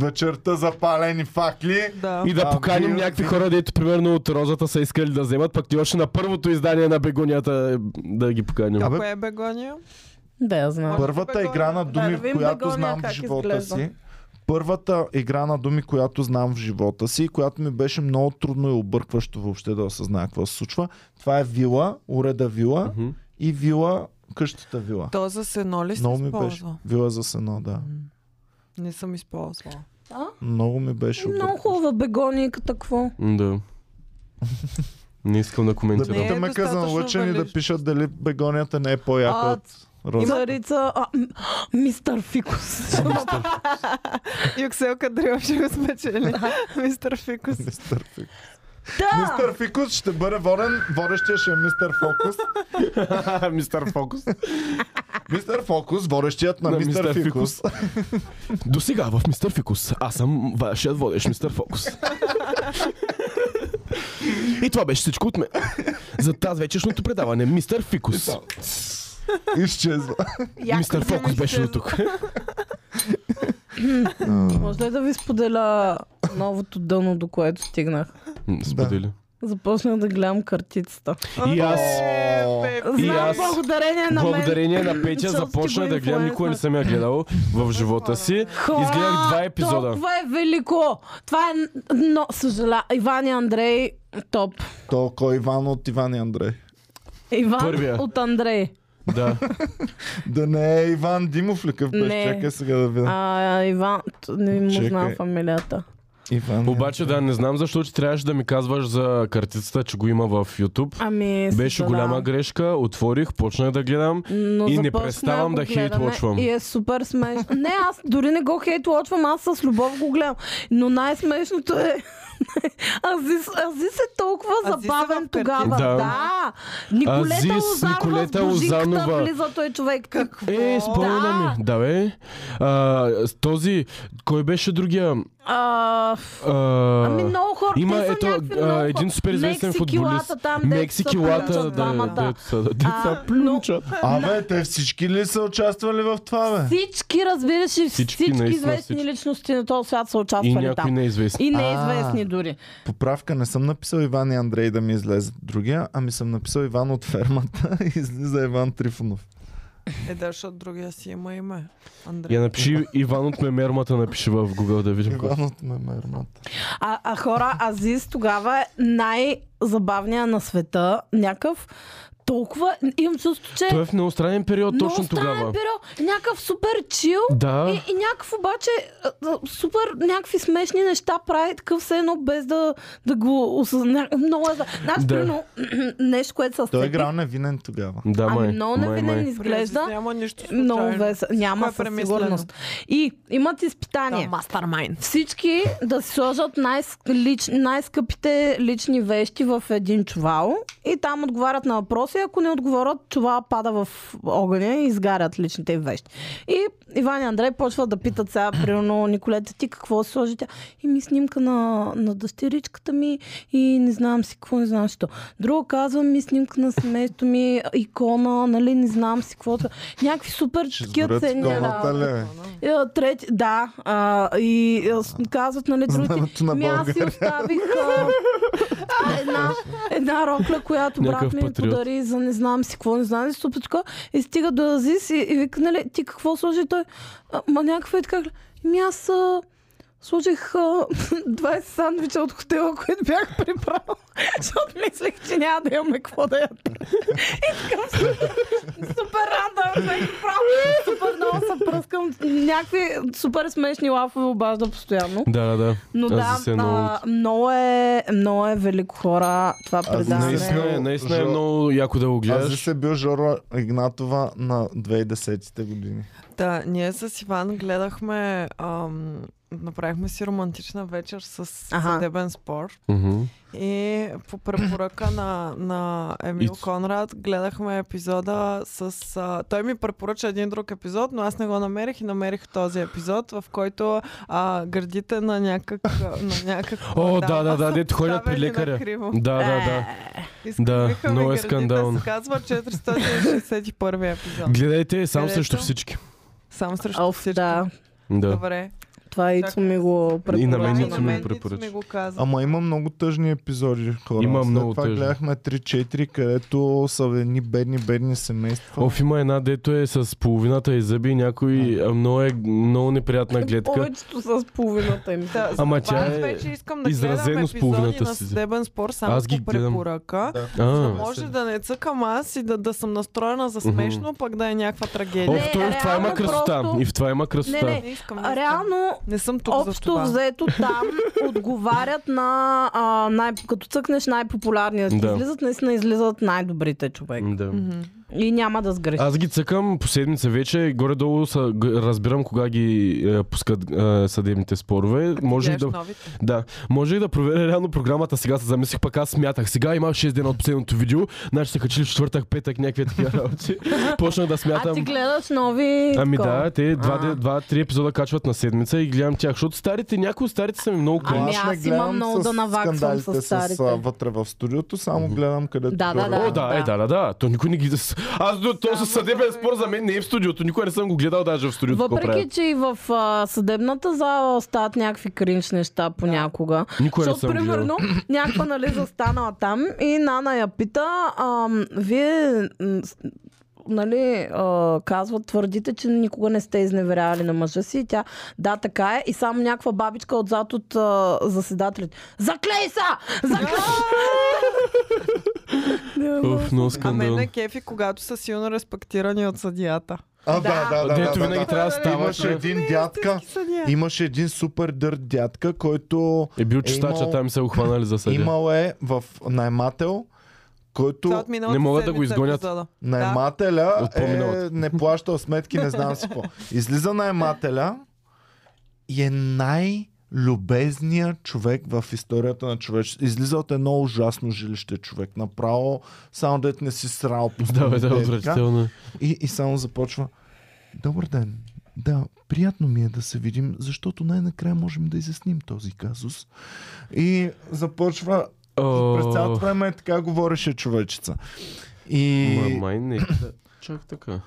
Speaker 1: Вечерта запалени факли.
Speaker 4: Да.
Speaker 3: И да
Speaker 1: А,
Speaker 3: поканим
Speaker 1: вие-
Speaker 3: някакви
Speaker 1: вие-
Speaker 3: хора, дето примерно от розата са искали да вземат, пък ти още на първото издание на Бегонията е, да ги поканим.
Speaker 1: А,
Speaker 4: А
Speaker 1: бе-
Speaker 4: кое е Бегония?
Speaker 2: Да, я знам.
Speaker 1: Първата
Speaker 4: Бегония.
Speaker 1: игра на думи,
Speaker 2: Да, да видим
Speaker 1: която
Speaker 2: Бегония
Speaker 1: знам в
Speaker 2: как
Speaker 1: живота
Speaker 2: изглежда.
Speaker 1: си. Първата игра на думи, която знам в живота си, която ми беше много трудно и объркващо въобще да осъзная какво се случва, това е вила, уреда вила
Speaker 3: Мгм.
Speaker 1: и вила, къщата вила.
Speaker 4: То за сено ли си
Speaker 1: Много ми беше.
Speaker 4: използва?
Speaker 1: Вила за сено, да.
Speaker 4: Не съм използвала.
Speaker 1: Много ми беше
Speaker 2: Много
Speaker 1: объркващо.
Speaker 2: хубава бегонийката, какво?
Speaker 3: М, Да. Не искам да
Speaker 1: Да
Speaker 3: коментирам.
Speaker 4: Не е
Speaker 1: питаме
Speaker 4: достатъчно
Speaker 1: казанлъчен и да
Speaker 4: валидно.
Speaker 1: пишат дали бегонията не е по-яка
Speaker 2: А,
Speaker 1: от роза.
Speaker 2: Царица... А, м- мистър Фикус.
Speaker 4: Юксел Кадрил ще го спечели. Мистер Фикус.
Speaker 1: Мистер Фикус.
Speaker 2: Да!
Speaker 1: Мистер Фикус ще бъде воден, водещия ще е Мистер Фокус.
Speaker 3: Мистер Фокус.
Speaker 1: Мистер Фокус, водещият на,
Speaker 3: На
Speaker 1: Мистер,
Speaker 3: Мистер
Speaker 1: Фикус.
Speaker 3: Фикус. До сега в Мистер Фикус. Аз съм вашият водещ Мистер Фокус. И това беше всичко от мен. За тази вечершното предаване. Мистер Фикус.
Speaker 1: Изчезва.
Speaker 3: Мистер Фокус беше до тук.
Speaker 2: Може ли да ви споделя новото дъно, до което стигнах?
Speaker 3: Сподели.
Speaker 2: Започнах да гледам картицата.
Speaker 3: И аз.
Speaker 4: Е, бе,
Speaker 3: И аз.
Speaker 2: благодарение на мен.
Speaker 3: Благодарение на Петя
Speaker 2: Защото
Speaker 3: започна
Speaker 2: ти го
Speaker 3: да гледам. Никога не
Speaker 2: инфлуенсна.
Speaker 3: съм я гледал в живота си.
Speaker 2: Хора,
Speaker 3: Изгледах два епизода.
Speaker 2: Толкова е велико. Това е... Но, съжаля, Иван и Андрей, топ.
Speaker 1: То кой Иван от Иван и Андрей.
Speaker 2: Иван
Speaker 3: Първия.
Speaker 2: от Андрей.
Speaker 3: Да.
Speaker 1: Да не е Иван Димов ли къв
Speaker 2: Не.
Speaker 1: беше? Чакай сега да видя.
Speaker 2: А, Иван, т- не му
Speaker 1: Чакай.
Speaker 2: знам фамилията.
Speaker 1: Иван.
Speaker 3: Обаче да, не знам защо ти трябваше да ми казваш за картицата, че го има в YouTube.
Speaker 2: Ами,
Speaker 3: Беше
Speaker 2: съжалявам.
Speaker 3: голяма грешка, отворих, почнах да гледам.
Speaker 2: Но
Speaker 3: И не
Speaker 2: започна
Speaker 3: преставам
Speaker 2: го
Speaker 3: да
Speaker 2: гледаме
Speaker 3: хейтлочвам.
Speaker 2: И е супер смешно. Не, аз дори не го хейтлочвам, аз с любов го гледам. Но най-смешното е... Азис, Азис е толкова
Speaker 4: Азис е
Speaker 2: забавен
Speaker 4: в
Speaker 2: тогава.
Speaker 3: картина. Да.
Speaker 2: да. Николета
Speaker 3: Азис,
Speaker 2: Лозанова
Speaker 3: Николета
Speaker 2: в божинката
Speaker 3: Лозанова.
Speaker 2: влиза той човек. Как...
Speaker 3: Е, спомня ми. Да, бе. А, с този, кой беше другия?
Speaker 2: А,
Speaker 3: А,
Speaker 2: ами много хора.
Speaker 3: има
Speaker 2: те са
Speaker 3: ето
Speaker 2: някакви много
Speaker 3: а,
Speaker 2: хора.
Speaker 3: един супер известен футболист.
Speaker 2: Мексикилата там, дето се
Speaker 3: Мексикилата,
Speaker 2: плюнчат
Speaker 3: да,
Speaker 2: двамата.
Speaker 3: дето са- дето
Speaker 2: А,
Speaker 3: са плюнчат.
Speaker 1: Абе, те всички ли са участвали в това, бе?
Speaker 2: Всички, разбираш, и
Speaker 3: Всички,
Speaker 2: всички,
Speaker 3: наистина
Speaker 2: известни
Speaker 3: всички.
Speaker 2: личности на този свят са
Speaker 3: И
Speaker 2: участвали
Speaker 3: някой
Speaker 2: там.
Speaker 3: неизвестен.
Speaker 2: И неизвестни дори.
Speaker 1: Поправка, не съм написал Иван и Андрей да ми излезе другия, ами съм написал Иван от фермата и излиза Иван Трифонов.
Speaker 4: Е, да, защото другия си има име. Андрей.
Speaker 3: Я напиши Иван от мемермата, напиши в Google да видим кой.
Speaker 1: Иван от мемермата.
Speaker 2: А, а хора, Азис тогава е най-забавния на света. Някакъв толкова... Имам чувство, че...
Speaker 3: Той е в неустранен период
Speaker 2: много
Speaker 3: точно
Speaker 2: странен
Speaker 3: тогава.
Speaker 2: период, някакъв супер чил
Speaker 3: Да.
Speaker 2: и, и някакъв обаче а, а, супер някакви смешни неща прави такъв все едно без да, да го осъзна. Много е... за- Значи,
Speaker 3: Да.
Speaker 2: да. нещо, което със
Speaker 1: Той е играл невинен тогава.
Speaker 3: Да, май.
Speaker 2: Ами много
Speaker 3: е. май,
Speaker 2: невинен
Speaker 3: май.
Speaker 2: изглежда.
Speaker 4: Няма нищо случайно.
Speaker 2: Много веса. Няма
Speaker 4: Кое е
Speaker 2: със
Speaker 4: премислено?
Speaker 2: сигурност. И имат изпитание.
Speaker 4: мастермайн.
Speaker 2: Всички да си сложат най-ск- лич, най-скъпите лични вещи в един чувал и там отговарят на въпроси. Ако не отговорят, чувал пада в огъня и изгарят личните им вещи. И Иван и Андрей почват да питат сега, примерно, Николета, ти какво си сложи тя? И ми снимка на, на дъщеричката ми и не знам си какво, не знам си то. Друго казвам ми снимка на семейството ми, икона, нали, не знам си какво. Някакви супер
Speaker 1: Ще
Speaker 2: такива
Speaker 1: сгорят
Speaker 2: ценни
Speaker 1: иконата
Speaker 2: работи.
Speaker 1: ли? бе?
Speaker 2: Е, Трети, да. А, и а, с- казват, нали, другите.
Speaker 1: Знамето на
Speaker 2: Ми аз си
Speaker 1: България.
Speaker 2: оставих а, една, една рокля, която брат
Speaker 3: Някакъв
Speaker 2: ми ми
Speaker 3: патриот.
Speaker 2: подари за не знам си какво, не знам си супер така. И стига до Азис и, и вика, нали, ти какво сложи той? А, Ма някаква е така. Ми ами аз а, Сложих а, 20 сандвича от хотела, които бях прибрал, защото мислех, че няма да имаме какво да ядем. И така супер, супер рада, супер много се пръскам. Някакви супер смешни лафове обажда постоянно.
Speaker 3: Да, да, да.
Speaker 2: Но
Speaker 3: Аз
Speaker 2: да,
Speaker 3: засегна
Speaker 2: а, много, е, много е велико хора това предаване.
Speaker 1: наистина-
Speaker 3: Наистина, е, наистина е
Speaker 1: Жо-
Speaker 3: много яко да го
Speaker 1: Аз ли
Speaker 3: гледаш.
Speaker 1: се бил Жоро Игнатова на 2010-те години?
Speaker 4: Та, ние с Иван гледахме, ам, направихме си романтична вечер с
Speaker 2: Аха.
Speaker 4: съдебен спор
Speaker 3: Мгм.
Speaker 4: и по препоръка на, на Емил
Speaker 3: И-
Speaker 4: Конрад гледахме епизода с... А, той ми препоръча един друг епизод, но аз не го намерих и намерих този епизод, в който а, гърдите на някак... На някак
Speaker 3: О, да, да, да, дето ходят при
Speaker 4: поставени
Speaker 3: лекаря.
Speaker 4: накриво.
Speaker 3: Да,
Speaker 2: Е.
Speaker 3: да, да. Да,
Speaker 4: Изкривиха ми
Speaker 3: много е
Speaker 4: гърдите,
Speaker 3: скандално.
Speaker 4: Се казва 461 епизод.
Speaker 3: Гледайте само
Speaker 4: Гледайте.
Speaker 3: срещу всички.
Speaker 4: Само срещу
Speaker 2: Оф,
Speaker 4: всички.
Speaker 2: да.
Speaker 3: Да.
Speaker 4: Добре.
Speaker 2: Това Ицо ми го препоръча.
Speaker 3: И на мен
Speaker 4: Да,
Speaker 3: Ицо ми го препоръча.
Speaker 4: ми го каза.
Speaker 1: Ама има много тъжни епизоди, хора.
Speaker 3: Има
Speaker 1: След
Speaker 3: много
Speaker 1: това
Speaker 3: тъжни.
Speaker 1: гледахме 3-4, където са едни бедни, бедни семейства.
Speaker 3: Оф, има една, дето е с половината и зъби, някой а, много, е, много неприятна гледка.
Speaker 2: Повечето с половината им.
Speaker 4: Та, за
Speaker 3: Ама
Speaker 4: това
Speaker 3: тя
Speaker 4: аз
Speaker 3: е
Speaker 4: вече искам да
Speaker 3: изразено
Speaker 4: гледам
Speaker 3: с
Speaker 4: епизоди
Speaker 3: половината
Speaker 4: на
Speaker 3: си.
Speaker 4: съдебен спор, само
Speaker 3: Аз ги
Speaker 4: по
Speaker 3: гледам.
Speaker 4: препоръка.
Speaker 3: А,
Speaker 4: Може да не цъкам аз и да, да съм настроена за смешно, пък да е някаква трагедия.
Speaker 2: Не,
Speaker 3: Оф, той в това има
Speaker 2: реално
Speaker 3: красота.
Speaker 2: просто-
Speaker 3: И в това има красота.
Speaker 2: не.
Speaker 4: не искам. не
Speaker 2: А,
Speaker 4: искам.
Speaker 2: Реално,
Speaker 4: Не съм тук за
Speaker 2: общо
Speaker 4: това.
Speaker 2: взето там отговарят на а, най- като цъкнеш най-популярния. Да.
Speaker 3: Да.
Speaker 2: Излизат, наистина излизат най-добрите човек.
Speaker 3: Да.
Speaker 4: Мгм.
Speaker 2: И няма да сгрешиш.
Speaker 3: Аз ги цъкам по седмица вече, горе-долу са, г- разбирам кога ги е, пускат е, съдебните спорове. Може и
Speaker 4: Гледаш
Speaker 3: да,
Speaker 4: новите.
Speaker 3: да, може и да проверя реално програмата, сега се замислих, пък аз смятах. Сега имах 6 дена от последното видео, значи са качили в четвъртък, петък, някакви такива работи. Почнах да
Speaker 2: а ти
Speaker 3: смятам.
Speaker 2: гледаш нови...
Speaker 3: Ами
Speaker 2: такова.
Speaker 3: да, те два,
Speaker 2: А.
Speaker 3: де- два-три епизода качват на седмица и гледам тях, защото старите, някои от старите са ми много
Speaker 1: Ама
Speaker 3: кринж.
Speaker 2: Ами аз
Speaker 1: не
Speaker 2: имам
Speaker 1: гледам
Speaker 2: много
Speaker 1: с
Speaker 2: да наваксвам
Speaker 1: скандалите
Speaker 2: с старите.
Speaker 1: С, а, вътре в студиото, само гледам където...
Speaker 2: Да, да,
Speaker 1: Жоро-
Speaker 3: О, да, е,
Speaker 2: да.
Speaker 3: да, да, да. То никой не ги... Аз до то със съдебен
Speaker 4: да,
Speaker 3: спор за мен не е в студиото. Никой не съм го гледал даже в студиото. какво
Speaker 2: Въпреки,
Speaker 3: правят.
Speaker 2: че и в а, съдебната зала стават някакви кринч неща понякога.
Speaker 3: Никой не
Speaker 2: Защото,
Speaker 3: съм гледал.
Speaker 2: примерно, някаква нали застанала там и Нана я пита, ам, вие м, с- нали, а, казват, твърдите, че никога не сте изневерявали на мъжа си. И тя, да, така е. И само някаква бабичка отзад от а, заседателите. Заклей са! Заклей!
Speaker 3: Уф, много Ами,
Speaker 4: А мен
Speaker 3: скандал.
Speaker 4: е кефи, когато са силно респектирани от съдията.
Speaker 1: А, да, да, да. да,
Speaker 3: Дето
Speaker 1: да,
Speaker 3: винаги
Speaker 1: да.
Speaker 3: трябва да става.
Speaker 1: Имаше
Speaker 3: че
Speaker 1: един дядка,
Speaker 4: Съдия.
Speaker 1: имаше един супер дърт дядка, който
Speaker 3: Е бил чистача,
Speaker 1: имал-
Speaker 3: там се ухванали за съдя.
Speaker 1: имал е в наймател,
Speaker 4: Това
Speaker 1: който
Speaker 4: от миналата
Speaker 3: Не могат да го
Speaker 4: седмица
Speaker 3: изгонят.
Speaker 4: епизода.
Speaker 1: наймателя
Speaker 3: От
Speaker 1: е
Speaker 3: по-миналата.
Speaker 1: не плащал сметки, не знам си какво. Излиза наймателя и е най- любезният човек в историята на човечеството. Излиза от едно ужасно жилище човек. Направо, само дет не си срал по
Speaker 3: Да, бе,
Speaker 1: стените,
Speaker 3: да,
Speaker 1: е така.
Speaker 3: отвратително.
Speaker 1: И, и само започва. Добър ден. Да, приятно ми е да се видим, защото най-накрая можем да изясним този казус. И започва.
Speaker 3: О,
Speaker 1: През цялото време така говореше човечица. И.
Speaker 3: ма- Май не. Чак така.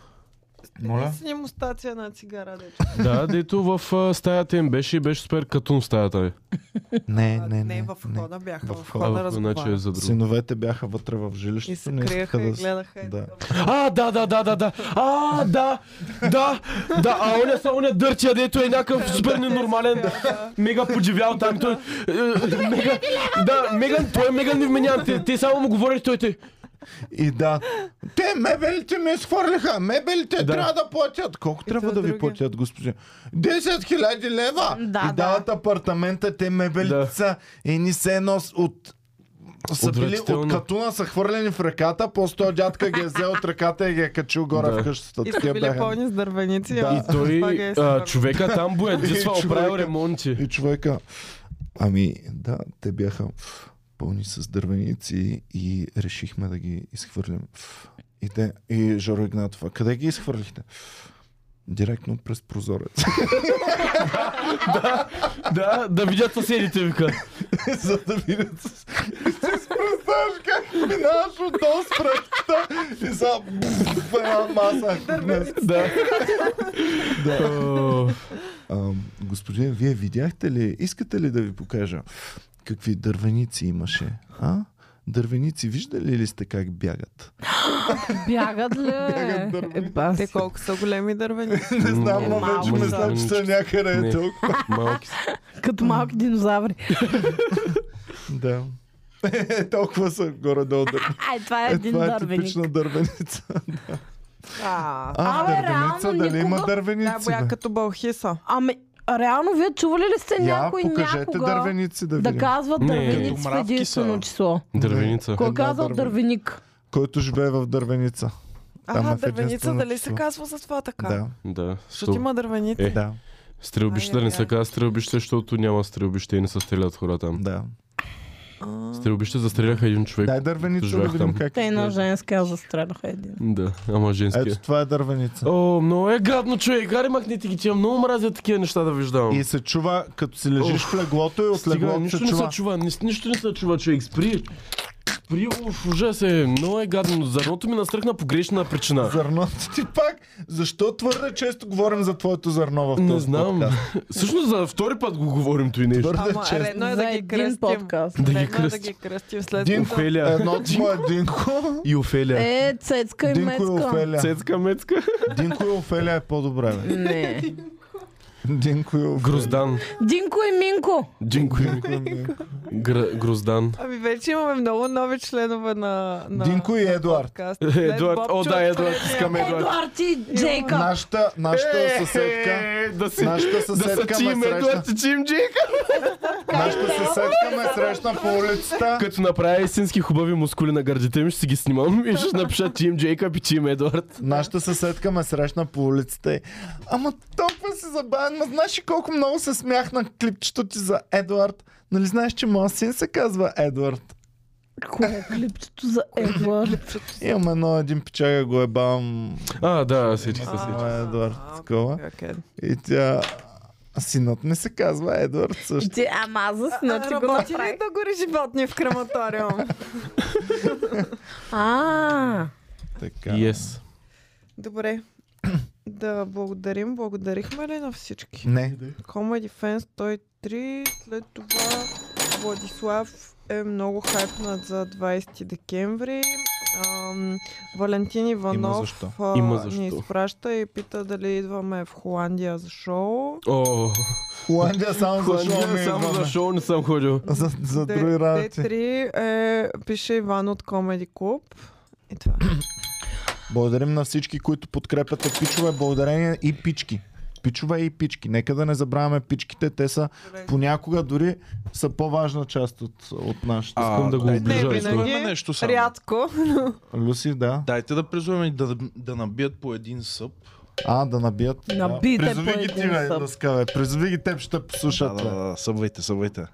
Speaker 1: Моля.
Speaker 4: Си му стация на цигара, дето.
Speaker 3: Да, дето в а, стаята им беше и беше супер катун стаята. бе.
Speaker 1: Не,
Speaker 4: А,
Speaker 1: не, не.
Speaker 4: не, в хода бяха.
Speaker 1: В
Speaker 4: В
Speaker 1: хода.
Speaker 4: хода
Speaker 3: А, иначе е
Speaker 4: разговаряха.
Speaker 3: за друго.
Speaker 1: Синовете бяха вътре в жилището.
Speaker 4: И се
Speaker 1: не искаха
Speaker 4: криеха и
Speaker 1: да с-
Speaker 4: гледаха. и
Speaker 1: Да.
Speaker 3: А, да, да, да, да, да. А, да, да, да. А оня са оня дъртия, дето е някакъв супер ненормален. Мега подивял там. Той, е, е, мега, да, Меган, той е мега невменян. Те, те само му говорят, той те.
Speaker 1: И да. Те мебелите ме изхвърлиха. Мебелите
Speaker 3: Да.
Speaker 1: трябва да платят. Колко трябва
Speaker 4: то
Speaker 1: да ви
Speaker 4: другия.
Speaker 1: платят, господин? 10 хиляди лева.
Speaker 2: Да,
Speaker 1: и
Speaker 2: да.
Speaker 1: дават апартамента. Те мебелите
Speaker 3: Да.
Speaker 1: са едни се едно с- от са били
Speaker 3: Отвратително.
Speaker 1: от катуна, са хвърлени в реката, после той дядка ги е взел от ръката и ги е качил горе
Speaker 3: Да.
Speaker 1: в къщата.
Speaker 4: И
Speaker 1: Такива
Speaker 4: са били
Speaker 1: бяха.
Speaker 4: пълни с дървеници.
Speaker 1: Да.
Speaker 4: ама
Speaker 1: И
Speaker 3: Той,
Speaker 4: това ги е
Speaker 3: а,
Speaker 4: супер.
Speaker 3: човека там го е дисвал,
Speaker 1: И човека.
Speaker 3: правил ремонти.
Speaker 1: И човека. Ами, да, те бяха пълни с дървеници и решихме да ги изхвърлим. И, те, и Жоро Игнатов, а къде ги изхвърлихте? Директно през прозорец.
Speaker 3: Да, да видят съседите, вика.
Speaker 1: За да видят. с- И си спръсташ как минаваш от дол с пръчката и за в една маса.
Speaker 3: Да. О,
Speaker 1: А, господин, вие видяхте ли, искате ли да ви покажа какви дървеници имаше? А? Дървеници, виждали ли сте как бягат?
Speaker 2: Бягат ли?
Speaker 1: Бягат дървени.
Speaker 2: Е, бас.
Speaker 4: Те колко са големи дървени.
Speaker 1: нали? Не знам, но
Speaker 2: малко
Speaker 1: вече
Speaker 2: са.
Speaker 1: мисля, че са някъде
Speaker 3: Не.
Speaker 1: е толкова.
Speaker 3: Малки са.
Speaker 2: Като малки динозаври.
Speaker 1: Да. Е, толкова са горе-долу дървени.
Speaker 2: Ай, това е
Speaker 1: Е,
Speaker 2: един
Speaker 1: това е
Speaker 2: дървеник.
Speaker 1: типична дървеница.
Speaker 4: А,
Speaker 1: А,
Speaker 2: Абе,
Speaker 1: дървеница,
Speaker 2: реално
Speaker 1: дали има
Speaker 2: никога-
Speaker 1: дървеници?
Speaker 4: да, боя
Speaker 1: бе?
Speaker 4: като Балхиса.
Speaker 2: Ами, реално вие чували ли сте
Speaker 1: Я,
Speaker 2: е някой
Speaker 1: покажете
Speaker 2: някога
Speaker 1: дървеници да
Speaker 2: да
Speaker 1: видим.
Speaker 2: казва
Speaker 3: Не.
Speaker 2: дървеник
Speaker 5: Като
Speaker 2: в
Speaker 5: мравки
Speaker 2: единствено
Speaker 5: са.
Speaker 2: число?
Speaker 3: Дървеница.
Speaker 2: Кой е
Speaker 1: Една
Speaker 2: казал
Speaker 1: дървен-
Speaker 2: дървеник?
Speaker 1: Който живее в дървеница. Там е в
Speaker 4: Ага,
Speaker 1: единствено
Speaker 4: дървеница, дали се
Speaker 1: число.
Speaker 4: казва за това така?
Speaker 1: Да,
Speaker 3: Да.
Speaker 4: Защото има дървеница.
Speaker 3: Е.
Speaker 1: да,
Speaker 3: Стрелбище да не се
Speaker 4: Ай-яй-яй.
Speaker 3: казва стрелбище, защото няма стрелбище и не се стрелят хора там.
Speaker 1: да.
Speaker 4: А,
Speaker 3: Стрелбище застреляха един човек.
Speaker 1: Дай дървеница да
Speaker 3: живях
Speaker 1: видим
Speaker 3: там.
Speaker 1: как.
Speaker 2: Те на
Speaker 1: изглежда.
Speaker 2: женска застреляха един.
Speaker 3: Да, ама женския.
Speaker 1: Ето това е дървеница.
Speaker 3: О, много е гадно, човек. Аре, махнете ги, тия много мразя такива неща да виждам.
Speaker 1: И се чува, като си лежиш в леглото и от
Speaker 3: Стига,
Speaker 1: леглото се
Speaker 3: нищо не се
Speaker 1: чува.
Speaker 3: чува, ни- нищо не се чува, човек. Спри. Спри, уф, ужас е. Много е гадно. Зърното ми настръхна по грешна причина.
Speaker 1: Зърното ти пак. Защо твърде често говорим за твоето зърно в този
Speaker 3: Не знам.
Speaker 1: подкаст?
Speaker 3: Всъщност за втори път го говорим той нещо.
Speaker 1: Твърде
Speaker 4: Ама,
Speaker 1: често.
Speaker 4: редно е
Speaker 2: За
Speaker 4: да ги
Speaker 2: един
Speaker 4: кръстим.
Speaker 2: подкаст.
Speaker 3: Да ги
Speaker 4: Редно е да
Speaker 3: кръстим.
Speaker 4: ги кръстим след
Speaker 1: Динко.
Speaker 4: това.
Speaker 3: Офелия.
Speaker 1: Едното му е Динко.
Speaker 3: И Офелия.
Speaker 2: Е, Цецка и
Speaker 1: Динко и
Speaker 2: Мецка.
Speaker 1: Офелия.
Speaker 3: Цецка мецка.
Speaker 1: Динко и Офелия е по-добре. бе.
Speaker 2: Не.
Speaker 1: Динко и Офелия.
Speaker 3: Груздан.
Speaker 2: Динко и Минко.
Speaker 3: Динко. Гр- Груздан.
Speaker 4: Ами вече имаме много нови членове на, на
Speaker 1: Динко и
Speaker 4: на
Speaker 1: Едуард.
Speaker 4: подкаст. След
Speaker 3: Едуард. О,
Speaker 4: Бобчо
Speaker 3: да,
Speaker 4: от
Speaker 3: Едуард.
Speaker 4: предния.
Speaker 3: Искаме Едуард.
Speaker 2: Едуард и Джейка.
Speaker 1: Нашата, нашата
Speaker 3: Е,
Speaker 1: съседка.
Speaker 3: е, Да си,
Speaker 1: Нашата
Speaker 3: да са
Speaker 1: съседка ме
Speaker 3: чим
Speaker 1: срещна.
Speaker 3: Едуард и чим Джейка.
Speaker 1: Нашата съседка ме срещна по улицата.
Speaker 3: Като направя истински хубави мускули на гърдите ми, ще си ги снимам и ще напиша Тим Джейкъб и Тим Едуард.
Speaker 1: Нашата съседка ме срещна по улицата и Ама толкова си забавен, ма знаеш ли колко много се смях на клипчето ти за Едуард? Нали знаеш, че моят син се казва Едуард?
Speaker 2: Кое е клипчето за Едуард?
Speaker 1: Имам едно един печага, го ебам
Speaker 3: А, да, сетих се. сетих.
Speaker 1: на Едуард.
Speaker 4: А,
Speaker 1: Такова.
Speaker 4: Окей.
Speaker 1: И тя... Синът ми се казва Едуард също.
Speaker 2: Ти, ама аз за сина ти го
Speaker 4: Работи ли
Speaker 2: направих.
Speaker 4: да гори животни в крематориум?
Speaker 2: А,
Speaker 1: Така.
Speaker 3: Yes.
Speaker 4: Добре. Да благодарим. Благодарихме ли на всички?
Speaker 1: Не.
Speaker 4: Comedy Fans 103. След това Владислав е много хайпнат за 20 декември. Ам, Валентин Иванов
Speaker 1: защо.
Speaker 4: а,
Speaker 3: Има защо.
Speaker 4: ни изпраща и пита дали идваме в Холандия за шоу.
Speaker 3: О,
Speaker 1: Холандия само за шоу ми е
Speaker 3: Холандия само
Speaker 1: идваме.
Speaker 3: за шоу не съм ходил.
Speaker 1: За, за
Speaker 4: Д-
Speaker 1: други работи.
Speaker 4: Д3 е, пише Иван от Comedy Club. И това.
Speaker 1: Благодарим на всички, които подкрепяте пичове, благодарение и пички. Пичове и пички. Нека да не забравяме пичките, те са понякога дори са по-важна част от, от нашите.
Speaker 5: А,
Speaker 3: Искам да го
Speaker 5: не,
Speaker 3: оближа.
Speaker 4: не,
Speaker 3: искам.
Speaker 4: винаги.
Speaker 5: Имаме нещо само.
Speaker 4: Рядко.
Speaker 1: Люси, да.
Speaker 5: Дайте да призовем да, да набият по един съп.
Speaker 1: А, да набият.
Speaker 2: Набийте
Speaker 1: да. Призови
Speaker 2: по
Speaker 1: ги ти,
Speaker 2: един
Speaker 1: бе,
Speaker 2: съп.
Speaker 1: Лъска, бе. Призови ги теб, ще
Speaker 5: Да,
Speaker 1: послушат.
Speaker 5: да,
Speaker 1: бе.
Speaker 5: да, събвайте, събвайте.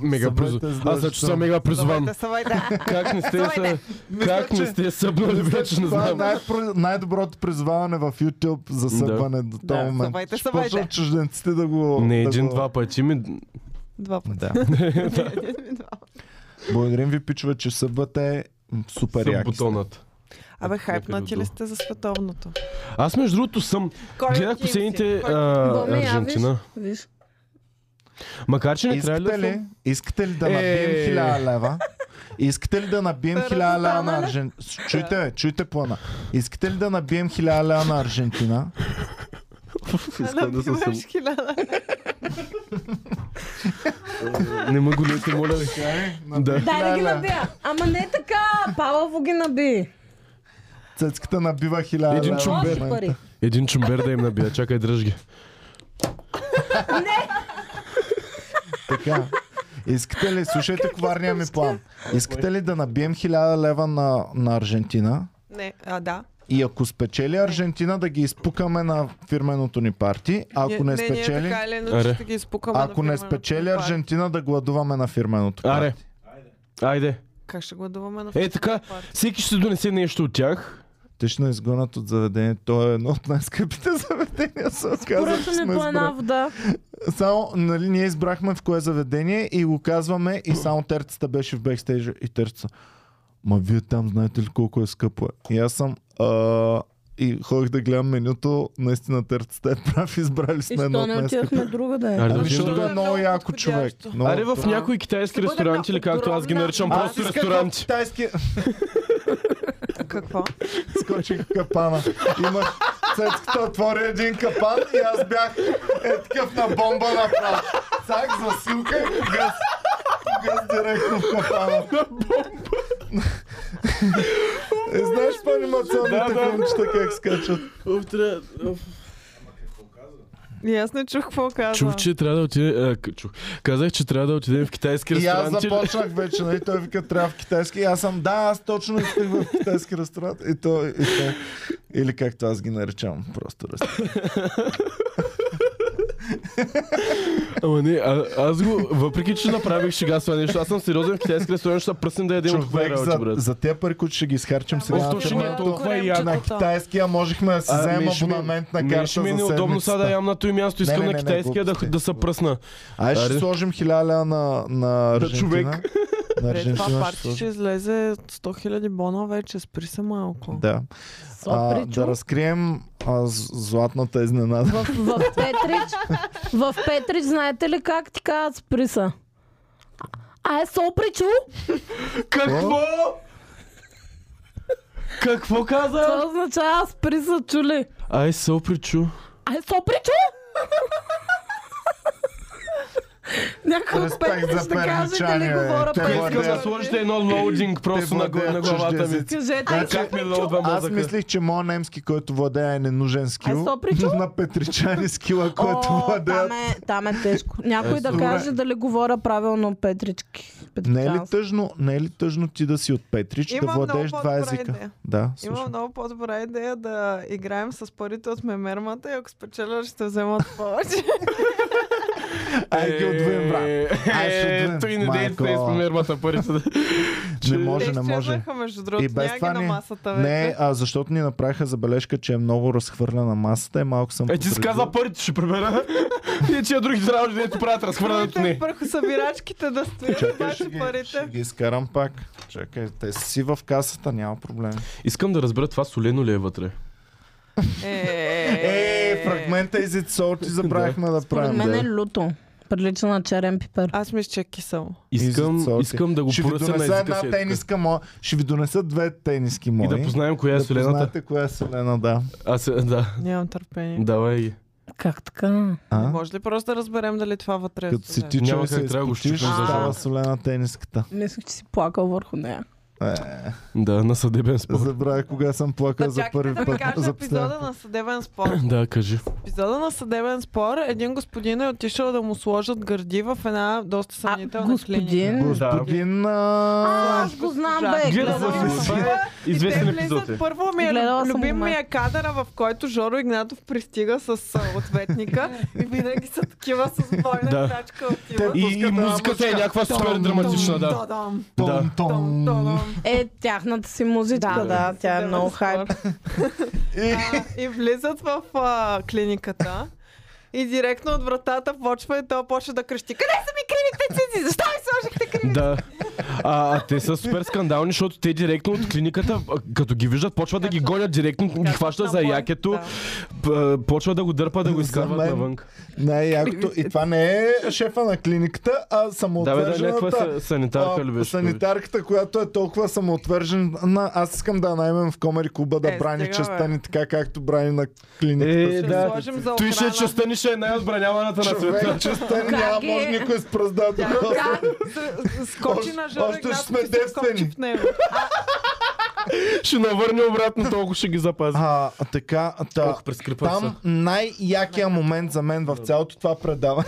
Speaker 3: Мега
Speaker 1: Събрайте
Speaker 3: призов.
Speaker 1: с
Speaker 3: Аз се
Speaker 1: дъжд,
Speaker 3: чувствам
Speaker 1: да.
Speaker 3: мега призован.
Speaker 4: Давайте, съвайте.
Speaker 3: Как не сте се... Как не
Speaker 1: че-
Speaker 3: сте събнали вече, не
Speaker 1: Това е
Speaker 3: знам.
Speaker 1: най-про- най-доброто призваване в YouTube за събване до този
Speaker 2: Да,
Speaker 1: момент.
Speaker 4: събвайте,
Speaker 1: Ще
Speaker 4: събвайте.
Speaker 1: почнат чужденците да го...
Speaker 3: Не,
Speaker 1: да го-
Speaker 3: един-два пъти ми...
Speaker 4: Два пъти.
Speaker 1: Да. Благодарим ви, пичове, че събвате. М, Супер
Speaker 3: Съм
Speaker 1: яки сте.
Speaker 3: бутонът.
Speaker 4: Абе,
Speaker 3: Някъде
Speaker 4: хайпнати
Speaker 3: отдолу.
Speaker 4: ли сте за световното?
Speaker 3: Аз между другото съм...
Speaker 4: Кой
Speaker 3: Гледах
Speaker 4: отим си?
Speaker 3: последните...
Speaker 4: Кой-
Speaker 3: а,
Speaker 2: Боми, а,
Speaker 3: Аржентина.
Speaker 2: виж.
Speaker 3: Макар, че не трябва
Speaker 1: Искате
Speaker 3: да
Speaker 1: ли,
Speaker 3: съм...
Speaker 1: искате ли да
Speaker 3: Е.
Speaker 1: набием хиляда лева? Искате ли да набием хиляда лева на Аржентина? Чуйте, бе, чуйте плана. Искате ли да набием хиляда лева на Аржентина?
Speaker 3: Искам да съм...
Speaker 4: Набиваш хиляда.
Speaker 3: Не ме голете, моля ви. Да.
Speaker 2: Дай да ги
Speaker 1: Леле.
Speaker 2: набия. Ама не е така. Палаво ги наби.
Speaker 1: Цецката набива хиляда лева.
Speaker 3: Един
Speaker 1: в
Speaker 3: чумбер.
Speaker 2: Лоши
Speaker 1: момента.
Speaker 2: пари.
Speaker 3: Един чумбер да им набия. Чакай, дръж ги.
Speaker 1: Така. Искате ли, слушайте коварния ми план. Искате ли да набием хиляда лева на, на Аржентина?
Speaker 4: Не, а да.
Speaker 1: И ако спечели Аржентина, да ги изпукаме на фирменото ни парти. Ако не е
Speaker 4: Не, ние
Speaker 1: спечели,
Speaker 4: така или иначе
Speaker 3: Аре.
Speaker 4: ще ги изпукаме.
Speaker 1: ако
Speaker 4: на
Speaker 1: не е
Speaker 4: фирменото
Speaker 1: спечели
Speaker 4: ни парти.
Speaker 1: Аржентина, да гладуваме на фирменото
Speaker 3: Аре.
Speaker 1: парти.
Speaker 3: Айде.
Speaker 4: Как ще гладуваме на
Speaker 3: Е, така.
Speaker 4: парти?
Speaker 3: Всеки ще донесе нещо от тях.
Speaker 1: Те ще ни изгонят е от заведението. То е едно от най-скъпите заведения, се оказва, че
Speaker 2: Поръча
Speaker 1: сме
Speaker 2: ми по е една
Speaker 1: избрали.
Speaker 2: вода.
Speaker 1: Само, нали, ние избрахме в кое заведение и го казваме и само терцата беше в бекстейджа и терцата. Ма вие там знаете ли колко е скъпо е? И аз съм... А... и ходих да гледам менюто, наистина търцата е прав, избрали
Speaker 2: И
Speaker 1: сме едно
Speaker 2: що
Speaker 1: от
Speaker 2: не
Speaker 1: най-скъпите.
Speaker 2: отивахме друга да
Speaker 3: Аре,
Speaker 2: е.
Speaker 3: да
Speaker 1: Ами,
Speaker 3: отидем
Speaker 1: защото
Speaker 4: другаде.
Speaker 1: е много яко човек.
Speaker 4: подходящо.
Speaker 1: Много
Speaker 3: Аре в
Speaker 1: това-
Speaker 3: някои китайски
Speaker 2: Ще бъде
Speaker 3: ресторанти или
Speaker 2: една
Speaker 3: както аз ги
Speaker 2: огромна-
Speaker 3: наричам
Speaker 1: Аз
Speaker 3: просто
Speaker 1: исках в
Speaker 3: ресторанти.
Speaker 1: Китайски
Speaker 4: Какво?
Speaker 1: скочих в капана. Имах цецката отвори един капан и аз бях е такъв на бомба направо. Цак, засилка и гъс. Гъс директно в капана. На бомба. Е, знаеш по анимационните
Speaker 3: Да, да.
Speaker 1: филмчета как скачат?
Speaker 3: Уф, трябва- уф.
Speaker 4: И аз не чух какво каза.
Speaker 3: Чух, че трябва да отиде. а, к- Чух. Казах, че трябва да отидем в китайски
Speaker 1: И аз
Speaker 3: ресторанти.
Speaker 1: започнах вече, нали? Той вика, трябва в китайски. И аз съм, да, аз точно исках в китайски ресторант. И той, и той. Или както аз ги наричам, просто ресторант.
Speaker 3: Ама не, а, аз го, въпреки че направих шега с това нещо, аз съм сериозен в китайски ресторант, ще се пръснем да ядем от
Speaker 1: Човек,
Speaker 3: вералче,
Speaker 1: за,
Speaker 3: брат.
Speaker 1: за тези пари, които ще ги изхарчим сега.
Speaker 3: Просто
Speaker 1: на
Speaker 3: ще
Speaker 1: това-
Speaker 3: ни е толкова
Speaker 4: Времчето,
Speaker 3: яд.
Speaker 1: На
Speaker 4: да.
Speaker 1: китайския можехме да си
Speaker 3: А,
Speaker 1: вземем
Speaker 3: ми ще ми-
Speaker 1: абонамент на
Speaker 3: ми
Speaker 1: карта
Speaker 3: ще
Speaker 1: за
Speaker 3: ми е неудобно сега да
Speaker 1: седмицата.
Speaker 3: ям на това място, искам
Speaker 1: Не, не,
Speaker 3: на
Speaker 1: не, не,
Speaker 3: китайския да,
Speaker 1: глупости.
Speaker 3: да се пръсна.
Speaker 1: Ай, ще
Speaker 3: Аре.
Speaker 1: сложим хиляля на, на Аржентина.
Speaker 3: човек.
Speaker 1: На
Speaker 4: Е, това
Speaker 1: Аржентина ще
Speaker 4: парти ще
Speaker 1: сложим.
Speaker 4: излезе 100 000 бона вече, спри се малко.
Speaker 1: Да. А,
Speaker 2: Сопричо.
Speaker 1: да разкрием а, з- златната изненада.
Speaker 2: В, в Петрич, в Петрич, знаете ли как ти казват сприса? А е Сопричо?
Speaker 3: Какво? Какво каза?
Speaker 2: Това означава сприса, чули.
Speaker 3: Ай, се опричу.
Speaker 2: А е Сопричо? Някой от
Speaker 1: Респект
Speaker 2: Петрич
Speaker 1: за
Speaker 2: да каже дали
Speaker 1: перничани, бе.
Speaker 2: говоря
Speaker 1: Те
Speaker 2: Петрич.
Speaker 3: Искам
Speaker 1: владеят.
Speaker 3: да сложите едно лоудинг просто на,
Speaker 1: владеят
Speaker 3: на главата
Speaker 1: чужди
Speaker 3: ми.
Speaker 1: езици.
Speaker 2: Кажете,
Speaker 3: Ай,
Speaker 2: ай,
Speaker 3: как ми
Speaker 2: Сопричо?
Speaker 3: лоудва
Speaker 1: Аз
Speaker 3: мозъка.
Speaker 1: мислих, че моят немски, който владее е ненужен скил,
Speaker 2: Сопричо?
Speaker 1: на петричани скила, който
Speaker 2: О,
Speaker 1: владеят.
Speaker 2: там, е, там е тежко. Някой да
Speaker 1: добре.
Speaker 2: каже дали говоря правилно петрички.
Speaker 1: Не е ли
Speaker 2: петричанско.
Speaker 1: тъжно, не е ли тъжно ти да си от Петрич, да
Speaker 4: Имам много
Speaker 1: владееш два
Speaker 4: по-добра
Speaker 1: езика?
Speaker 4: идея.
Speaker 1: Да,
Speaker 4: Има
Speaker 1: слушам.
Speaker 4: много по-добра идея да играем с парите от мемермата и ако спечеля, ще вземат повече.
Speaker 1: Ай, ги отвоим, брат. Ай, ще отвоем.
Speaker 3: Е, Той не
Speaker 1: Майко.
Speaker 3: дейте с помермата парите.
Speaker 1: Не
Speaker 4: Те
Speaker 1: може, не може.
Speaker 4: изчезнаха, между другото,
Speaker 1: И без
Speaker 4: няма ги
Speaker 1: това
Speaker 4: на
Speaker 1: ни-
Speaker 4: масата вече.
Speaker 1: Не, а защото ни направиха забележка, че е много разхвърлена масата и малко съм
Speaker 3: Е, ти си
Speaker 1: подредил.
Speaker 3: каза парите, ще пребера. И че други работи, дето правят разхвърлянето
Speaker 4: Хвърляте
Speaker 3: не.
Speaker 4: върху събирачките да стоят
Speaker 1: Чакай, ще
Speaker 4: ваши
Speaker 1: ги, ще
Speaker 4: парите.
Speaker 1: ги изкарам пак. Чакай, те са си в касата, няма проблем.
Speaker 3: Искам да разбера това солено ли е вътре.
Speaker 4: Е,
Speaker 1: Е, фрагмента из It's Salt и забравихме да
Speaker 2: Според
Speaker 1: правим.
Speaker 2: мен
Speaker 3: да.
Speaker 2: е люто. Прилича на черен пипер.
Speaker 4: Аз мисля, че е кисело.
Speaker 1: Из
Speaker 3: Искам,
Speaker 1: It's Salt.
Speaker 3: искам да го
Speaker 1: Ще ви
Speaker 3: поръся на
Speaker 1: донеса
Speaker 3: езика
Speaker 1: една
Speaker 3: си. е така.
Speaker 1: тениска моя. Ще ви донеса две тениски мои.
Speaker 3: И да познаем коя е
Speaker 1: да
Speaker 3: солената.
Speaker 1: познаете коя е солена, да.
Speaker 3: Аз е- да.
Speaker 4: Нямам търпение.
Speaker 3: Давай ги.
Speaker 2: Как така?
Speaker 1: А?
Speaker 4: Може ли просто да разберем дали това вътре е
Speaker 1: Като си
Speaker 4: студено?
Speaker 1: ти
Speaker 3: Няма
Speaker 1: чуй
Speaker 3: как,
Speaker 1: се
Speaker 3: трябва да го
Speaker 1: изпотиш,
Speaker 3: щупим
Speaker 2: за
Speaker 1: става
Speaker 2: жълт.
Speaker 1: солена тениската.
Speaker 2: Мислех, че си плакал върху нея.
Speaker 1: Е,
Speaker 3: Да, на съдебен спор.
Speaker 1: забравя кога съм плакал
Speaker 4: Да
Speaker 1: за
Speaker 4: чакайте
Speaker 1: първи
Speaker 4: да ви
Speaker 1: път.
Speaker 4: кажа
Speaker 1: За последен.
Speaker 4: епизода на съдебен спор.
Speaker 3: Да, кажи.
Speaker 4: епизода на съдебен спор един господин е отишъл да му сложат гърди в една доста съмнителна
Speaker 2: господин.
Speaker 4: клиника.
Speaker 1: Господин... а,
Speaker 2: А, аз го знам, бе.
Speaker 4: Гледала
Speaker 3: Гледал
Speaker 2: Гледала
Speaker 4: Гледа
Speaker 3: съм го.
Speaker 2: съм.
Speaker 3: Това е известен
Speaker 4: и те
Speaker 3: епизод.
Speaker 4: влизат.
Speaker 3: е.
Speaker 4: Първо ми е
Speaker 2: Гледала съм
Speaker 4: любим
Speaker 2: го,
Speaker 4: ми е кадъра, в който Жоро Игнатов пристига с а, ответника и винаги са такива с бойна
Speaker 3: Да.
Speaker 4: крачка
Speaker 1: Те
Speaker 4: отива.
Speaker 3: И, и
Speaker 1: Пускат една
Speaker 3: музиката е
Speaker 1: мъжка.
Speaker 3: някаква супер драматична, да.
Speaker 4: Та-дам,
Speaker 1: Том,
Speaker 3: Да.
Speaker 1: том.
Speaker 4: та-дам.
Speaker 2: Е, тяхната си музичка. Да, да, тя е много хайп.
Speaker 1: И-
Speaker 4: А, и влизат в а, клиниката. И директно от вратата почва и той почва да крещи. Къде е са ми кривите цици? Защо ми сложихте криви?
Speaker 3: Да. А, а те са супер скандални, защото те директно от клиниката, а, като ги виждат, почват да ги гонят директно, ги хващат Ами, за
Speaker 4: набой.
Speaker 3: якето,
Speaker 4: Да.
Speaker 3: п- почват да го дърпат, да го
Speaker 1: За
Speaker 3: изкарват
Speaker 1: мен.
Speaker 3: навън.
Speaker 1: Най-якото. И това не е шефа на клиниката, а
Speaker 3: Да, бе, да, някаква
Speaker 1: самоотвържената
Speaker 3: са- санитарка ли
Speaker 1: а,
Speaker 3: беше?
Speaker 1: санитарката, която е толкова самоотвържена. Аз искам да я наймем в Комери клуба да
Speaker 4: Е,
Speaker 1: брани
Speaker 4: стига,
Speaker 1: честа
Speaker 4: бе.
Speaker 1: ни така, както брани на клиниката.
Speaker 3: Е,
Speaker 4: Ще
Speaker 3: да.
Speaker 4: сложим за
Speaker 3: Той ще е
Speaker 4: охрана.
Speaker 3: честа ни ще е най-отбраняваната на света.
Speaker 1: Човек, честа ни
Speaker 2: Как
Speaker 1: няма
Speaker 2: е?
Speaker 1: може никой с пръзда да докосне.
Speaker 4: С- с- Скочи
Speaker 1: Още-
Speaker 4: на Жоро
Speaker 1: още ще
Speaker 4: Игнатов
Speaker 1: сме
Speaker 4: и се скочи
Speaker 1: девствени.
Speaker 4: в него.
Speaker 3: Ще навърне обратно, толкова ще ги запази.
Speaker 1: А, така, та,
Speaker 3: Ох, прескрипан
Speaker 1: там
Speaker 3: съм.
Speaker 1: най-якия момент за мен в цялото това предаване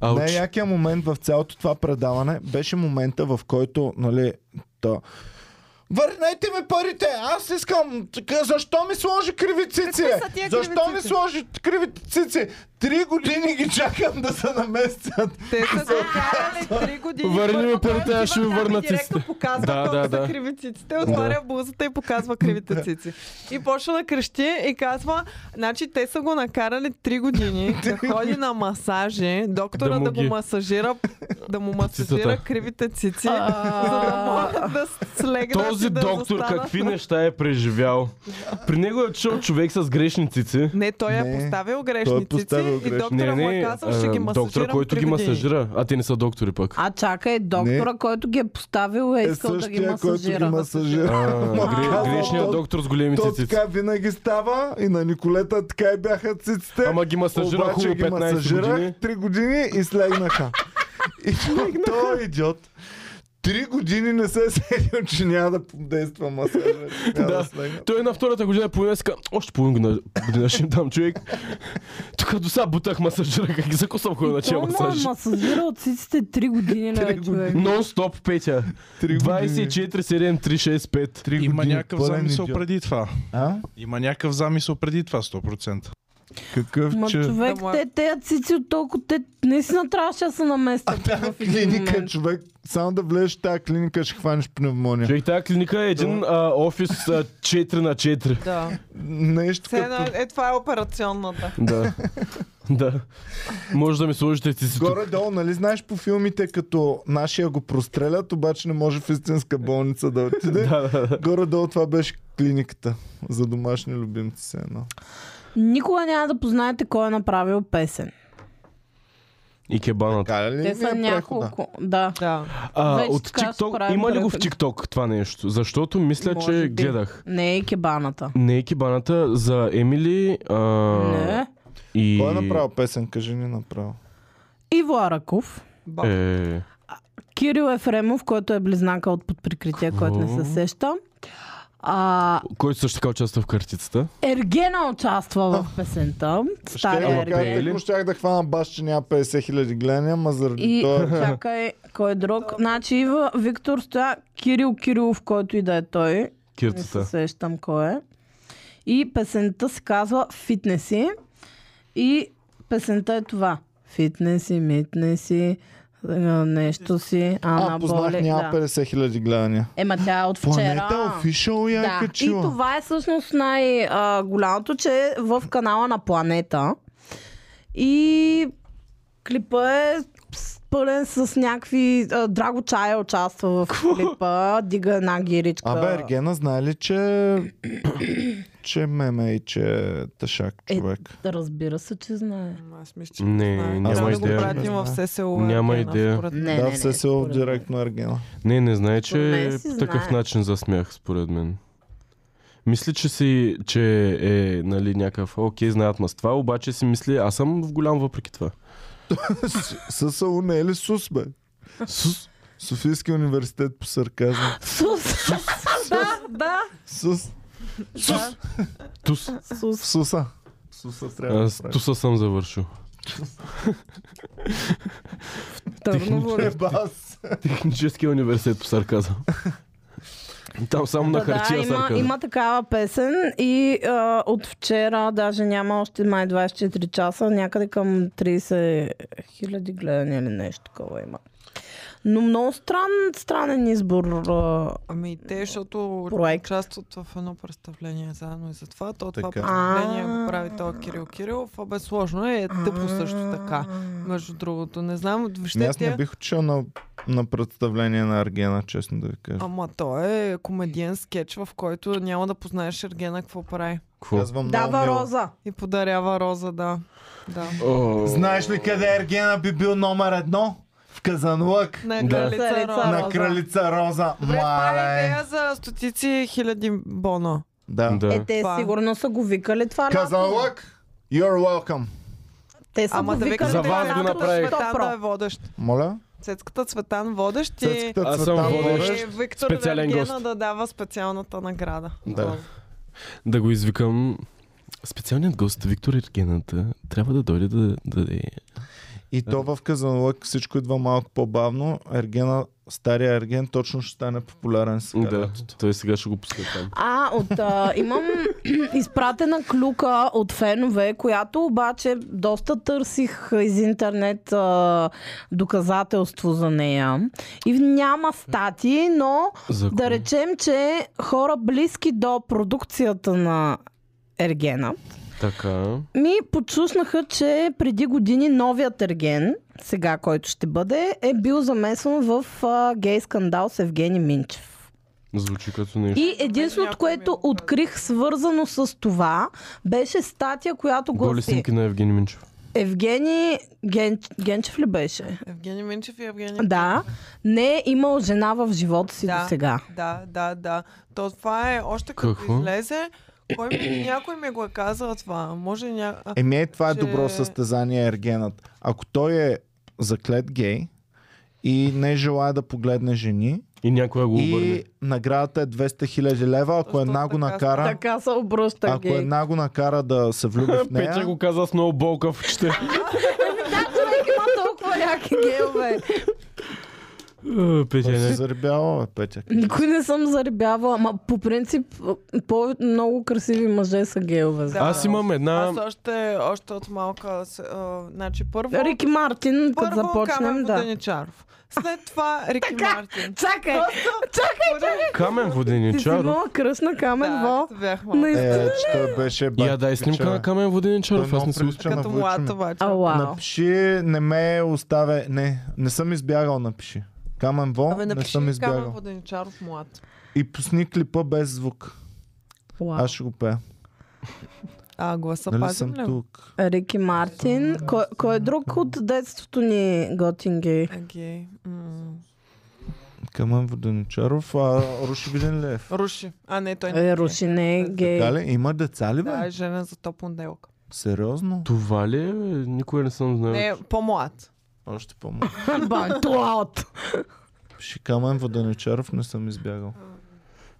Speaker 3: Ауч.
Speaker 1: Най-якия е момент в цялото това предаване беше момента, в който, нали, то... Върнете ми парите! Аз искам... Така, Защо ми сложи криви цици? бе?
Speaker 4: са тия криви
Speaker 1: Защо ми
Speaker 4: цици?
Speaker 1: сложи криви цици? Три години ги чакам да се наместят.
Speaker 4: Те са се карали три години.
Speaker 3: Върни
Speaker 4: Първо
Speaker 3: ми парите,
Speaker 4: той
Speaker 3: аз ще ви
Speaker 4: отива там и
Speaker 3: върна
Speaker 4: Директно
Speaker 3: циците.
Speaker 4: показва
Speaker 3: Да,
Speaker 4: колко
Speaker 3: да,
Speaker 4: са
Speaker 3: да.
Speaker 4: криви циците, отваря блузата и показва кривите цици. И почва да крещи и казва, значи те са го накарали три години да ходи на масажи,
Speaker 3: Да
Speaker 4: доктора
Speaker 3: му
Speaker 4: да го
Speaker 3: ги-
Speaker 4: масажира, да му масажира
Speaker 3: Цицата.
Speaker 4: кривите цици, за
Speaker 2: А.
Speaker 4: да могат да слегнат
Speaker 3: този
Speaker 4: да
Speaker 3: доктор
Speaker 4: застана.
Speaker 3: какви неща е преживял. При него е чул човек с грешни цици.
Speaker 4: Не, той е
Speaker 1: Не,
Speaker 4: поставил
Speaker 1: той
Speaker 4: грешници
Speaker 1: е поставил
Speaker 4: и
Speaker 1: грешни.
Speaker 4: доктора му е казал, ще
Speaker 3: а,
Speaker 4: ги масажирам
Speaker 3: доктора, който
Speaker 4: три
Speaker 3: ги
Speaker 4: години.
Speaker 3: масажира. А те не са доктори пък.
Speaker 2: А чакай, доктора, който ги е поставил е
Speaker 1: Е
Speaker 2: искал да ги
Speaker 1: същия, който ги
Speaker 2: масажира.
Speaker 1: масажира.
Speaker 3: А,
Speaker 1: Ма
Speaker 3: гре-
Speaker 1: казал,
Speaker 3: грешният
Speaker 1: то-
Speaker 3: доктор с големи
Speaker 1: То
Speaker 3: цици.
Speaker 1: така винаги става и на Николета така и бяха циците.
Speaker 3: Ама ги масажира
Speaker 1: обаче
Speaker 3: хубаво
Speaker 1: ги
Speaker 3: 15 години.
Speaker 1: 3 години и слегнаха. И то- той е идиот. Три години не се е седил, че няма да действа масажа. че няма
Speaker 3: Да.
Speaker 1: да слегна.
Speaker 3: Той е на втората година и половина си каза, още половин година- година ще им дам човек. Тук до сега бутах масажира, как закусвам хора на чел
Speaker 2: Той му
Speaker 3: масаж.
Speaker 2: е масажирал от циците 3 години на
Speaker 1: Три
Speaker 2: човек.
Speaker 3: Нон-стоп, Петя.
Speaker 1: Три години.
Speaker 3: 24-7-3-6-5.
Speaker 1: Три
Speaker 5: Има
Speaker 1: години
Speaker 5: някакъв
Speaker 1: пълен
Speaker 5: замисъл
Speaker 1: идиот.
Speaker 5: преди това.
Speaker 1: А?
Speaker 5: Има някакъв замисъл преди това, 100%.
Speaker 1: Какъв
Speaker 2: Ма
Speaker 1: че...
Speaker 2: човек,
Speaker 4: Да му е-
Speaker 2: те, те цици от толкова, те наистина трябваше да се наместят
Speaker 1: Та
Speaker 2: в един
Speaker 1: клиника,
Speaker 2: момент.
Speaker 1: човек, само да влезеш в тази клиника, ще хванеш пневмония.
Speaker 3: Човек, тази клиника е един а, офис а, 4 на 4.
Speaker 4: Да.
Speaker 1: Нещо
Speaker 4: Все едно,
Speaker 1: като...
Speaker 4: е, това е операционната.
Speaker 3: Да. да. Може да ми сложите ти си тук.
Speaker 1: Горе-долу, нали знаеш по филмите, като нашия го прострелят, обаче не може в истинска болница да отиде.
Speaker 3: Да, да, да.
Speaker 1: Горе-долу това беше клиниката за домашни любимци се едно.
Speaker 2: Никога няма да познаете кой е направил песен.
Speaker 3: И кебаната.
Speaker 1: Така ли?
Speaker 2: Те са
Speaker 1: ни е прехода?
Speaker 2: няколко. Да.
Speaker 4: Да.
Speaker 3: А,
Speaker 2: Вече
Speaker 3: от
Speaker 2: Значи така ще
Speaker 3: TikTok,
Speaker 2: правим
Speaker 3: има ли го в
Speaker 2: преход.
Speaker 3: TikTok това нещо? Защото мисля,
Speaker 4: Може
Speaker 3: че
Speaker 4: би.
Speaker 3: гледах.
Speaker 2: Не е кебаната.
Speaker 3: Не е кибаната за Емили а...
Speaker 2: Не.
Speaker 3: и...
Speaker 1: Кой е направил песен? Кажи ни направо.
Speaker 2: Иво Араков.
Speaker 4: Бог.
Speaker 3: Е...
Speaker 2: Кирил Ефремов, който е близнака от подприкритие, който не се
Speaker 3: Какво?
Speaker 2: сеща. А,
Speaker 3: Който също така участва в картицата.
Speaker 2: Ергена участва в песента.
Speaker 1: Ще
Speaker 2: Стария
Speaker 1: я
Speaker 3: Ергена.
Speaker 1: кажа,
Speaker 2: Ергена.
Speaker 1: тъкмо щях да хвана баш, че няма 50 хиляди гледания, ма заради
Speaker 2: И
Speaker 1: това...
Speaker 2: чакай, кой друг? Значи Ива, Виктор Стоя, Кирил Кирилов, който и да е той. Не се
Speaker 3: Кирцата.
Speaker 2: сещам кой е. И песента се казва Фитнеси. И песента е това. Фитнеси, митнеси, а, нещо си,
Speaker 1: А, познах,
Speaker 2: анаболи.
Speaker 1: няма
Speaker 2: Да.
Speaker 1: 50 хиляди гледания.
Speaker 2: Ема тя е от
Speaker 1: Планета
Speaker 2: вчера.
Speaker 1: Official я е
Speaker 2: Да. И
Speaker 1: качила.
Speaker 2: това е всъщност най-голямото, че е в канала на Планета. И клипа е с- пълен с някакви... а, Драго Чая участва в клипа, дига една гиричка.
Speaker 1: Абе, Ергена знае ли, че... че меме и че е тъшак
Speaker 2: Е,
Speaker 1: човек?
Speaker 2: Да, разбира се, че знае.
Speaker 4: Аз мисля, че
Speaker 3: Не,
Speaker 4: знае.
Speaker 3: няма
Speaker 4: Трябва
Speaker 1: идея.
Speaker 4: Да го пратим в ССО.
Speaker 3: Няма
Speaker 4: Ергена,
Speaker 3: идея.
Speaker 4: според мен.
Speaker 2: Не,
Speaker 1: да,
Speaker 2: не, не,
Speaker 1: все се
Speaker 2: според мен.
Speaker 1: директно Ергена.
Speaker 3: Не, не знае,
Speaker 2: Според
Speaker 3: че
Speaker 2: мен
Speaker 3: е
Speaker 2: си
Speaker 3: по такъв
Speaker 2: знае.
Speaker 3: начин за смях, според мен. Мисли, че си, че е нали, някакъв, окей, знаят ма с това, обаче си мисли, аз съм в голям въпреки това.
Speaker 1: С СУ не е ли СУС, бе? СУС? Софийския университет по сарказъм.
Speaker 2: Сус! Да, да.
Speaker 1: СУС.
Speaker 2: Да.
Speaker 3: Тус.
Speaker 2: Сус.
Speaker 1: СУСа. СУСа трябва да
Speaker 3: Аз
Speaker 1: прави.
Speaker 3: туса съм завършил.
Speaker 2: Търново.
Speaker 1: Ебас.
Speaker 3: Техническия университет по сарказъм. Там само на
Speaker 2: Да,
Speaker 3: хартия
Speaker 2: да, има,
Speaker 3: сарказъм.
Speaker 2: има такава песен и а, от вчера, даже няма още май 24 часа, някъде към 30 хиляди гледания или нещо такова има. Но много стран, странен избор. А,
Speaker 4: Ами те, защото
Speaker 2: Проект.
Speaker 4: участват в едно представление е заедно и затова. То това
Speaker 5: Така.
Speaker 4: представление
Speaker 2: А.
Speaker 4: го прави то Кирил Кирилов. Абе сложно е, е тъпо също така. Между другото, не знам,
Speaker 1: Ми,
Speaker 4: въобще
Speaker 1: Ами Аз не
Speaker 4: тия...
Speaker 1: бих учил на, на представление на Аргена, честно да ви кажа.
Speaker 4: Ама то е комедиен скетч, в който няма да познаеш Ергена какво прави.
Speaker 3: Какво?
Speaker 1: Казвам много
Speaker 2: Дава
Speaker 1: мило.
Speaker 2: роза.
Speaker 4: И подарява роза, да. Да.
Speaker 3: О,
Speaker 1: Знаеш ли къде Ергена би бил номер едно? В Казанлък.
Speaker 4: На
Speaker 3: Да.
Speaker 4: кралица
Speaker 2: Царица
Speaker 4: е роза.
Speaker 1: На кралица Роза.
Speaker 4: Добре, това е
Speaker 1: Мале.
Speaker 4: идея за стотици хиляди бона.
Speaker 1: Да.
Speaker 3: Да.
Speaker 2: Е, те
Speaker 4: Това.
Speaker 2: сигурно са го викали това. лято.
Speaker 1: Казанлък. You're welcome.
Speaker 2: Те са
Speaker 4: Ама
Speaker 2: го
Speaker 4: да
Speaker 2: викали
Speaker 4: викаш
Speaker 3: За вас го
Speaker 2: лято,
Speaker 3: направих.
Speaker 2: сто
Speaker 4: Цветан
Speaker 2: про.
Speaker 4: да е водещ.
Speaker 1: Моля?
Speaker 4: Цецката Цветан водещ и...
Speaker 1: Цецката
Speaker 3: Аз съм
Speaker 1: Цветан
Speaker 4: и
Speaker 3: водещ.
Speaker 1: Бореш.
Speaker 4: Виктор
Speaker 3: Специален
Speaker 4: Вергена
Speaker 3: гост.
Speaker 4: да дава специалната награда.
Speaker 1: Да.
Speaker 3: да го извикам. Специалният гост, Виктор Ергената, трябва да дойде да, да даде.
Speaker 1: И то в Казанлък всичко идва малко по-бавно. Ергена, стария Ерген точно ще стане популярен сега.
Speaker 3: Да, той сега ще го пуска там.
Speaker 2: А, от, а, имам изпратена клюка от фенове, която обаче доста търсих из интернет а, доказателство за нея. И няма статии, но
Speaker 3: За
Speaker 2: да
Speaker 3: кого?
Speaker 2: речем, че хора близки до продукцията на Ергена
Speaker 3: Така.
Speaker 2: ми подслушнаха, че преди години новият Ерген, сега който ще бъде, е бил замесен в а, гей скандал с Евгений Минчев.
Speaker 3: Звучи като нещо.
Speaker 2: И единственото,
Speaker 4: някой ми е
Speaker 2: което
Speaker 4: го казал.
Speaker 2: открих свързано с това, беше статия, която
Speaker 3: Голи
Speaker 2: гости.
Speaker 3: снимки на Евгений Минчев.
Speaker 2: Евгений Ген... Генчев ли беше?
Speaker 4: Евгений Минчев и Евгений
Speaker 2: Да. Не е имал жена в живота си
Speaker 4: Да.
Speaker 2: до сега.
Speaker 4: Да, да, да. То това е още като
Speaker 3: Какво?
Speaker 4: излезе. Кой, ми- някой ми го е казал това. Може ня... а,
Speaker 1: Еми, е, това е
Speaker 4: че-
Speaker 1: добро състезание, ергенът. Ако той е заклет гей и не желая да погледне жени,
Speaker 3: И някоя го обърне.
Speaker 1: и наградата е 200 000 лева, ако
Speaker 4: Точно
Speaker 1: една го
Speaker 4: така.
Speaker 1: накара...
Speaker 2: Така се обръща
Speaker 1: Ако
Speaker 2: гей.
Speaker 1: една го накара да се влюби в
Speaker 3: Петя
Speaker 1: нея,
Speaker 3: го каза с много болка в очите.
Speaker 2: Човек има толкова яки гейове.
Speaker 3: Е, Петя,
Speaker 1: се
Speaker 3: не.
Speaker 1: заребяла, бе, Петя.
Speaker 2: Никой не съм заребявала, ама по принцип по- много красиви мъже са гейове.
Speaker 4: Да.
Speaker 3: Аз имам една...
Speaker 4: Аз още, още от малка... се- А, значи първо...
Speaker 2: Рики Мартин, като
Speaker 4: първо
Speaker 2: започнем,
Speaker 4: Камен
Speaker 2: да.
Speaker 4: Воденичаров. След това Рики Мартин.
Speaker 2: Чакай, чакай, чакай.
Speaker 3: Камен
Speaker 2: Ти си
Speaker 3: Воденичаров.
Speaker 2: имала кръст на Камен
Speaker 4: Да,
Speaker 2: Во.
Speaker 4: като бях малка.
Speaker 1: Е,
Speaker 2: Наистина.
Speaker 1: че той беше бак.
Speaker 3: Я дай снимка на Камен
Speaker 1: е
Speaker 3: Воденичаров. Аз не си го
Speaker 4: Като млад обаче.
Speaker 2: А, вау.
Speaker 1: Напиши, не ме оставя. Не, не съм избягал, напиши. Камен Вол,
Speaker 4: Абе,
Speaker 1: не
Speaker 4: напиши
Speaker 1: съм избягал.
Speaker 4: Камен Воденичаров млад.
Speaker 1: И пусни клипа без звук.
Speaker 2: Вау.
Speaker 1: Аз ще го пея.
Speaker 4: А, гласа
Speaker 1: Нали
Speaker 4: пазим
Speaker 1: съм
Speaker 4: ли?
Speaker 1: тук?
Speaker 2: Е, Рики Мартин. Кой, кой е друг от детството ни готинги?
Speaker 4: Окей. М.
Speaker 1: Камен Воденичаров, а Руши Виден Лев.
Speaker 4: Руши. А, не, той не
Speaker 2: Е, Руши не е гей.
Speaker 1: Така ли? Има деца ли, бе?
Speaker 4: Да, е жена за топ понеделка.
Speaker 1: Сериозно?
Speaker 3: Това ли е? бе? Никога не съм
Speaker 1: Е,
Speaker 3: знаел.
Speaker 4: Не, по-млад.
Speaker 1: Още по-малко.
Speaker 2: Бантуат.
Speaker 1: Пиши Камен Воденичаров, не съм избягал.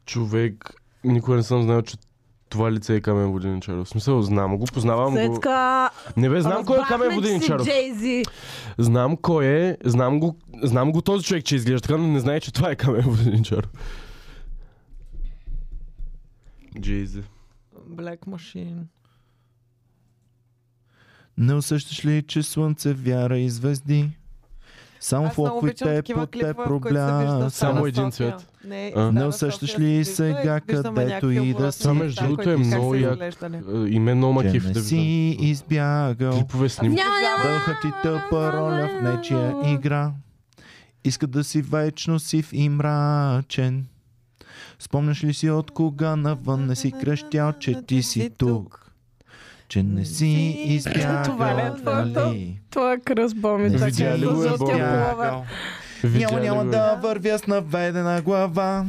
Speaker 3: Човек, никога не съм знаел, че това лице е Камен Воденичаров. В смисъл, знам го, познавам го.
Speaker 2: Сетка.
Speaker 3: Не бе, знам кой е Камен Воденичаров.
Speaker 2: Джейзи.
Speaker 3: Знам кой е, знам го, знам го този човек, че изглежда така, но не знае, че това е Камен Воденичаров. Джейзи.
Speaker 4: Black Machine.
Speaker 1: Не усещаш ли, че слънце, вяра и звезди? Само
Speaker 4: Аз
Speaker 1: в е
Speaker 4: много обичам
Speaker 1: локовите
Speaker 4: такива
Speaker 1: под те
Speaker 4: клипове, в които се
Speaker 1: пробля.
Speaker 4: вижда
Speaker 1: Само
Speaker 3: само
Speaker 4: Стара
Speaker 3: един
Speaker 4: София.
Speaker 3: цвят.
Speaker 4: Не,
Speaker 3: А.
Speaker 1: Не усещаш ли сега където и да си?
Speaker 3: Това, между другото, е много як. Е, Име много
Speaker 1: Че
Speaker 3: макив.
Speaker 1: не
Speaker 3: Да
Speaker 1: си
Speaker 3: си...
Speaker 1: избягал.
Speaker 3: Клипове снимки.
Speaker 2: Няма, няма.
Speaker 1: Дълха ти тъпа роля в нечия игра. Иска да си вечно сив и мрачен. Спомняш ли си от кога навън не си крещял, че ти си тук? Че не си
Speaker 4: Си.
Speaker 1: избягал,
Speaker 4: Това ли е твоето?
Speaker 1: нали?
Speaker 2: Това е кръст боми.
Speaker 1: Не
Speaker 2: така,
Speaker 1: видя ли
Speaker 2: с
Speaker 3: го е,
Speaker 2: жълтия
Speaker 3: Боми?
Speaker 2: пуловер.
Speaker 3: Видя
Speaker 1: Няма,
Speaker 3: ли
Speaker 1: няма
Speaker 3: го?
Speaker 1: да вървя с наведена глава.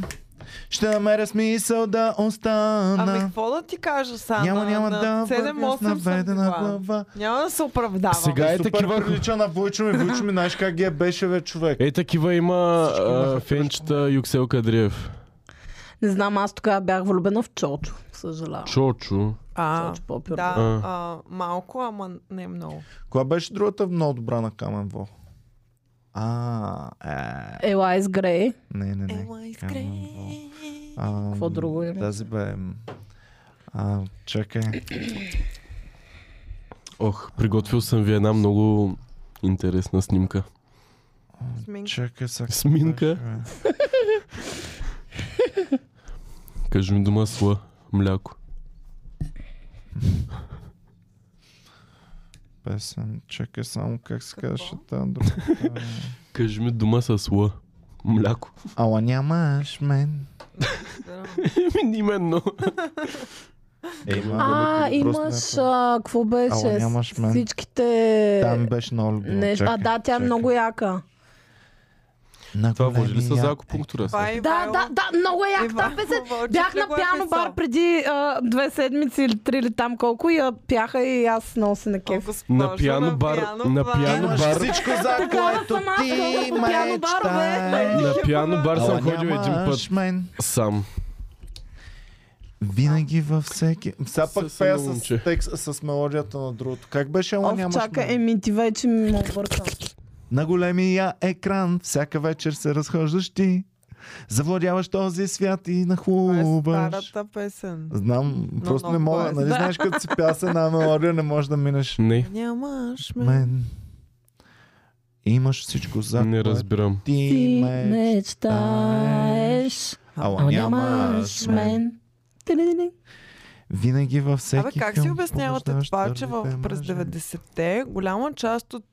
Speaker 1: Ще намеря смисъл да
Speaker 4: Ами
Speaker 1: остана.
Speaker 4: какво да ти кажа сега?
Speaker 1: Няма,
Speaker 4: на-
Speaker 1: няма
Speaker 4: на
Speaker 1: да вървя
Speaker 4: 7-8
Speaker 1: с
Speaker 4: съм
Speaker 1: наведена
Speaker 4: била.
Speaker 1: глава.
Speaker 4: Няма да се оправдавам.
Speaker 3: Сега- Ей,
Speaker 1: Супер
Speaker 3: такива-
Speaker 1: прилича на Войчо ми. Войчо ми, знаеш как ги е беше бе човек.
Speaker 3: Е, такива има
Speaker 1: Всички имаха
Speaker 3: а, фенчета Юксел Кадриев.
Speaker 2: Не знам, аз тогава бях влюбена в Чочо. Съжалявам.
Speaker 3: Чочо.
Speaker 4: А,
Speaker 2: Чочо Попюр.
Speaker 4: да,
Speaker 3: А.
Speaker 4: а, малко, ама не много.
Speaker 1: Коя беше другата много добра на Камен Вол? А, е,
Speaker 2: Елайс Грей.
Speaker 1: не, не, не.
Speaker 3: Е,
Speaker 4: Ела,
Speaker 1: Камен Вол.
Speaker 4: искре.
Speaker 1: Ам,
Speaker 2: Какво друго има?
Speaker 1: Тази бе... м, А, чакай.
Speaker 3: Ох, приготвил съм ви една много интересна снимка.
Speaker 4: Сминка.
Speaker 1: Чакай сега. какво
Speaker 3: Сминка?
Speaker 1: беше, бе?
Speaker 3: Кажи ми дума сла, мляко.
Speaker 1: Песен. Чакай само как се казваше там друга.
Speaker 3: Кажи ми дума с сла, мляко.
Speaker 1: Ала нямаш мен.
Speaker 3: Именно.
Speaker 1: Е, има
Speaker 2: А,
Speaker 1: велики въпрос,
Speaker 2: имаш...
Speaker 1: някой.
Speaker 2: а, Какво беше?
Speaker 1: Ала нямаш мен.
Speaker 2: Всичките...
Speaker 1: е Там беше много любима.
Speaker 2: Не,
Speaker 1: Чакай,
Speaker 2: а да, тя е
Speaker 1: чакай.
Speaker 2: много яка.
Speaker 1: На
Speaker 3: Това може ли са
Speaker 1: големия-
Speaker 3: за акупунктура? сега?
Speaker 4: Това е
Speaker 2: Да,
Speaker 4: Ивайло-
Speaker 2: да, да, много е як тази
Speaker 4: Ивайло
Speaker 2: песен.
Speaker 4: Вълчев
Speaker 2: Бях
Speaker 4: ли
Speaker 2: на
Speaker 4: го е
Speaker 2: пиано бар
Speaker 4: писал?
Speaker 2: преди а, две седмици или три или там колко и я пяха и аз много се на
Speaker 4: О,
Speaker 2: кеф.
Speaker 4: госпожо,
Speaker 3: На пиано бар- на
Speaker 4: бар.
Speaker 3: пиано
Speaker 1: Имаш
Speaker 3: бар.
Speaker 1: всичко, за
Speaker 2: Такава
Speaker 1: което
Speaker 2: съм аз,
Speaker 1: ти
Speaker 2: колкото пиано бар, бе.
Speaker 1: мечтаеш.
Speaker 3: На пиано бар съм
Speaker 1: Ала
Speaker 3: ходил един път
Speaker 1: нямаш мен.
Speaker 3: сам.
Speaker 1: Винаги във всеки. Сега пък
Speaker 3: С-
Speaker 1: пея
Speaker 3: едно
Speaker 1: с,
Speaker 3: момче.
Speaker 1: текст, с мелодията на другото. Как беше, ама
Speaker 2: Оф,
Speaker 1: нямаш
Speaker 2: чака,
Speaker 1: мен?
Speaker 2: еми ти вече ми обърка.
Speaker 1: На големия екран всяка вечер се разхождаш ти. Завладяваш този свят и
Speaker 4: Това е
Speaker 1: нахлубаш.
Speaker 4: старата песен.
Speaker 1: Знам,
Speaker 4: Но
Speaker 1: просто не
Speaker 4: много
Speaker 1: мога.
Speaker 4: е.
Speaker 1: Нали
Speaker 2: Да.
Speaker 1: знаеш, като си пя с една мелодия, не можеш да минеш
Speaker 3: Не,
Speaker 4: Нямаш ме.
Speaker 1: мен. Имаш всичко за
Speaker 3: не
Speaker 1: което
Speaker 3: разбирам.
Speaker 1: ти
Speaker 2: Ти
Speaker 1: мечтаеш.
Speaker 2: мечтаеш,
Speaker 1: Ала
Speaker 2: а
Speaker 1: нямаш
Speaker 2: нямаш
Speaker 1: мен.
Speaker 2: мен. Ти-ли-ли-ли.
Speaker 1: Винаги във всеки
Speaker 4: Абе, как си
Speaker 1: филм
Speaker 4: обяснявате
Speaker 1: побуждаваш
Speaker 4: това, че в,
Speaker 1: твърдите
Speaker 4: през
Speaker 1: мъже?
Speaker 4: 90-те голяма част от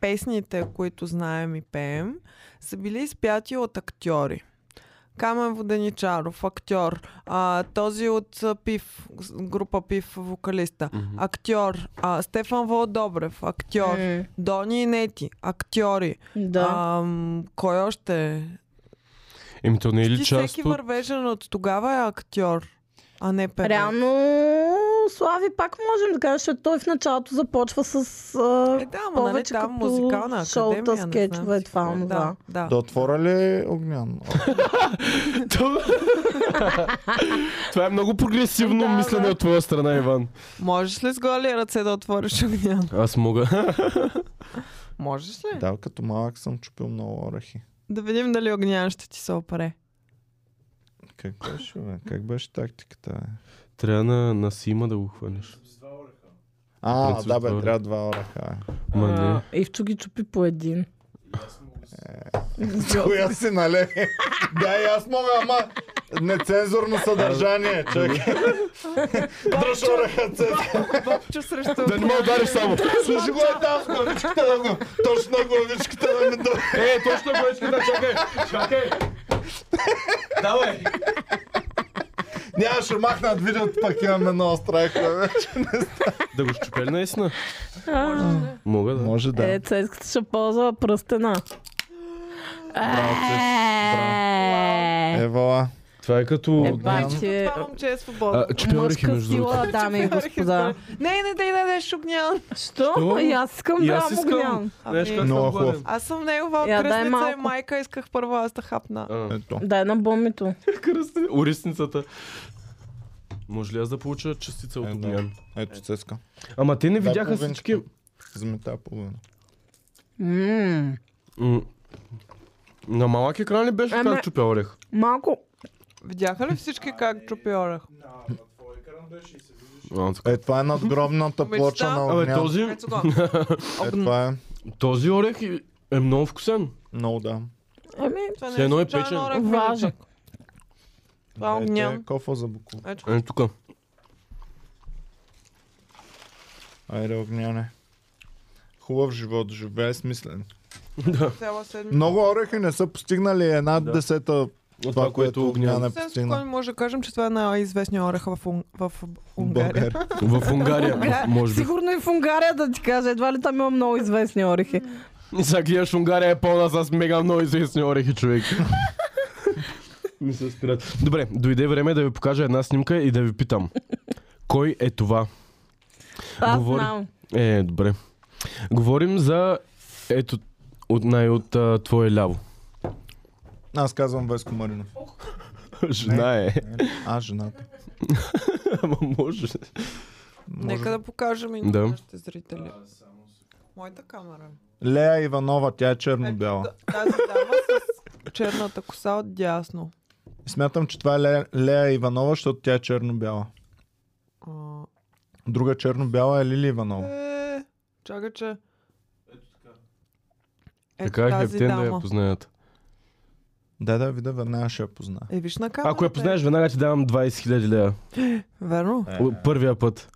Speaker 4: песните, които знаем и пеем, са били изпяти от актьори? Камен Воденичаров, актьор, а, този от а, Пив, с- група Пив, вокалиста,
Speaker 3: Мгм.
Speaker 4: актьор, а, Стефан Волдобрев, актьор,
Speaker 2: М,
Speaker 4: Дони и Нети, актьори,
Speaker 2: Е. Да.
Speaker 4: ам, кой още?
Speaker 3: Еми то не е
Speaker 4: Ти
Speaker 3: ли част
Speaker 4: всеки
Speaker 3: от...
Speaker 4: вървежен от тогава е актьор, а не певец.
Speaker 2: Реално, Слави, пак можем да кажем, защото той в началото започва с а,
Speaker 4: Е, да, ама нали
Speaker 2: повече
Speaker 4: там
Speaker 2: като
Speaker 4: музикална академия,
Speaker 2: шоута,
Speaker 4: не знам
Speaker 2: скетчове,
Speaker 4: си
Speaker 2: това,
Speaker 4: какво.
Speaker 2: онова.
Speaker 4: Да, да.
Speaker 1: Да отворя ли огнян?
Speaker 3: Това е много прогресивно
Speaker 2: Да,
Speaker 3: мислене
Speaker 2: да.
Speaker 3: от твоя страна, Иван.
Speaker 4: Можеш ли с голи ръце да отвориш огня?
Speaker 3: Аз мога.
Speaker 4: Можеш ли?
Speaker 1: Да, като малък съм чупил много орехи.
Speaker 4: Да видим дали огнян ще ти се опре.
Speaker 1: Как беше, бе? Как беше тактиката, бе?
Speaker 3: Трябва на, на Сима да го хванеш.
Speaker 1: А,
Speaker 3: Принцип,
Speaker 1: да бе,
Speaker 3: това е.
Speaker 1: трябва два ореха. бе.
Speaker 3: Ма
Speaker 2: А,
Speaker 3: не.
Speaker 2: Ивчо ги чупи по един.
Speaker 1: Е. Коя си, нали? да, и аз мога, ама нецензурно съдържание, чакай. Дръж ореха, цецка.
Speaker 4: Бобчо срещу
Speaker 3: Да не ме удариш само.
Speaker 1: Служи го е там, в главичката да го. Точно на главичката да ми дойде.
Speaker 3: Е, точно го чакай. Чакай. Давай.
Speaker 1: Няма, ще махнат видеото, пак имаме много страх. бе.
Speaker 3: Да го щупя ли наистина? Мога да.
Speaker 1: Може да.
Speaker 2: Е, цецката ще ползва пръстена. Е,
Speaker 1: Евала.
Speaker 3: Това е като...
Speaker 2: Еба,
Speaker 1: Огнян.
Speaker 2: че...
Speaker 4: Това момче е свободно.
Speaker 3: А, Чупи орехи
Speaker 2: Мъжка
Speaker 3: между другото.
Speaker 2: сила, дами и Е, господа.
Speaker 4: Не, не дай да дадеш огнян.
Speaker 2: Що?
Speaker 3: Що?
Speaker 2: И аз искам
Speaker 3: И
Speaker 2: да
Speaker 3: аз
Speaker 2: ям огнян.
Speaker 3: искам. Знаеш как
Speaker 4: Ами-
Speaker 3: съм
Speaker 1: Много
Speaker 3: гладен.
Speaker 1: хубав.
Speaker 4: Аз съм негова
Speaker 2: Я, дай
Speaker 4: кръстница и
Speaker 2: малко.
Speaker 4: майка исках първо аз да хапна.
Speaker 3: А,
Speaker 1: Ето.
Speaker 2: Дай на бомито.
Speaker 3: кръстни. Урисницата. Може ли аз да получа частица
Speaker 1: Е,
Speaker 3: от
Speaker 1: да.
Speaker 3: огнян?
Speaker 1: Ето, цецка.
Speaker 3: Ама те не
Speaker 1: Дай
Speaker 3: видяха
Speaker 1: половинчето.
Speaker 3: всички...
Speaker 1: Замета половина.
Speaker 2: Ммм.
Speaker 3: М, На малък екран ли беше
Speaker 2: Ама-
Speaker 3: как чупя орех?
Speaker 2: Малко.
Speaker 4: Видяха ли всички как чупи орех?
Speaker 3: А, така.
Speaker 1: Е, това е надгробната
Speaker 4: Мечта.
Speaker 1: плоча на
Speaker 3: Абе,
Speaker 1: огня.
Speaker 3: този,
Speaker 4: Ето го.
Speaker 1: Е, това е
Speaker 3: този орех е- е много вкусен.
Speaker 1: много да.
Speaker 2: Еми,
Speaker 4: Това
Speaker 3: Все едно е
Speaker 4: случайно
Speaker 3: печен.
Speaker 4: орех,
Speaker 2: Важен.
Speaker 4: Величко. Това
Speaker 1: Ето е
Speaker 4: огнян.
Speaker 1: Кофа за буко.
Speaker 4: Ето го.
Speaker 3: Е, тук.
Speaker 1: Айде, огняне. Хубав живот, живее смислен.
Speaker 4: цяла седмица.
Speaker 1: Много орехи не са постигнали една
Speaker 3: Да.
Speaker 1: десета от
Speaker 3: От
Speaker 1: това, което огня не
Speaker 4: Съвсем
Speaker 1: постигна.
Speaker 4: спокойно може да кажем, че това е най-известният орех в, Ун... в Унгария.
Speaker 1: е България.
Speaker 3: В Унгария, може би.
Speaker 2: сигурно и в Унгария да ти кажа. Едва ли там има много известни орехи.
Speaker 3: Сега гледаш Унгария е пълна с мега много известни орехи, човек. Ми се спират. Добре, дойде време да ви покажа една снимка и да ви питам. Кой е това?
Speaker 2: Аз
Speaker 3: Говори.
Speaker 2: знам.
Speaker 3: Е, добре. Говорим за... Ето, от най от а, твое ляво.
Speaker 1: Аз казвам Веско Маринов.
Speaker 3: Жена е.
Speaker 1: А, жената.
Speaker 3: Ама може.
Speaker 4: Нека да покажем и
Speaker 3: Да.
Speaker 4: на нашите зрители. Моята камера.
Speaker 1: Лея Иванова, тя е черно-бяла.
Speaker 4: Тази дама с черната коса от дясно.
Speaker 1: Смятам, че това е Лея, Лея Иванова, защото тя е черно-бяла.
Speaker 4: А,
Speaker 1: Друга черно-бяла е Лили Иванова.
Speaker 4: Е, чакай, че... Ето така. Ето
Speaker 3: Така е
Speaker 4: тази
Speaker 3: хептен да я
Speaker 4: дама.
Speaker 3: познаят.
Speaker 1: Да, да, видя, веднага ще я позна.
Speaker 4: Е, виж на камерата.
Speaker 3: Ако я познаеш, веднага ти давам 20 000 лева.
Speaker 4: Верно.
Speaker 3: От Първия път.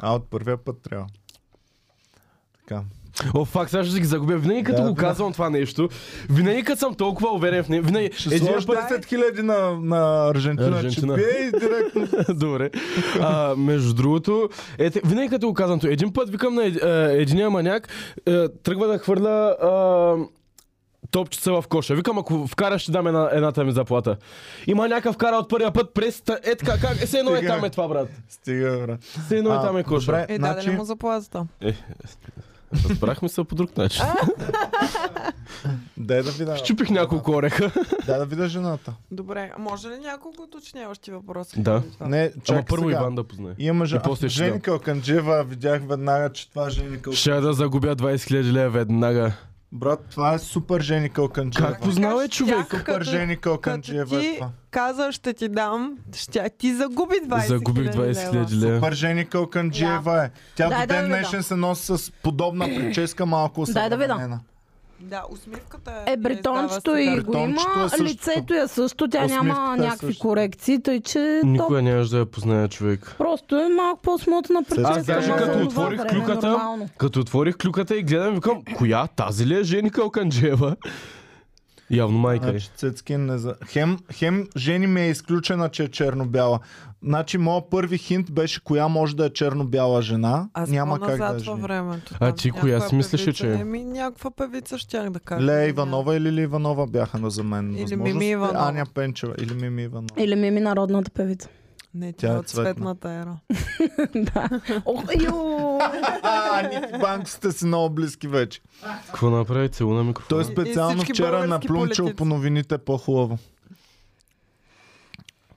Speaker 1: А, от първия път трябва. Така.
Speaker 3: О, фак, сега ще си ги загубя. Винаги като
Speaker 1: Да,
Speaker 3: го
Speaker 1: да.
Speaker 3: казвам това нещо, винаги като съм толкова уверен в нея, винаги... Един
Speaker 1: Сложи
Speaker 3: път...
Speaker 1: 10 хиляди на, на Аржентина,
Speaker 3: Аржентина.
Speaker 1: че пие и директно.
Speaker 3: Добре. А, между другото, е, те- винаги като го казвам, то един път викам на еди- а, единия маняк, е, тръгва да хвърля а, топчеца в коша. Викам, ако вкараш, ще дам една, едната ми заплата. Има някакъв вкара от първия път през... та- Е, така, как, е, все едно е
Speaker 1: Стига.
Speaker 3: там е това, брат.
Speaker 1: Стига, брат.
Speaker 3: Все едно е там е коша.
Speaker 1: Добре,
Speaker 4: Е, значи...
Speaker 1: значи,
Speaker 4: даде му заплатата.
Speaker 3: Разбрахме се по друг начин.
Speaker 1: дай да видя.
Speaker 3: Чупих няколко ореха.
Speaker 1: Дай да видя жената.
Speaker 4: Добре, а може ли няколко уточняващи въпроси?
Speaker 3: Да.
Speaker 4: преди това?
Speaker 1: Не,
Speaker 3: Ама
Speaker 1: чакай
Speaker 3: първо
Speaker 1: сега.
Speaker 3: Иван да познае.
Speaker 1: Има
Speaker 3: И
Speaker 1: жен...
Speaker 3: после ще
Speaker 1: Жени Калканджиева, видях веднага, че това е Жени Калканджиева.
Speaker 3: Ще да загубя 20 000 лева веднага.
Speaker 1: Брат, това е супер Жени Калканджиева.
Speaker 3: Как познал е човек?
Speaker 4: Тя,
Speaker 1: Супер
Speaker 4: като,
Speaker 1: Жени
Speaker 4: като
Speaker 1: Калканджиева е
Speaker 4: ти
Speaker 1: това.
Speaker 4: каза, ще ти дам, ще, ти загуби 20
Speaker 3: Загубих 20
Speaker 4: 000
Speaker 3: 000 лева.
Speaker 1: Супер Жени Калканджиева е. Тя до
Speaker 2: Дай да
Speaker 1: ден
Speaker 2: видя.
Speaker 1: днешен се носи с подобна прическа, малко
Speaker 2: Дай да видя.
Speaker 1: осъвременена.
Speaker 4: Да, усмивката
Speaker 2: Е, бретончето и го
Speaker 1: Бретончето е
Speaker 2: има,
Speaker 1: същото.
Speaker 2: лицето е също, тя няма
Speaker 1: Усмивката е
Speaker 2: някакви
Speaker 1: същата.
Speaker 2: корекции, тъй че то
Speaker 3: Никога нямаш да я позная човек.
Speaker 2: просто е малко по-смотна прическа.
Speaker 1: Аз даже
Speaker 2: ама
Speaker 1: като
Speaker 2: за това
Speaker 3: отворих
Speaker 2: време
Speaker 3: Значи, клюката-
Speaker 2: нормално.
Speaker 3: Като отворих клюката и гледам, викам, коя тази ли е Жени Калканджиева? Явно майка е.
Speaker 1: Значи, Цецкин не за... Хем, хем жени ми е изключена, че е черно-бяла. Значи, моят първи хинт беше коя може да е черно-бяла жена.
Speaker 4: Аз
Speaker 1: Няма как да е
Speaker 4: по-назад във
Speaker 1: жени.
Speaker 4: времето.
Speaker 3: А
Speaker 4: там
Speaker 3: ти
Speaker 4: някоя
Speaker 3: коя си мислеше,
Speaker 4: певица-
Speaker 3: че е?
Speaker 4: Еми, някаква певица щях да кажа.
Speaker 1: Лея Иванова или Лили Иванова бяха на за мен.
Speaker 4: Или
Speaker 1: възможностите.
Speaker 4: Мими Иванова.
Speaker 1: Аня Пенчева или Мими Иванова.
Speaker 2: Или ми ми народната певица.
Speaker 4: Не, тя
Speaker 1: Тя
Speaker 4: е
Speaker 1: е
Speaker 4: от
Speaker 1: цветна.
Speaker 4: цветната ера.
Speaker 2: да. О, ю!
Speaker 1: А, Ники Банк сте си много близки вече.
Speaker 3: Какво направи целуна микрофона?
Speaker 1: Той
Speaker 4: И- и
Speaker 1: специално
Speaker 4: всички
Speaker 1: вчера
Speaker 4: български
Speaker 1: наплюмчил
Speaker 4: политици.
Speaker 1: по новините по-хубаво.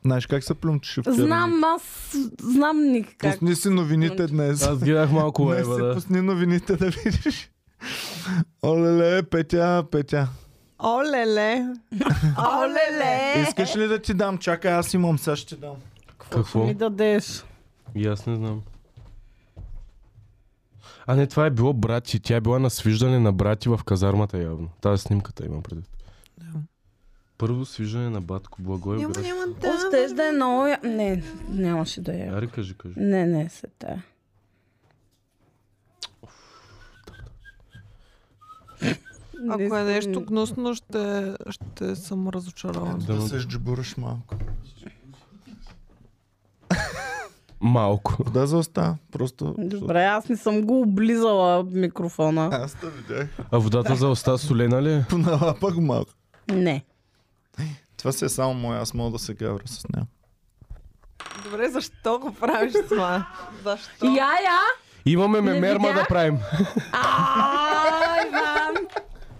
Speaker 1: Знаеш как се плюмчеше вчера?
Speaker 2: Знам, аз знам Ник как.
Speaker 1: Пусни си новините днес.
Speaker 3: Аз гледах малко
Speaker 1: Днес
Speaker 3: лева,
Speaker 1: си
Speaker 3: да.
Speaker 1: пусни новините да видиш. Оле-ле, Петя, Петя.
Speaker 4: Оле-ле! Е.
Speaker 2: Оле-ле!
Speaker 1: Искаш ли да ти дам? Чакай, аз имам, сега ще ти дам.
Speaker 3: Какво?
Speaker 2: Ми дадеш.
Speaker 3: И аз не знам. А не, това е било брати. Тя е била на свиждане на брати в казармата явно. Тази снимката имам предвид. Първо свиждане на батко. Благо е
Speaker 4: Няма,
Speaker 3: брат.
Speaker 4: няма да.
Speaker 2: О, щеш да е много... я- Не, нямаше да я.
Speaker 3: Ари, кажи, кажи.
Speaker 2: Не, не, се тая.
Speaker 4: Ако е нещо гнусно, ще, ще съм разочарована.
Speaker 1: Да се сджибураш малко.
Speaker 3: Малко.
Speaker 1: Да, заоста. Просто...
Speaker 2: Добре, аз не съм го облизала микрофона.
Speaker 1: Аз те видях.
Speaker 3: А водата за оста солена ли е?
Speaker 1: Поналапах малко.
Speaker 2: Не.
Speaker 1: Това си е само моя, аз мога да се гавра с нея.
Speaker 4: Добре, защо го правиш това? Защо?
Speaker 2: Я, я!
Speaker 3: Имаме
Speaker 2: Не
Speaker 3: мемерма
Speaker 2: видях.
Speaker 3: да правим.
Speaker 2: А, Иван!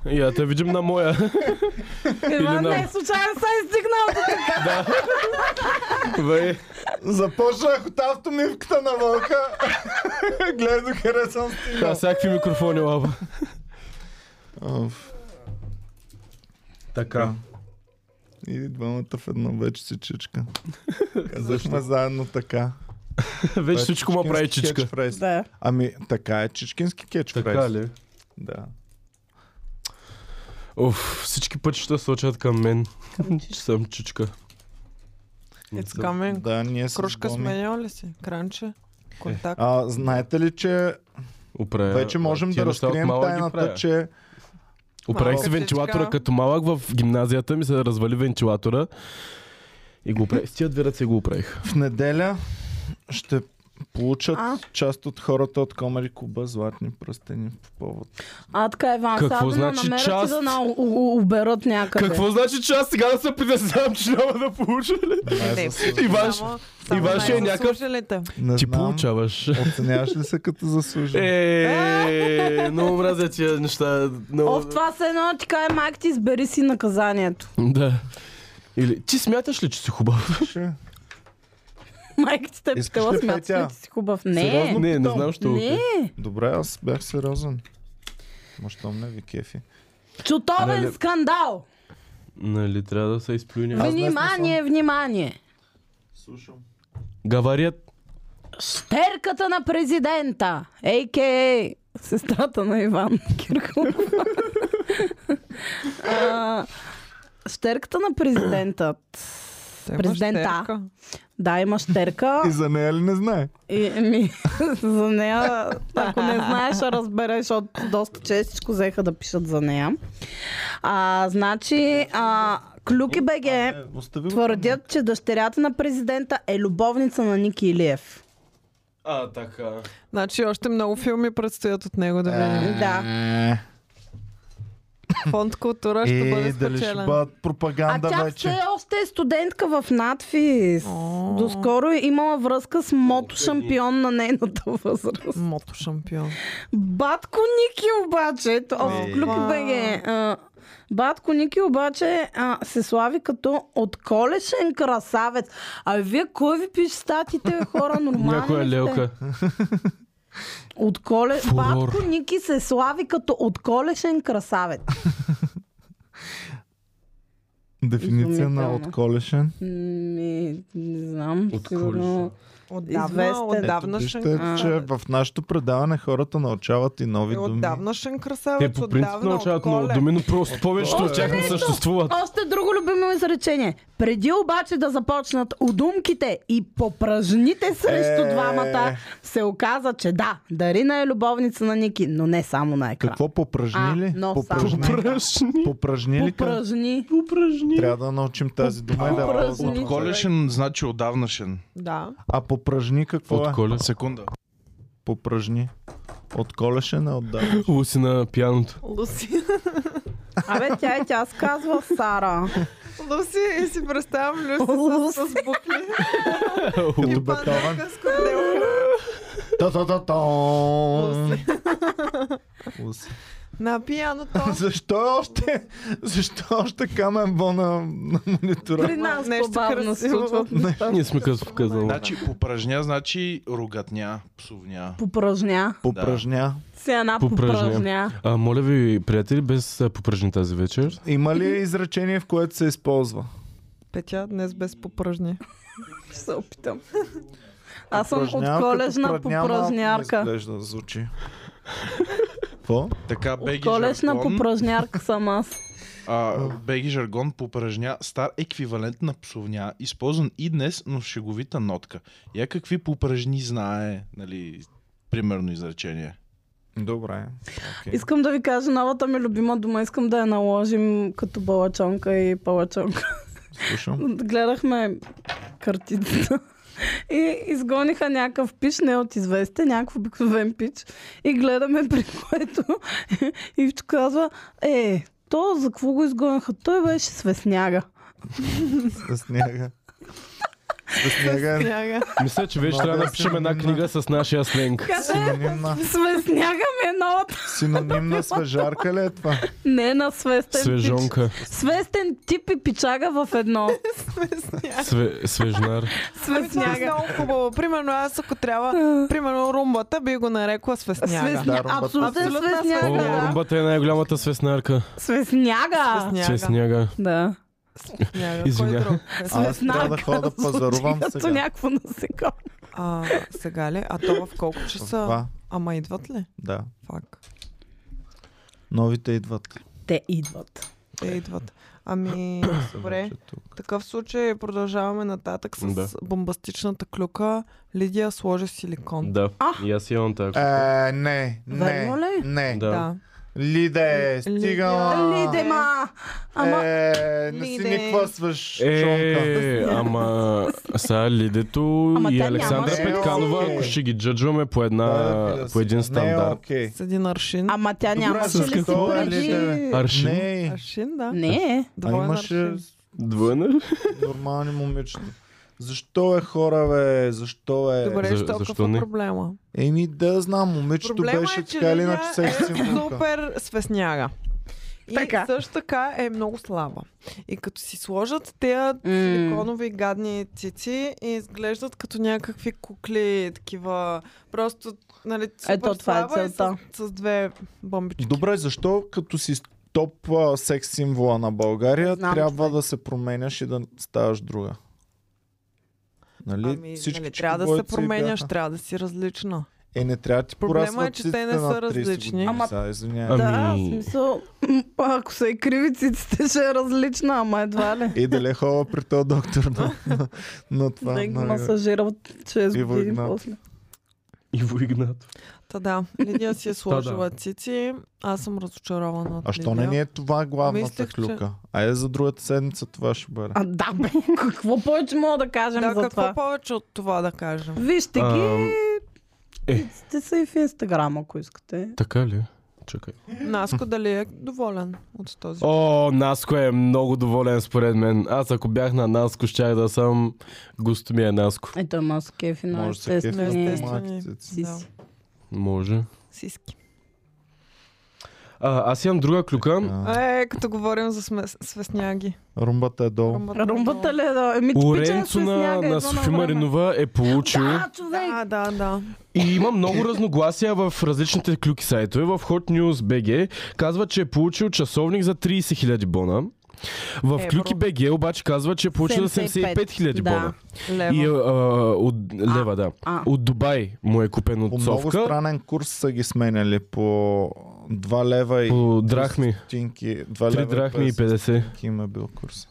Speaker 3: Я те видим на моя.
Speaker 2: Иван,
Speaker 3: на-
Speaker 2: не, случайно е съм изтигнал.
Speaker 3: Бе,
Speaker 1: Започнах от автомивката на вълка. Гледай до харесвам
Speaker 3: а всякакви микрофони лаба. Така.
Speaker 1: И двамата в едно вече си чичка. Казахме заедно така.
Speaker 3: Вече всичко ма прави
Speaker 1: Чичкински
Speaker 3: чичка.
Speaker 1: кетчфрейз.
Speaker 2: Да.
Speaker 1: Ами, така е чичкински кетчфрейз.
Speaker 3: Така ли?
Speaker 1: Да.
Speaker 3: Оф, всички пътища сочат към мен. Че съм чичка.
Speaker 4: It's coming.
Speaker 1: Да, ние с
Speaker 4: Кружка
Speaker 1: Боми-
Speaker 4: сменял ли си? Кранче? Контакт?
Speaker 1: А, знаете ли, че
Speaker 3: Оправя.
Speaker 1: вече можем
Speaker 3: тия
Speaker 1: да
Speaker 3: неща от
Speaker 1: разкрием
Speaker 3: малък ги
Speaker 1: тайната,
Speaker 3: правя.
Speaker 1: че
Speaker 3: Оправих си
Speaker 4: Малка
Speaker 3: вентилатора
Speaker 4: чичка.
Speaker 3: като малък в гимназията ми се развали вентилатора. И го оправих. С тия две ръце го оправих.
Speaker 1: в неделя ще получат
Speaker 2: А.
Speaker 1: част от хората от Комери Куба златни пръстени по повод.
Speaker 2: А, така, Иван,
Speaker 3: Какво
Speaker 2: сега да
Speaker 3: значи
Speaker 2: ме намерят
Speaker 3: част?
Speaker 2: и да на у- у- уберат някъде.
Speaker 3: Какво значи, че аз сега да се притеснявам, че няма да получа нали? ли?
Speaker 1: Не,
Speaker 3: Иван-
Speaker 4: само- само
Speaker 3: Иван ще е
Speaker 4: най-
Speaker 3: някакъв-
Speaker 4: слушалите.
Speaker 1: не
Speaker 3: Ти
Speaker 1: знам,
Speaker 3: получаваш.
Speaker 1: оценяваш ли се като заслужен?
Speaker 3: Е, много мразя тия неща. Много...
Speaker 2: О, в това се едно ти кае, майк ти избери си наказанието.
Speaker 3: Да. Или, ти смяташ ли, че си хубав?
Speaker 1: Ще.
Speaker 2: Майка ти те е
Speaker 1: Искаш
Speaker 2: питала,
Speaker 1: ли
Speaker 2: смяташ
Speaker 1: петя?
Speaker 2: ли ти си хубав? Не,
Speaker 1: Сериозно?
Speaker 3: не, не
Speaker 1: питам.
Speaker 3: знам, що.
Speaker 2: не.
Speaker 1: Добре, аз бях сериозен. Мащом не ви кефи.
Speaker 2: Чутовен
Speaker 3: Нали-
Speaker 2: скандал!
Speaker 3: Нали, трябва да се изплюня.
Speaker 1: днес не
Speaker 2: внимание, внимание!
Speaker 1: Слушам.
Speaker 3: Гаварят.
Speaker 2: Штерката на президента, а.к.а. сестрата на Иван Кирков. А, Штерката на президента.
Speaker 4: Те имаш
Speaker 2: Президента.
Speaker 4: терка.
Speaker 2: Да, има штерка.
Speaker 1: И за нея ли не знае?
Speaker 2: И, еми, за нея, ако не знаеш, ще разбереш, защото доста честичко взеха да пишат за нея. А, значи, а, Клюки БГ
Speaker 1: Е, остави го.
Speaker 2: твърдят, че дъщерята на президента е любовница на Ники Илиев.
Speaker 3: А, така.
Speaker 4: Значи още много филми предстоят от него да
Speaker 2: Е.
Speaker 4: видим.
Speaker 2: Да.
Speaker 4: Фонд култура ще
Speaker 1: Е,
Speaker 4: бъде
Speaker 1: дали ще
Speaker 4: спечелен.
Speaker 1: бъдат
Speaker 2: А
Speaker 1: пропаганда
Speaker 2: тя
Speaker 1: вече?
Speaker 2: все още е студентка в надфис.
Speaker 4: О.
Speaker 2: Доскоро е имала връзка с мото шампион на нейната възраст.
Speaker 4: Мото шампион.
Speaker 2: Батко Ники обаче, ето, в
Speaker 1: Е.
Speaker 2: Клюк БГ. а, Батко Ники обаче а, се слави като отколешен красавец. А вие кой ви пише статите, бе, хора? Нормални ли
Speaker 3: Някоя
Speaker 2: сте?
Speaker 3: лелка.
Speaker 2: Отколе...
Speaker 3: Фурор.
Speaker 2: Батко Ники се слави като отколешен красавец.
Speaker 1: Дефиниция на
Speaker 2: Изумително.
Speaker 1: отколешен.
Speaker 2: М, Ми, не знам.
Speaker 3: Отколешен.
Speaker 2: Сигурно...
Speaker 4: Отдавна,
Speaker 2: Известен.
Speaker 1: Ето,
Speaker 4: отдавна
Speaker 1: вижте,
Speaker 4: Шен...
Speaker 1: че в нашето предаване хората научават и
Speaker 2: Е,
Speaker 1: нови думи.
Speaker 4: Отдавна Шен
Speaker 3: Те
Speaker 4: Красавец,
Speaker 3: по принцип
Speaker 4: отдавна
Speaker 3: научават
Speaker 4: от
Speaker 3: много
Speaker 4: Коле.
Speaker 3: думи, но просто повечето от тях не
Speaker 2: нещо.
Speaker 3: съществуват.
Speaker 2: Още друго любимо изречение. Преди обаче да започнат удумките и попражните срещу
Speaker 1: Е.
Speaker 2: двамата, се оказа, че да, Дарина е любовница на Ники, но не само на екран.
Speaker 1: Какво е попражнили?
Speaker 2: А, но
Speaker 5: е
Speaker 1: попражнили.
Speaker 2: само
Speaker 3: Пръшни.
Speaker 1: Попражнили към...
Speaker 2: Попражни.
Speaker 3: Упражни.
Speaker 1: Трябва да научим тази дума и да я
Speaker 2: Попражни.
Speaker 1: ползваме.
Speaker 2: От
Speaker 5: Колешен, значи отдавнашен.
Speaker 4: Да.
Speaker 1: А попражни какво е?
Speaker 3: От коле.
Speaker 5: Секунда.
Speaker 1: Попражни. От колешен е отдавна.
Speaker 3: Луси на пианото.
Speaker 4: Луси.
Speaker 2: Абе, тя и тя сказва Сара.
Speaker 4: Луси и си представям Люси
Speaker 2: Луси.
Speaker 4: с, с букли.
Speaker 1: Като
Speaker 4: и
Speaker 1: Бетовен.
Speaker 4: пандека с корделка.
Speaker 1: Та-та-та-та. Луси.
Speaker 4: На пианото.
Speaker 1: Защо е още, защо е още камен бо на, на монитора?
Speaker 2: При нас
Speaker 4: Нещо
Speaker 2: по-бавно се
Speaker 4: красиво.
Speaker 2: случват.
Speaker 3: Ние сме късно в казано.
Speaker 5: Значи попражня, значи рогатня, псовня.
Speaker 2: Попражня.
Speaker 1: Попражня.
Speaker 2: Си една
Speaker 3: Попражня.
Speaker 2: попражня.
Speaker 3: А, моля ви, приятели, без а, попръжни тази вечер.
Speaker 1: Има ли изречение, в което се използва?
Speaker 4: Петя днес без попръжни.
Speaker 2: Ще се опитам. Аз съм от
Speaker 1: Упражнява,
Speaker 2: колежна
Speaker 1: като прадня, малко Не
Speaker 2: попражнярка.
Speaker 1: изглежда да звучи. Какво?
Speaker 5: Така беги
Speaker 2: Колежна
Speaker 5: жаргон,
Speaker 2: попражнярка съм аз.
Speaker 5: а, беги жаргон попражня стар еквивалент на псовня, използван и днес, но в шеговита нотка. Я какви попражни знае, нали, примерно изречение.
Speaker 1: Добре.
Speaker 2: Искам да ви кажа новата ми любима дума. Искам да я наложим като балачонка и палачонка.
Speaker 1: Слушам.
Speaker 2: Гледахме картицата. И изгониха някакъв пич, не от известен, някакъв обикновен пич. И гледаме при което Ивчо казва, е, то за какво го изгониха? Той беше свесняга.
Speaker 1: С сняга. С е сняга.
Speaker 4: Тяга.
Speaker 3: Мисля, че вече трябва да напишем една книга с нашия сленг.
Speaker 2: Къде?
Speaker 1: Синонимна,
Speaker 2: Свесняга ми е новата.
Speaker 1: синонимна свежарка ли е това?
Speaker 2: Не на свестен пич.
Speaker 3: Свежонка.
Speaker 2: Свестен тип и пичага в едно.
Speaker 3: Све, свежнар.
Speaker 4: Това е
Speaker 2: Свесняга.
Speaker 4: много хубаво. Примерно аз ако трябва, примерно румбата би го нарекла свестняга.
Speaker 1: Да,
Speaker 2: Свесня...
Speaker 1: румбата.
Speaker 2: Абсолютен
Speaker 4: Абсолютна
Speaker 2: свесняга.
Speaker 3: О,
Speaker 4: свесняга.
Speaker 2: да.
Speaker 3: румбата е най-голямата свеснарка.
Speaker 2: Свесняга.
Speaker 4: Свестняга.
Speaker 3: Свесняга.
Speaker 2: Да.
Speaker 4: Свестняга. Кой
Speaker 3: Извинявай.
Speaker 4: друг?
Speaker 1: Аз трябва да ходя да пазарувам
Speaker 2: звучи Като
Speaker 1: сега.
Speaker 2: някакво насекомо.
Speaker 4: А, сега ли? А то в колко
Speaker 1: В
Speaker 4: часа?
Speaker 1: Два,
Speaker 4: Ама идват ли?
Speaker 1: да.
Speaker 4: Фак.
Speaker 1: Новите идват.
Speaker 2: Те идват.
Speaker 4: Те
Speaker 3: Е.
Speaker 4: идват. Ами, добре.
Speaker 1: Вече тук.
Speaker 4: В такъв случай продължаваме нататък с
Speaker 3: Да.
Speaker 4: бомбастичната клюка. Лидия сложи силикон.
Speaker 3: Да. И аз имам така.
Speaker 1: Е, не,
Speaker 2: Верно
Speaker 1: не,
Speaker 2: ли?
Speaker 1: не.
Speaker 3: Да.
Speaker 1: Лиде, е
Speaker 4: Лиде.
Speaker 1: стига.
Speaker 2: Лидема! Ама...
Speaker 1: Е, не си
Speaker 4: Лиде.
Speaker 1: никва свъж, чонка.
Speaker 3: Е, ама сега Лидето
Speaker 2: Ама
Speaker 3: и
Speaker 2: тя
Speaker 3: Александра
Speaker 1: нямаше
Speaker 3: Петканова,
Speaker 1: да
Speaker 3: ако
Speaker 1: си-
Speaker 3: ще ги джаджваме по една,
Speaker 1: Да,
Speaker 3: по един
Speaker 1: Не е
Speaker 3: стандарт.
Speaker 1: окей.
Speaker 4: С един аршин.
Speaker 2: Ама тя
Speaker 1: Добре,
Speaker 2: нямаше
Speaker 1: с
Speaker 2: ли си
Speaker 1: какво е
Speaker 2: пореди?
Speaker 1: Лиде?
Speaker 3: Аршин?
Speaker 1: Ами. Не,
Speaker 4: Аршин, да.
Speaker 2: Не.
Speaker 1: а
Speaker 4: Двоен
Speaker 1: имаше
Speaker 4: аршин.
Speaker 3: Двойна?
Speaker 1: нормални момичета. Защо е хора, бе? Защо е?
Speaker 4: Добре,
Speaker 3: За-
Speaker 4: що,
Speaker 3: защо
Speaker 4: какъв
Speaker 3: не?
Speaker 4: е проблема?
Speaker 1: Еми да знам, момичето
Speaker 4: Проблема
Speaker 1: беше
Speaker 4: е, че
Speaker 1: така или
Speaker 4: Лидия
Speaker 1: иначе се
Speaker 4: е супер свесняга. И
Speaker 2: Така.
Speaker 4: също така е много слаба. И като си сложат тези силиконови гадни цици и изглеждат като някакви кукли, такива просто, нали, супер
Speaker 2: Ето, това е
Speaker 4: слаба и
Speaker 2: целта.
Speaker 4: С, с две бомбички.
Speaker 1: Добре, защо като си топ а, секс символа на България,
Speaker 2: Знам,
Speaker 1: трябва да се променяш и да ставаш друга? Нали?
Speaker 4: Ами,
Speaker 1: всички
Speaker 4: нали, трябва да се
Speaker 1: чекобойци
Speaker 4: променяш,
Speaker 1: е, бяха.
Speaker 4: трябва да си различна.
Speaker 1: Е, не трябва да ти
Speaker 4: Проблема е,
Speaker 1: пораснат
Speaker 4: че те не
Speaker 1: циците
Speaker 4: са
Speaker 1: на 30
Speaker 4: различни.
Speaker 1: години.
Speaker 2: Ама-
Speaker 1: Сега, извинявай.
Speaker 2: Да, в
Speaker 3: Ами-
Speaker 2: смисъл, м, ако са и кривиците, ще е различна, ама едва ли.
Speaker 1: И да ле хова е при този доктор на, на, на това. нали?
Speaker 2: Да ги
Speaker 1: на-
Speaker 2: масажира от 6
Speaker 1: Иво
Speaker 2: години
Speaker 1: Игнатов.
Speaker 2: после.
Speaker 3: Иво Игнатов.
Speaker 4: Та да, Лидия си е сложила цици. Аз съм разочарована от
Speaker 1: А що не ни
Speaker 4: Лидия.
Speaker 1: е това главната
Speaker 4: Мислех, че-
Speaker 1: клюка? Айде за другата седмица това ще бъде.
Speaker 2: А да, бе, какво повече мога да кажем
Speaker 4: Да,
Speaker 2: за
Speaker 4: какво
Speaker 2: това?
Speaker 4: повече от това да кажем?
Speaker 2: Вижте
Speaker 3: Ам,
Speaker 2: ги,
Speaker 3: е.
Speaker 2: те са и в Инстаграм, ако искате.
Speaker 3: Така ли? Чакай.
Speaker 4: Наско дали е доволен от този?
Speaker 3: О, Наско е много доволен според мен. Аз ако бях на Наско, щях да съм гостомия Наско.
Speaker 2: Е, той има с кефи на
Speaker 1: Може да се кефи
Speaker 2: естествени
Speaker 1: на
Speaker 4: естествени.
Speaker 1: малки цици.
Speaker 2: си.
Speaker 4: Да.
Speaker 3: Може.
Speaker 4: Сиски.
Speaker 3: А, аз имам друга клюка.
Speaker 1: А,
Speaker 4: Е, като говорим за сме... свесняги.
Speaker 1: Румбата е долу.
Speaker 4: Румбата.
Speaker 2: Румбата ли е да... Еми, типичен
Speaker 3: Оренцо
Speaker 2: с
Speaker 3: на,
Speaker 2: сняга,
Speaker 3: на Софи Маринова е получил.
Speaker 2: Да, човек!
Speaker 4: Да, да, да.
Speaker 3: И има много разногласия в различните клюки сайтове. В Hot News BG казва, че е получил часовник за 30 000 бона. В
Speaker 4: Евро.
Speaker 3: Клюки БГ обаче казва, че е получил 75 000
Speaker 2: Да.
Speaker 3: бона.
Speaker 4: Лева.
Speaker 3: И, е- а, от, лева, да.
Speaker 2: а.
Speaker 3: От Дубай му е купен
Speaker 1: По
Speaker 3: от
Speaker 1: много
Speaker 3: Совка.
Speaker 1: странен курс са ги сменяли по 2 лева и
Speaker 3: По драхми.
Speaker 1: стотинки. 2
Speaker 3: 3
Speaker 1: лева
Speaker 3: драхми и 50.
Speaker 1: стотинки им е бил курс.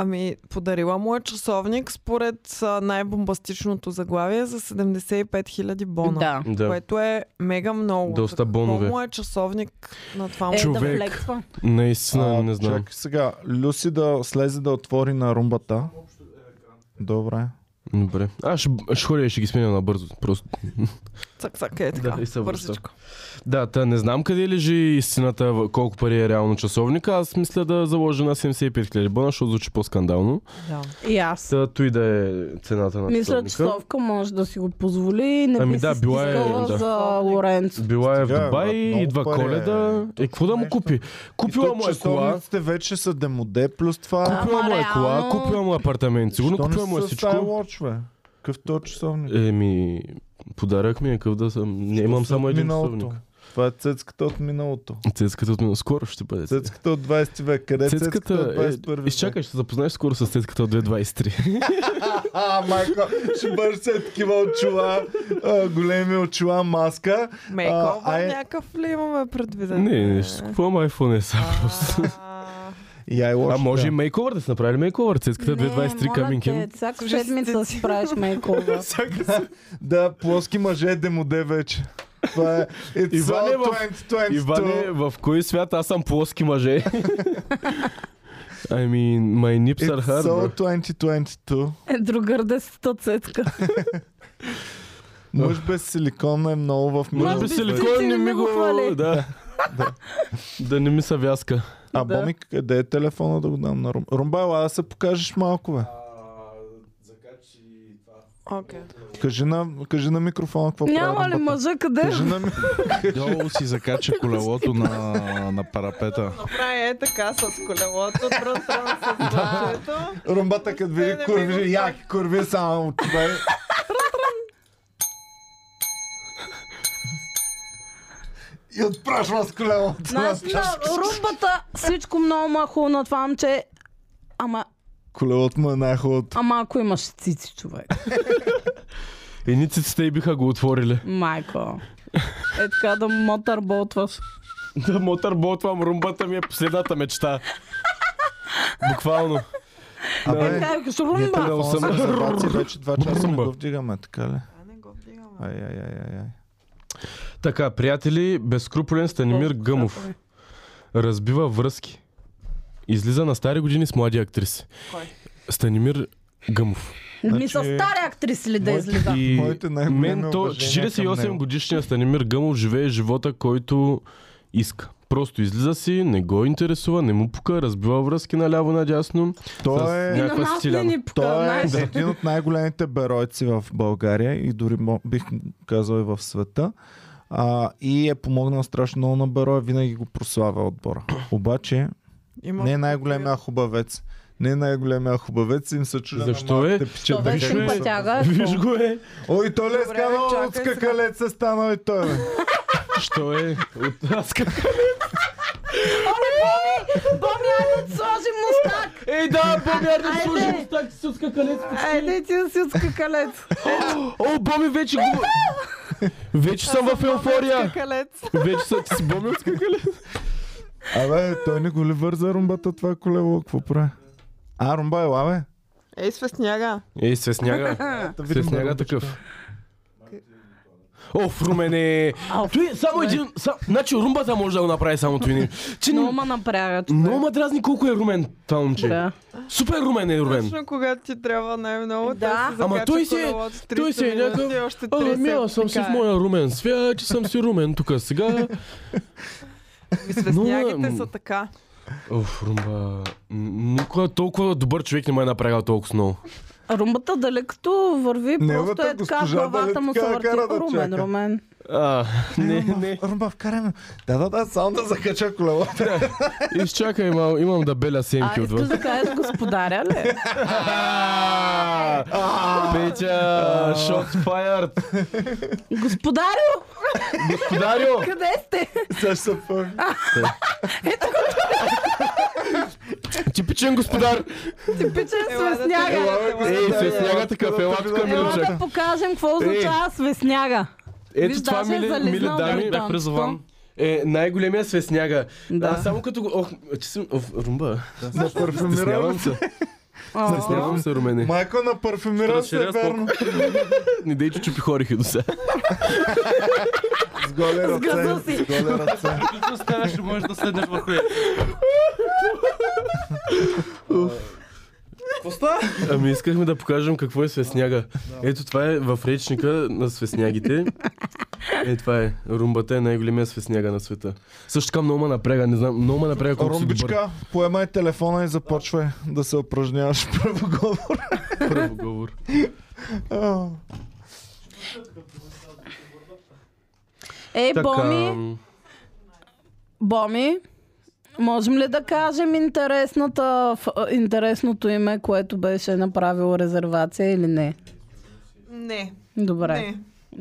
Speaker 4: Ами, подарила му е часовник според а, най-бомбастичното заглавие за 75 000 бона.
Speaker 2: Да.
Speaker 3: Да.
Speaker 4: Което е мега много.
Speaker 3: Доста
Speaker 4: За какво
Speaker 3: бонове.
Speaker 4: му е часовник на това
Speaker 2: Е,
Speaker 4: момче?
Speaker 2: да
Speaker 3: Човек.
Speaker 2: флексва.
Speaker 3: Наистина не знам.
Speaker 1: Чакай сега, Люси да слезе да отвори на румбата. Добре.
Speaker 3: Добре. Аз ще, ще ходя и ще ги сменя набързо. Просто.
Speaker 4: Цък, цък, е така.
Speaker 3: Да, и се връща.
Speaker 4: Бързичко.
Speaker 3: Да, та не знам къде лежи истината, в- колко пари е реално часовника. Аз мисля да заложа на 75 000 бона, защото звучи по-скандално.
Speaker 4: Да.
Speaker 2: И аз.
Speaker 3: Та той да е цената на
Speaker 2: Мисля, че
Speaker 3: часовника.
Speaker 2: Совка може да си го позволи. Не
Speaker 3: Ами
Speaker 2: би
Speaker 3: да,
Speaker 2: се
Speaker 3: била е,
Speaker 2: стискала
Speaker 3: да.
Speaker 2: за Лоренцо.
Speaker 3: Била е в
Speaker 1: Стига,
Speaker 3: Дубай,
Speaker 1: брат, много
Speaker 3: идва
Speaker 1: пари е.
Speaker 3: коледа. Е, какво да му
Speaker 1: Нещо.
Speaker 3: купи?
Speaker 1: И
Speaker 3: Купила
Speaker 1: то
Speaker 3: му е кола.
Speaker 1: часовниците вече са демоде, плюс това...
Speaker 3: Купила му е
Speaker 2: Ама
Speaker 3: кола,
Speaker 2: реално-
Speaker 3: купила му апартамент. Сигурно
Speaker 1: Що не
Speaker 3: купила му е
Speaker 1: са с Apple
Speaker 3: всичко.
Speaker 1: Watch, бе? Какъв то часовник?
Speaker 3: Еми, подарък ми е къв да съм. Не имам
Speaker 1: От
Speaker 3: само един
Speaker 1: миналото.
Speaker 3: часовник.
Speaker 1: Това е цецката от миналото.
Speaker 3: Цецката от мен скоро ще бъде.
Speaker 1: Цецката от 20 век. Къде е цецката от
Speaker 3: Е, Цецката
Speaker 1: 21
Speaker 3: е...
Speaker 1: век?
Speaker 3: Изчакай, ще запознаеш скоро с цецката от 223.
Speaker 1: А, майко, ще бъдеш след такива очила, а, големи очила, маска.
Speaker 4: Мейковър
Speaker 1: А, ай-
Speaker 4: някакъв ли имаме предвиден?
Speaker 3: е- не, не, ще си купувам iPhone е SE.
Speaker 4: А,
Speaker 1: И ай лошо.
Speaker 3: А може
Speaker 1: да.
Speaker 3: и мейковър да са направили мейковър. Цецката
Speaker 2: Не,
Speaker 3: 223
Speaker 2: моля
Speaker 3: coming in.
Speaker 2: те, Всяка седмица си правиш мейковър.
Speaker 1: Да, плоски мъже е демоде вече. Това е... It's
Speaker 3: Иване,
Speaker 1: all
Speaker 3: в-
Speaker 1: 2022.
Speaker 3: Иване, в кой свят аз съм плоски мъже? I mean, my nips are
Speaker 1: It's
Speaker 3: hard, bro.
Speaker 1: all 2022.
Speaker 2: Е, Другър десета цецка.
Speaker 1: Мъж без силикон е много в
Speaker 3: Може
Speaker 1: миналото.
Speaker 3: би
Speaker 2: без
Speaker 3: силикон
Speaker 2: цици
Speaker 3: не
Speaker 2: не
Speaker 3: ми
Speaker 2: ме
Speaker 3: го...
Speaker 2: го хвали.
Speaker 3: Да. да не ми са вяска.
Speaker 1: А
Speaker 2: Да.
Speaker 1: Боми, къде е телефона да го дам на Румба? Румба, ела да се покажеш малко, бе.
Speaker 4: Окей.
Speaker 1: Кажи на, кажи на микрофона какво
Speaker 2: Няма
Speaker 1: прави
Speaker 2: ли
Speaker 1: Румбата.
Speaker 2: мъжа къде?
Speaker 1: Кажи на ми...
Speaker 5: Долу си закача колелото на, на парапета.
Speaker 4: Направи е така с колелото, от друга страна с бързето.
Speaker 1: Румбата, като види
Speaker 4: Е, Не, не ми го
Speaker 1: курви,
Speaker 4: прави.
Speaker 1: яки курви, само е. човек. И отпрашва с колелото.
Speaker 2: Знаеш, Значи
Speaker 4: Значи,
Speaker 2: на румбата всичко много ма е хубаво на това момче. Ама,
Speaker 1: Колелото му е най-хубавото.
Speaker 2: ама ако имаш цици, човек.
Speaker 3: Едни циците и биха го отворили.
Speaker 2: Майко. Е така да мотърботваш.
Speaker 3: Да мотърботвам румбата ми е последната мечта. Буквално.
Speaker 1: Абе,
Speaker 4: е,
Speaker 2: Така, викаш, румба.
Speaker 3: Телефона съм-
Speaker 1: съм вече два часа не
Speaker 3: Румба.
Speaker 1: го вдигаме, така ли?
Speaker 4: А, не го вдигаме.
Speaker 1: Ай, ай, ай, ай, ай.
Speaker 3: Така, приятели, безкруполен Станимир Гъмов. Разбива връзки. Излиза на стари години с млади актриси.
Speaker 4: Кой?
Speaker 3: Станимир Гъмов.
Speaker 2: Ми са
Speaker 1: Значи-
Speaker 2: стари актриси ли да
Speaker 1: Мой-
Speaker 2: излиза?
Speaker 3: И
Speaker 1: Моите най-големи
Speaker 3: мен то
Speaker 1: уважения към
Speaker 3: 48
Speaker 1: него.
Speaker 3: годишният Станимир Гъмов живее живота, който иска. Просто излиза си, не го интересува, не му пука, разбива връзки наляво-надясно. С-
Speaker 1: Той е...
Speaker 2: И на
Speaker 3: някаква
Speaker 2: нас не
Speaker 3: стиляна.
Speaker 2: ни
Speaker 1: Той е
Speaker 2: покъвнаеш.
Speaker 1: един от най-големите беройци в България и дори мо- бих казал и в света. А, и е помогнал страшно много на Бероя, винаги го прославя отбора. Обаче
Speaker 4: Има
Speaker 1: не е най-големия хубавец. Не е най-големия хубавец, им се чудя
Speaker 3: Защо
Speaker 1: на
Speaker 3: е?
Speaker 1: малките пичета.
Speaker 2: То беше
Speaker 1: как му се-
Speaker 2: пътяга.
Speaker 3: Виж го е!
Speaker 1: Ой, той ли е
Speaker 4: Добре,
Speaker 1: сканал
Speaker 4: чакай
Speaker 1: от
Speaker 4: сега.
Speaker 1: скакалец е станал и той. бе.
Speaker 3: Що е? От аз как...
Speaker 2: Оле, Боми! Боми, айде да сложим мустак!
Speaker 3: Ей да, Бомяр, не
Speaker 2: Айде!
Speaker 3: служи мустак, си от скакалец.
Speaker 4: Айде ти да си от скакалец.
Speaker 3: О, Боми, вече го... Вече съм в еуфория.
Speaker 4: Скакалец.
Speaker 3: Вече съм ти си Боми от скакалец.
Speaker 1: Абе, той не го ли върза румбата това колело? Какво прави? А, румба, е ела, бе.
Speaker 4: Ей, свестняга.
Speaker 3: Ей, се сняга.
Speaker 1: Да
Speaker 3: Се
Speaker 1: видим
Speaker 3: сняга
Speaker 1: румбата.
Speaker 3: такъв. О, Фрумене!
Speaker 2: Ау,
Speaker 3: Той само един... Са, значи румбата може да го направи само той. не- Че
Speaker 2: Много
Speaker 3: не...
Speaker 2: ма напряга, човек.
Speaker 3: Много ма дразни колко е румен това момче.
Speaker 2: Да.
Speaker 3: Супер румен е румен.
Speaker 4: Точно когато ти трябва най-много,
Speaker 2: Да.
Speaker 4: да.
Speaker 3: Ама той си е- той си е някакъв-
Speaker 4: Още
Speaker 3: А,
Speaker 4: 30
Speaker 3: ми, Ами, аз съм си в
Speaker 4: така е.
Speaker 3: моя румен свят, че съм си румен тук сега.
Speaker 4: Ми Свестнягите
Speaker 3: Но,
Speaker 4: са така.
Speaker 3: Оф, румба... М, Никога толкова добър човек не ме е напрягал толкова много.
Speaker 2: Румбата дали като върви, просто
Speaker 1: Неговата
Speaker 2: е така,
Speaker 1: госпожа
Speaker 2: главата
Speaker 1: дали
Speaker 2: му се
Speaker 1: така я
Speaker 2: върти.
Speaker 1: кара да
Speaker 2: Румен,
Speaker 1: чака?
Speaker 2: румен.
Speaker 3: А, не, не.
Speaker 1: Румба, вкарай ме. Да, да, да, само да закача колелото.
Speaker 3: Изчакай, имам, имам да беля
Speaker 2: А,
Speaker 3: семки отвън.
Speaker 2: искаш да кажеш господаря ли?
Speaker 3: Петя, шот fired.
Speaker 2: Господарю,
Speaker 3: Господарю,
Speaker 2: къде сте?
Speaker 1: Сега ще се пълни.
Speaker 2: Ето го
Speaker 3: Типичен господар.
Speaker 2: Типичен
Speaker 4: Ела да те-
Speaker 2: свесняга.
Speaker 3: Ей,
Speaker 4: да,
Speaker 3: се
Speaker 4: да,
Speaker 3: сняга
Speaker 5: é um
Speaker 3: такъв, ела
Speaker 2: Ела
Speaker 3: тук
Speaker 2: да
Speaker 3: миличък.
Speaker 2: покажем какво означава свесняга.
Speaker 3: Ето
Speaker 2: Виж,
Speaker 3: това,
Speaker 2: даже е
Speaker 3: мили,
Speaker 2: залезнал
Speaker 3: мили дами,
Speaker 2: бутон.
Speaker 6: Бях призован.
Speaker 3: е най-големия свесняга.
Speaker 2: Да.
Speaker 3: Аз само като го... Ох, че съм... Оф, румба. Стеснявам
Speaker 1: Напарфюмирал се.
Speaker 3: се. Стеснявам се, румене.
Speaker 1: Майко, напарфюмирал се,
Speaker 6: Разширя
Speaker 1: верно.
Speaker 3: Не дейте, че пихорих и до сега.
Speaker 1: С голи
Speaker 2: газа
Speaker 1: ръце.
Speaker 2: си.
Speaker 1: С голи ръце.
Speaker 6: Приключвам с тебе, ще можеш да седнеш върху нея. Поста!
Speaker 3: Ами искахме да покажем какво е свесняга. Ето това е в речника на свеснягите. Е, това е. Румбата е най-големия свесняга на света. Също така много ме напряга, не знам, много ме напряга колко си добър.
Speaker 1: Румбичка, поемай телефона и започвай да се упражняваш правоговор.
Speaker 3: Първо говор.
Speaker 2: Ей,
Speaker 3: Така,
Speaker 2: Е, Боми, Боми, можем ли да кажем интересната, ф- интересното име, което беше направило резервация или не?
Speaker 4: Не,
Speaker 2: Добре.
Speaker 4: не.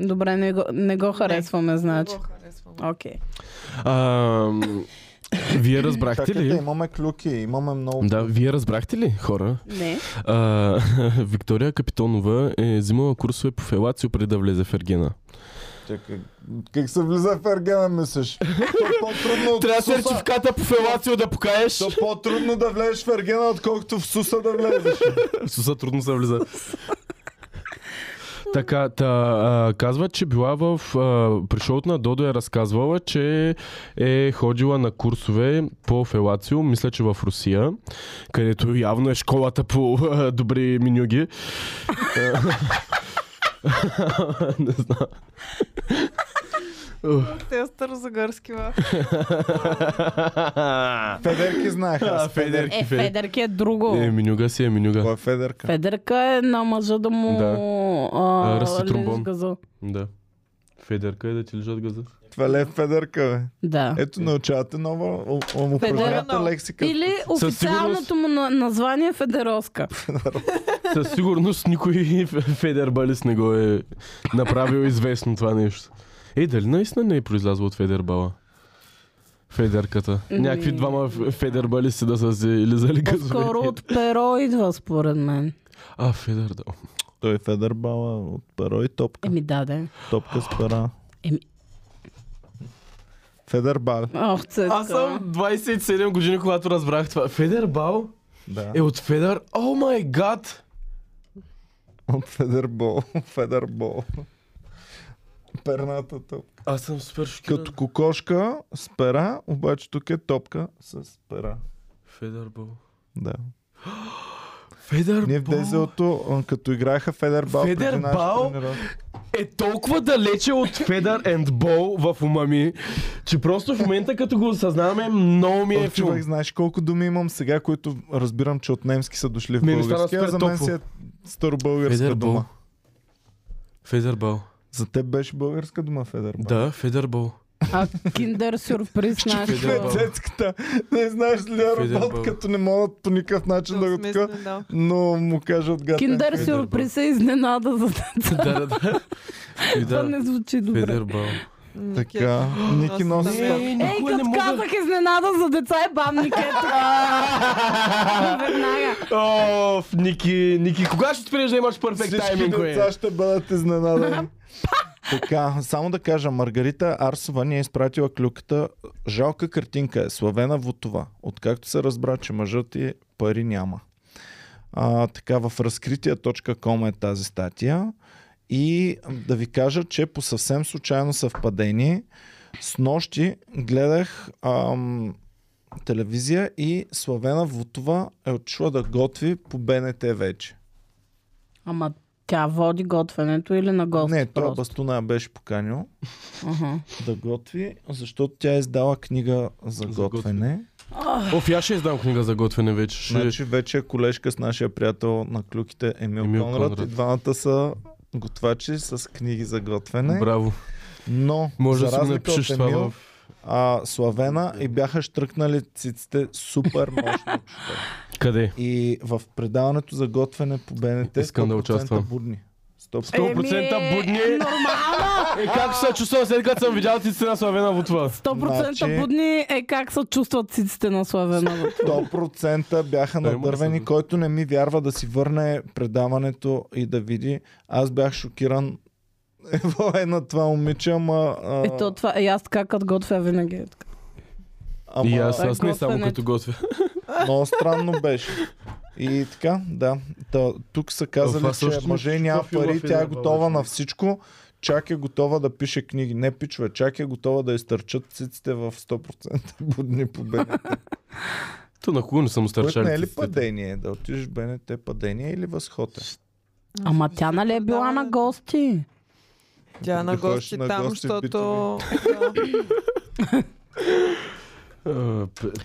Speaker 2: Добре, не го, не го харесваме, значи.
Speaker 4: Не го харесвам.
Speaker 2: Окей.
Speaker 3: а, вие разбрахте
Speaker 1: Чакайте,
Speaker 3: ли?
Speaker 1: имаме клюки, имаме много...
Speaker 3: Да, вие разбрахте ли, хора?
Speaker 2: Не.
Speaker 3: А, Виктория Капитонова е взимала курсове по фелацио преди да влезе в Ергена.
Speaker 1: Чакай, Как се влиза в ергена, мислиш? То е по-трудно от суса.
Speaker 3: по фелацио да покаеш.
Speaker 1: То е по-трудно да влезеш в ергена, отколкото в суса да влезеш.
Speaker 3: Суса трудно се влиза. Така, та, а, казва, че била в... А, при шоуто на Додо е разказвала, че е ходила на курсове по фелацио, мисля, че в Русия, където явно е школата по а, добри менюги. А, Не знам.
Speaker 4: Те е старозагорски ва.
Speaker 1: Федерки знаех аз. Федерки.
Speaker 2: Е, Федерки е друго.
Speaker 3: Е, менюга си е менюга.
Speaker 1: Кой е Федерка?
Speaker 2: Федерка е на мъжа да му
Speaker 3: Да.
Speaker 2: а,
Speaker 3: А, ръсти
Speaker 2: лижеш
Speaker 3: тромбон.
Speaker 2: газа.
Speaker 3: Да. Федерка е да ти лежат газа.
Speaker 1: Това ли е Федерка, бе?
Speaker 2: Да.
Speaker 1: Ето, научавате нова о- о-
Speaker 2: Федерно.
Speaker 1: упражнявате лексика.
Speaker 2: Или официалното му на- название е Федероска.
Speaker 3: Със сигурност никой Федер Балис не го е направил известно това нещо. Е, дали наистина не е произлязло от Федер Бала? Федерката. Някакви
Speaker 2: Ми,
Speaker 3: двама Ф- Федер Балиси да са се лизали
Speaker 2: Скоро
Speaker 3: газове. Е,
Speaker 2: от перо идва, според мен.
Speaker 3: А, Федер, да.
Speaker 1: Той е Федер Бала от перо и топка.
Speaker 2: Еми, да, да.
Speaker 1: Топка с пера.
Speaker 2: Еми.
Speaker 1: Федер Бал.
Speaker 2: Ох, цецка.
Speaker 3: Аз съм 27 години, когато разбрах това. Федер Бал
Speaker 1: Да.
Speaker 3: е от Федер... О май гад!
Speaker 1: От Федер Бол. Федер Бол. Перната топка.
Speaker 3: Аз съм супер шокиран.
Speaker 1: Като кокошка с пера, обаче тук е топка с пера.
Speaker 3: Федер Бал.
Speaker 1: Да.
Speaker 3: Федер
Speaker 1: Ние в
Speaker 3: Бал
Speaker 1: Дезелото, а, като играха Федер Бал, преди
Speaker 3: Федер
Speaker 1: нашата
Speaker 3: Бал?
Speaker 1: тренировка.
Speaker 3: е толкова далече от Федер енд Бол в ума ми, че просто в момента като го осъзнаваме, много ми е
Speaker 1: О, човек,
Speaker 3: чувак.
Speaker 1: знаеш колко думи имам сега, които разбирам, че от немски са дошли в
Speaker 3: Ми ми стана
Speaker 1: български, а за мен
Speaker 3: супер
Speaker 1: си е
Speaker 3: Федер
Speaker 1: старобългарска
Speaker 3: Бол.
Speaker 1: дума.
Speaker 3: Федер Бал.
Speaker 1: За теб беше българска дума, Федер Бал.
Speaker 3: Да, Федербол.
Speaker 2: А киндер сюрприз
Speaker 3: Федербал.
Speaker 1: Бе,
Speaker 2: нашето.
Speaker 1: Цецката, не знаеш ли я
Speaker 3: Фидер
Speaker 1: работ,
Speaker 3: Бал.
Speaker 1: като не могат по никакъв начин да го така,
Speaker 4: Двусмислено, да.
Speaker 1: но му кажа от гата.
Speaker 2: Киндер сюрприз е изненада за деца.
Speaker 3: да, да, да. И
Speaker 2: Това
Speaker 3: да.
Speaker 2: не звучи добре.
Speaker 3: Федербал.
Speaker 4: Нике.
Speaker 1: Така, Ники
Speaker 4: Аз
Speaker 1: носи
Speaker 4: съм
Speaker 1: пак.
Speaker 4: Е,
Speaker 2: Ей, като казах изненада за деца е бамник, ето. Веднага.
Speaker 3: Оф, Ники, Ники, кога ще спреш да имаш перфект
Speaker 1: Всички
Speaker 3: тайминг,
Speaker 1: деца
Speaker 3: кое?
Speaker 1: ще бъдат изненадани. Така, само да кажа, Маргарита Арсова ни е изпратила клюката. Жалка картинка е, славена в това. Откакто се разбра, че мъжът ти пари няма. А, така, в разкрития.com е тази статия. И да ви кажа, че по съвсем случайно съвпадение, с нощи гледах ам, телевизия и Славена Вутова е отишла да готви по БНТ вече.
Speaker 2: Ама тя води готвенето или на гост?
Speaker 1: Не, е той
Speaker 2: просто?
Speaker 1: бастуна я беше поканил
Speaker 2: Аха.
Speaker 1: да готви, защото тя е издала книга за,
Speaker 3: За готвене.
Speaker 1: готвене.
Speaker 3: Оф, и аз ще издам книга за готвене вече. Ще...
Speaker 1: Значи вече е колежка с нашия приятел на клюките Емил,
Speaker 3: Емил
Speaker 1: Емил Конрад,
Speaker 3: Конрад.
Speaker 1: и двамата са готвачи с книги за готвене.
Speaker 3: Браво.
Speaker 1: Но,
Speaker 3: Може
Speaker 1: за
Speaker 3: да си го
Speaker 1: разлика
Speaker 3: напишеш
Speaker 1: от
Speaker 3: това
Speaker 1: Емил,
Speaker 3: в...
Speaker 1: а, Славена и бяха штръкнали циците супер мощно.
Speaker 3: Къде?
Speaker 1: и в предаването за готвене по БНТ
Speaker 3: Искам да
Speaker 1: 100%
Speaker 3: участвам.
Speaker 1: будни.
Speaker 3: Е,
Speaker 1: 100%.
Speaker 3: 100% будни.
Speaker 2: Еми, Нормално!
Speaker 3: Е, как се чувствам след като съм видял ти на Славена Вутва?
Speaker 2: 100%
Speaker 1: Значи-
Speaker 2: будни е как се чувстват циците на Славена.
Speaker 1: 100% бяха
Speaker 3: Той има
Speaker 1: надървени,
Speaker 3: съвест.
Speaker 1: който не ми вярва да си върне предаването и да види. Аз бях шокиран. Ево е на това момиче, ама... а,
Speaker 2: Ето това е аз така като готвя винаги. е така.
Speaker 1: ама
Speaker 3: И аз,
Speaker 2: Това е
Speaker 3: аз не само
Speaker 2: готвенето.
Speaker 3: като готвя.
Speaker 1: Много странно беше. И така, да. Та, тук са казали,
Speaker 3: Това
Speaker 1: че
Speaker 3: също
Speaker 1: мъже няма
Speaker 3: каква
Speaker 1: пари,
Speaker 3: филофилия
Speaker 1: тя е
Speaker 3: е
Speaker 1: готова
Speaker 3: България.
Speaker 1: на всичко. Чак е готова да пише книги. Не пичове, чак е готова да изтърчат циците в 100% будни победи.
Speaker 3: То на кого не съм
Speaker 1: Което
Speaker 3: старчали?
Speaker 1: не е ли падение? Да отидеш в БНТ падение или възход е?
Speaker 2: Ама
Speaker 1: Значи,
Speaker 2: тя нали е била на гости?
Speaker 4: Тя е на
Speaker 1: Да ходиш
Speaker 4: гости
Speaker 1: на
Speaker 4: там,
Speaker 1: гости в
Speaker 4: защото...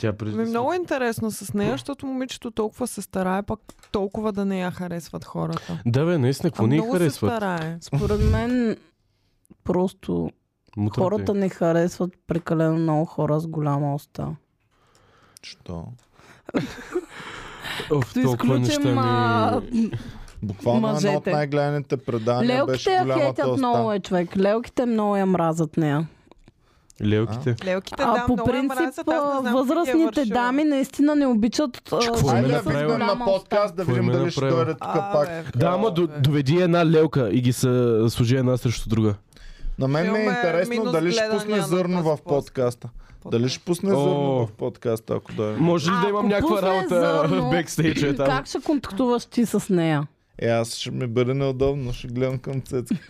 Speaker 3: Тя преди...
Speaker 4: Ми, много е интересно с нея, защото момичето толкова се старае, пък толкова да не я харесват хората.
Speaker 3: Да бе, наистина, какво
Speaker 4: а
Speaker 3: не й
Speaker 4: много се
Speaker 3: харесват?
Speaker 4: старае.
Speaker 2: Според мен просто
Speaker 3: Мутрата й.
Speaker 2: хората не харесват прекалено много хора с голяма уста.
Speaker 1: Що?
Speaker 3: Оф,
Speaker 2: Като
Speaker 3: толкова
Speaker 2: изключим
Speaker 3: неща
Speaker 2: а,
Speaker 3: ми...
Speaker 1: Буквално едно от
Speaker 2: Мъжете.
Speaker 1: най-гледаните предания
Speaker 2: лелките
Speaker 1: беше
Speaker 2: я
Speaker 1: голямата
Speaker 2: хейтят
Speaker 1: оста.
Speaker 2: много е човек. Лелките много я мразят нея.
Speaker 3: Лелките.
Speaker 4: Лелките,
Speaker 2: а
Speaker 4: да,
Speaker 2: по
Speaker 4: много я
Speaker 2: принцип
Speaker 4: мразят, аз не знам как ги е
Speaker 2: възрастните
Speaker 4: вършила.
Speaker 2: дами наистина не обичат а,
Speaker 3: Какво
Speaker 1: Айде
Speaker 3: ме
Speaker 2: жени
Speaker 1: да
Speaker 2: с
Speaker 3: направила?
Speaker 1: видим на
Speaker 2: голяма уста.
Speaker 1: подкаст, да
Speaker 3: Какво
Speaker 1: видим
Speaker 3: ме
Speaker 1: дали ще
Speaker 3: направила?
Speaker 1: дойде тук
Speaker 4: А,
Speaker 1: пак.
Speaker 4: бе,
Speaker 3: Да, ама до- доведи една лелка и ги се служи една срещу друга.
Speaker 1: На мен ми е
Speaker 4: Имаме
Speaker 1: интересно
Speaker 4: минус
Speaker 1: дали ще
Speaker 4: гледания
Speaker 1: пусне
Speaker 4: на
Speaker 1: зърно в
Speaker 4: този пост.
Speaker 1: подкаста. Дали ще пусне
Speaker 3: О.
Speaker 1: зърно в подкаста, ако дойде?
Speaker 3: Може ли да
Speaker 2: Ако
Speaker 3: имам някаква
Speaker 2: пусне
Speaker 3: работа
Speaker 2: зърно,
Speaker 3: в бекстейджа е там?
Speaker 2: Как ще контактуваш ти с нея?
Speaker 1: Е, аз ще ми бъде неудобно, ще гледам към цецките.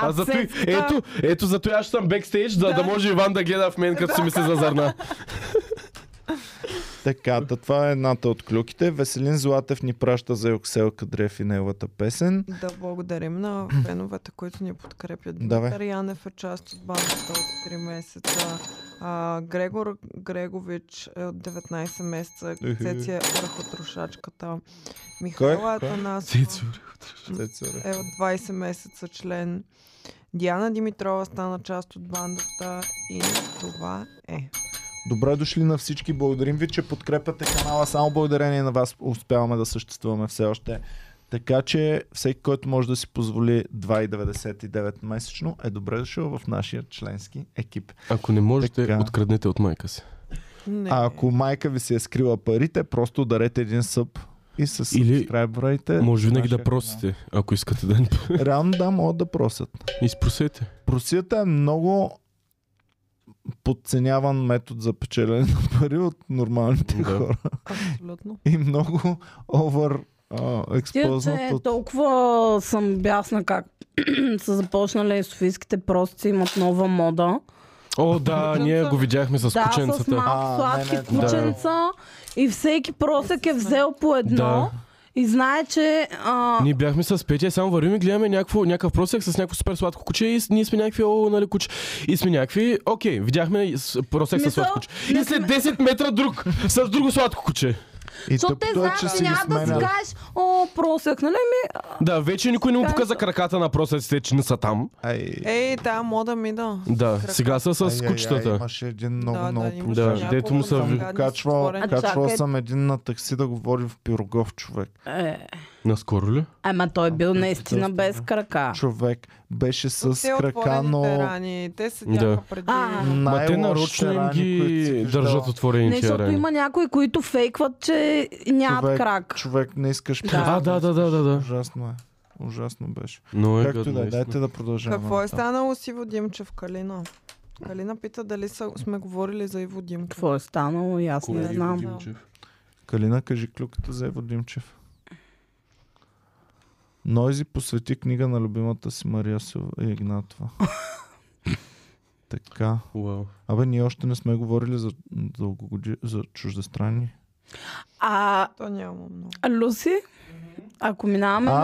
Speaker 3: А зато,
Speaker 2: цецката?
Speaker 3: ето, ето зато аз ще съм бекстейдж, да, да. може Иван да гледа в мен, като си мисли за зърна.
Speaker 1: Така, да, това е едната от клюките. Веселин Златев ни праща за Юксел Кадрев и неговата песен.
Speaker 4: Да благодарим на феновете, които ни подкрепят.
Speaker 1: Давай.
Speaker 4: Димитър Янев е част от бандата от 3 месеца. А, Грегор Грегович е от 19 месеца.
Speaker 1: Ехе.
Speaker 4: Цеци е върху трошачката. Михайла Атанасова
Speaker 1: Цецо, бе.
Speaker 4: е от 20 месеца член. Диана Димитрова стана част от бандата и това е.
Speaker 1: Добре дошли на всички. Благодарим ви, че подкрепяте канала. Само благодарение на вас успяваме да съществуваме все още. Така че всеки, който може да си позволи 2,99 месечно, е добре дошъл в нашия членски екип.
Speaker 3: Ако не можете,
Speaker 1: Така.
Speaker 3: откраднете от майка си.
Speaker 4: Не.
Speaker 1: А ако майка ви си е скрила парите, просто дарете един съб и се
Speaker 3: Или
Speaker 1: субскрайбвайте.
Speaker 3: Може винаги
Speaker 1: нашия
Speaker 3: да просите, ако искате да ни
Speaker 1: канал. Реално да, могат да просят.
Speaker 3: изпросете.
Speaker 1: Просията е много подценяван метод за печелене на пари от нормалните
Speaker 3: Да.
Speaker 1: хора.
Speaker 4: Абсолютно.
Speaker 1: и много овър
Speaker 2: Тирце,
Speaker 1: експознат от...
Speaker 2: толкова съм бясна как са започнали софийските прости, имат нова мода.
Speaker 3: О, да, ние го видяхме с
Speaker 2: Да, с
Speaker 3: кученцата.
Speaker 1: А,
Speaker 2: малки сладки
Speaker 1: не, не,
Speaker 3: да.
Speaker 2: кученца и всеки просек е взел по едно
Speaker 3: Да.
Speaker 2: и знае, че а,
Speaker 3: Ние бяхме с Петя, само вървим и гледаме някакво, някакъв просек с някакво супер сладко куче и с- ние сме някакви, о, нали, куче. И сме някакви, окей, видяхме с- просек
Speaker 2: Мисъл,
Speaker 3: с сладко куче.
Speaker 2: не
Speaker 3: И след 10 метра друг, с друго сладко куче.
Speaker 1: И
Speaker 2: защото те
Speaker 1: тъпото е,
Speaker 2: знаят,
Speaker 1: че
Speaker 2: че
Speaker 1: си ги
Speaker 2: няма да си
Speaker 1: сменя.
Speaker 2: кажеш, о, просек, нали ми?
Speaker 3: Да, вече никой не му
Speaker 2: Кажа.
Speaker 3: показа краката на просеците, че не са там.
Speaker 1: Ай,
Speaker 4: Ей, тая мода ми да.
Speaker 3: Да,
Speaker 4: Крака.
Speaker 3: сега са
Speaker 1: ай,
Speaker 3: с
Speaker 1: ай,
Speaker 3: кучетата.
Speaker 1: ай, имаше един много,
Speaker 4: да,
Speaker 1: много...
Speaker 4: да, имаше
Speaker 3: Да,
Speaker 4: няколко
Speaker 3: дето му са
Speaker 4: там
Speaker 3: ви-
Speaker 4: гадни
Speaker 1: Качвал,
Speaker 4: затворени.
Speaker 2: А
Speaker 1: качвал
Speaker 2: чакай.
Speaker 1: съм един на такси да го води в Пирогов човек.
Speaker 2: Е,
Speaker 3: Наскоро ли?
Speaker 2: ама той бил
Speaker 1: Ами,
Speaker 2: наистина без крака.
Speaker 1: Човек беше
Speaker 4: Тук
Speaker 1: с
Speaker 4: те
Speaker 1: крака,
Speaker 4: отворените
Speaker 1: но
Speaker 4: рани, Те седяха
Speaker 3: Да.
Speaker 4: преди.
Speaker 2: А.
Speaker 3: Ма
Speaker 1: най-лошите
Speaker 3: те нарочно им
Speaker 1: рани, които си
Speaker 3: ги
Speaker 1: виждала.
Speaker 3: държат
Speaker 2: Не,
Speaker 3: отворени тия
Speaker 2: Нали, защото
Speaker 3: рани.
Speaker 2: има някои, които фейкват, че нямат
Speaker 1: Човек,
Speaker 2: крак.
Speaker 1: Човек, не искаш
Speaker 2: Да.
Speaker 1: просто
Speaker 3: А, да, да, да, да, да.
Speaker 1: Ужасно е. Ужасно беше.
Speaker 3: Но е
Speaker 1: Както и да, е,
Speaker 3: гадно,
Speaker 1: дайте да продължаваме.
Speaker 4: Какво е
Speaker 1: нататък.
Speaker 4: станало с Иво Димчев, Калина? Калина пита дали са, сме говорили за Иво Димчев.
Speaker 2: Какво е станало, и аз
Speaker 3: Кой
Speaker 2: не
Speaker 3: е
Speaker 2: знам.
Speaker 3: Иво Димчев?
Speaker 1: Калина, кажи клюката за Ево Димчев. Нойзи посвети книга на любимата си Мария Сил- Игнатова. така.
Speaker 3: Уау.
Speaker 1: Абе, ние още не сме говорили за, дългогоди... за чуждестранни.
Speaker 2: А,
Speaker 4: То няма много.
Speaker 2: а Люси, ако минаваме
Speaker 1: А,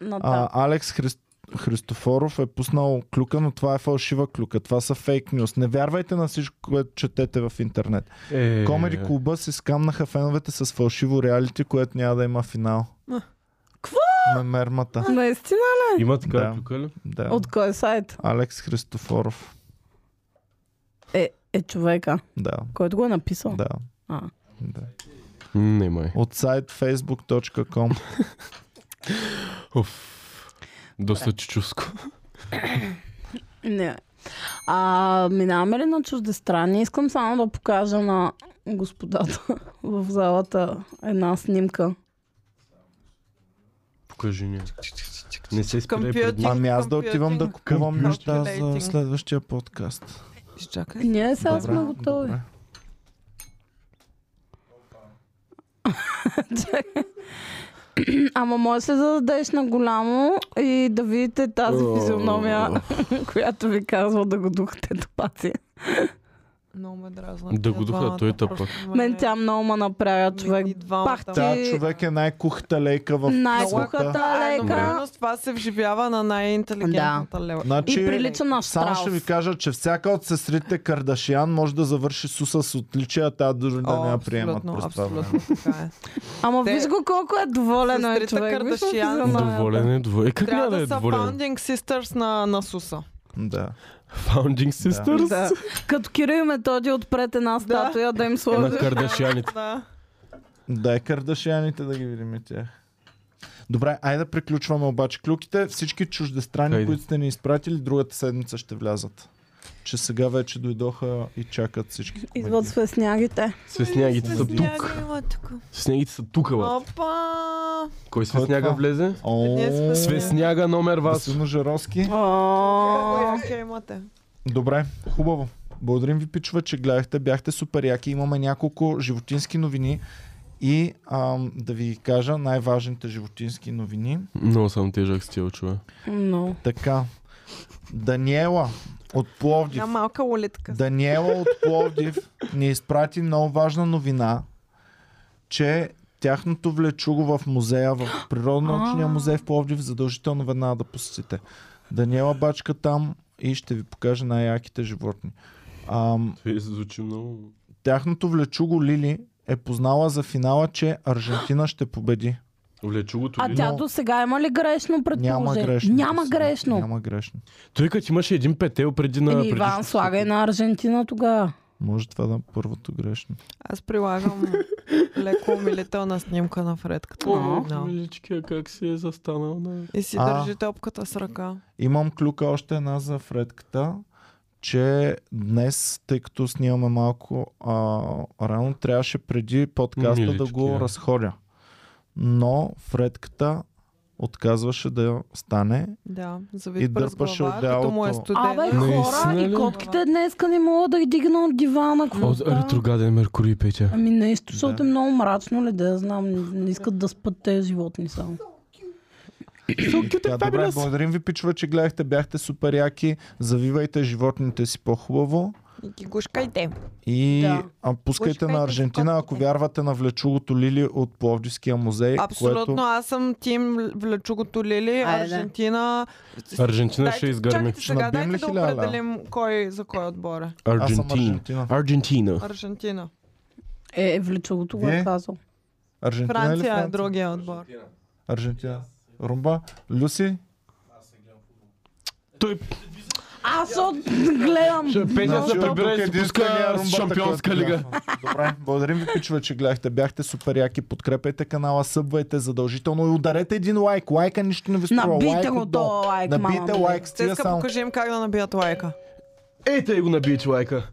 Speaker 2: на, на там.
Speaker 1: А, Алекс Христ... Христофоров е пуснал клюка, но това е фалшива клюка. Това са фейк нюс. Не вярвайте на всичко, което четете в интернет.
Speaker 3: Е,
Speaker 1: Комеди клуба се скамнаха феновете с фалшиво реалити, което няма да има финал.
Speaker 2: Кво?
Speaker 1: Мемермата.
Speaker 2: Наистина,
Speaker 3: Има така
Speaker 1: Да.
Speaker 3: тук ли?
Speaker 1: Да.
Speaker 2: от кой сайт?
Speaker 1: Алекс Христофоров.
Speaker 2: Е, е човека,
Speaker 1: Да,
Speaker 2: който го е написал.
Speaker 1: да.
Speaker 2: А.
Speaker 1: да.
Speaker 3: Не май.
Speaker 1: От сайт facebook.com.
Speaker 3: Оф. Доста чичуско.
Speaker 2: Не. А, минаваме ли на чуждестранни? Искам само да покажа на господата в залата една снимка.
Speaker 3: Покажи ни. Не се спирай пред
Speaker 4: Компютър.
Speaker 3: нас.
Speaker 1: Ами аз да отивам да купувам
Speaker 4: Computing.
Speaker 1: неща за
Speaker 4: Calculating.
Speaker 1: следващия подкаст.
Speaker 4: Изчакай.
Speaker 2: Ние сега
Speaker 1: Добре,
Speaker 2: сме готови.
Speaker 1: добре.
Speaker 2: Ама може се зададеш на голямо и да видите тази физиономия, която ви казва да го духате до пати.
Speaker 4: Много ме дразна.
Speaker 3: Да го духа, той е тъпък.
Speaker 2: Мен тя много ма направя човек. пах ти
Speaker 1: Та човек е най-кухта лейка в света.
Speaker 2: Най-кухата лека.
Speaker 4: Едновременно с това се вживява на най-интелигентната лева.
Speaker 2: И
Speaker 1: Значи,
Speaker 2: прилича на
Speaker 1: само
Speaker 2: Штраус.
Speaker 1: ще ви кажа, че всяка от сестрите Кардашиан може да завърши суса с отличия, а дори да
Speaker 4: О,
Speaker 1: не я приемат
Speaker 4: абсолютно,
Speaker 1: през това време.
Speaker 4: абсолютно така е.
Speaker 2: Ама
Speaker 4: Те-
Speaker 2: виж го колко е доволен е
Speaker 4: Сестрите
Speaker 2: човек. Виж му
Speaker 4: Кардашиан.
Speaker 2: физиономията.
Speaker 3: Доволен е, доволен. Как няма
Speaker 4: Трябва
Speaker 3: да е
Speaker 4: да са
Speaker 3: доволен?
Speaker 4: founding sisters на, на Суса.
Speaker 1: Да.
Speaker 3: Founding Sisters?
Speaker 2: Да. Като Кирил и Методи отпред една статуя да, им
Speaker 3: На
Speaker 2: сложи.
Speaker 3: кардашяните.
Speaker 4: Да.
Speaker 1: Да, е Кардашианите да ги видим и тях. Добре, айде да приключваме обаче клюките. Всички чуждестранни,
Speaker 3: Хайде.
Speaker 1: които сте ни изпратили, другата седмица ще влязат. Че сега вече дойдоха и чакат всички.
Speaker 2: Идват с веснягите.
Speaker 3: Свеснягите са тук.
Speaker 4: Сняга има тук.
Speaker 3: Свеснягите са тук, бе.
Speaker 4: Опа!
Speaker 3: Кой
Speaker 1: Кой е
Speaker 3: свесняга
Speaker 1: това?
Speaker 3: влезе?
Speaker 1: О,
Speaker 4: Днес сме с
Speaker 1: Е.
Speaker 3: Свесняга номер вас.
Speaker 1: Василино Жаровски.
Speaker 2: О,
Speaker 4: Кой имате?
Speaker 1: Добре, хубаво. Благодарим ви, пичове, че гледахте. Бяхте супер яки. Имаме няколко животински новини. И ам, да ви кажа най-важните животински новини.
Speaker 3: Много съм тежък стил, човек.
Speaker 2: но.
Speaker 1: Така. Даниела от Пловдив.
Speaker 4: Една малка улитка.
Speaker 1: Даниела от Пловдив ни изпрати много важна новина, че тяхното влечуго в музея, в Природно-научния музей в Пловдив, задължително веднага да посетите. Даниела бачка там и ще ви покаже най-яките животни. Ам,
Speaker 3: Това звучи много...
Speaker 1: тяхното влечуго Лили е познала за финала, че Аржентина ще победи.
Speaker 3: Влечугото
Speaker 2: А
Speaker 3: ли?
Speaker 2: тя до сега има ли грешно
Speaker 1: Няма
Speaker 2: предположение?
Speaker 1: грешно.
Speaker 2: Няма грешно.
Speaker 1: Няма грешно.
Speaker 3: Той като имаше един петел преди на...
Speaker 2: Еми,
Speaker 3: предишното
Speaker 2: Ами, Иван,
Speaker 3: си-
Speaker 2: слагай на Аржентина тогава.
Speaker 1: Може това да е първото грешно.
Speaker 4: Аз прилагам леко умилителна снимка на Фредката.
Speaker 3: О,
Speaker 4: Да.
Speaker 3: миличкия, как си е застанал на...
Speaker 4: И си
Speaker 1: А.
Speaker 4: държи топката с ръка.
Speaker 1: Имам клюка още една за Фредката, че днес, тъй като снимаме малко, а, рано трябваше преди подкаста да го
Speaker 3: Миличкия.
Speaker 1: разходя. Но Фредката отказваше да стане.
Speaker 4: Да,
Speaker 1: И
Speaker 4: завит през
Speaker 1: дърпаше
Speaker 4: глава,
Speaker 1: отдялото.
Speaker 4: като му е
Speaker 2: Абе,
Speaker 4: студено.
Speaker 2: хора,
Speaker 3: Наистина
Speaker 2: и
Speaker 3: ли?
Speaker 2: котките днеска не мога да ги дигна от дивана. Какво
Speaker 3: О,
Speaker 2: става?
Speaker 3: ретрограден Меркурий, Петя.
Speaker 2: Ами нещо, защото
Speaker 1: Да.
Speaker 2: е много мрачно, ли да я знам. Не, не искат да спят тези животни само.
Speaker 1: Така, добре, благодарим ви, пичове, че гледахте. Бяхте супер яки. Завивайте животните си по-хубаво.
Speaker 4: И ги гушкайте.
Speaker 1: И
Speaker 2: Да.
Speaker 1: а, пускайте
Speaker 4: Пускайте
Speaker 1: на
Speaker 4: си
Speaker 1: Аржентина, ако
Speaker 4: котките.
Speaker 1: вярвате на влечугото Лили от Пловдивския музей.
Speaker 4: Абсолютно,
Speaker 1: Е, Което...
Speaker 4: аз съм тим Влечугото Лили,
Speaker 2: Айде.
Speaker 4: Аржентина.
Speaker 3: Аржентина ще
Speaker 4: Дайте-
Speaker 3: изгърми.
Speaker 4: Чакайте сега,
Speaker 1: Набием
Speaker 4: дайте
Speaker 1: ли
Speaker 4: да
Speaker 1: хиляда?
Speaker 4: определим кой за кой отбор е.
Speaker 1: Аз съм
Speaker 3: Аржентина.
Speaker 1: Аржентина.
Speaker 3: Аржентина.
Speaker 4: Аржентина.
Speaker 2: Е, е влечалото го
Speaker 1: Вие?
Speaker 2: е казал.
Speaker 1: Аржентина или
Speaker 4: Франция е
Speaker 1: Франция?
Speaker 4: другия отбор.
Speaker 1: Аржентина. Румба. Люси?
Speaker 3: Той
Speaker 2: Аз от гледам.
Speaker 3: Петя
Speaker 1: Значи,
Speaker 3: се прибира
Speaker 1: тук
Speaker 3: и се
Speaker 1: единствения
Speaker 3: пуска
Speaker 1: румбата,
Speaker 3: с шампионска
Speaker 1: който
Speaker 3: лига.
Speaker 1: бяхме. Добре, благодарим ви, пичове, че гледахте. Бяхте супер яки. Подкрепете канала, събвайте задължително и ударете един лайк. Лайка нищо не ви струва.
Speaker 2: Набийте
Speaker 1: лайк
Speaker 2: го
Speaker 1: отдолу.
Speaker 2: тоя лайк,
Speaker 1: Набийте
Speaker 2: мама ми.
Speaker 1: лайк. Стига
Speaker 4: Цеска,
Speaker 1: само.
Speaker 4: покажи им как да набият лайка.
Speaker 3: Ей, тъй го набиете лайка.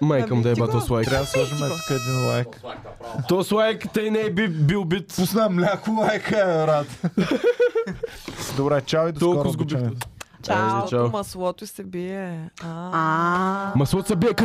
Speaker 3: Майкам да е
Speaker 4: Набийте
Speaker 3: бато
Speaker 4: го.
Speaker 3: с лайк.
Speaker 1: Трябва да сложим тук един лайк.
Speaker 3: То с лайк тъй не е би- бил бит.
Speaker 1: Пусна мляко лайка, рад. Добре, чао и до
Speaker 3: Толкова Е,
Speaker 1: скоро. обичаме.
Speaker 3: сгубих.
Speaker 4: Чао.
Speaker 3: чао.
Speaker 4: Маслото се бие. А.
Speaker 2: А.
Speaker 3: Маслото се бие като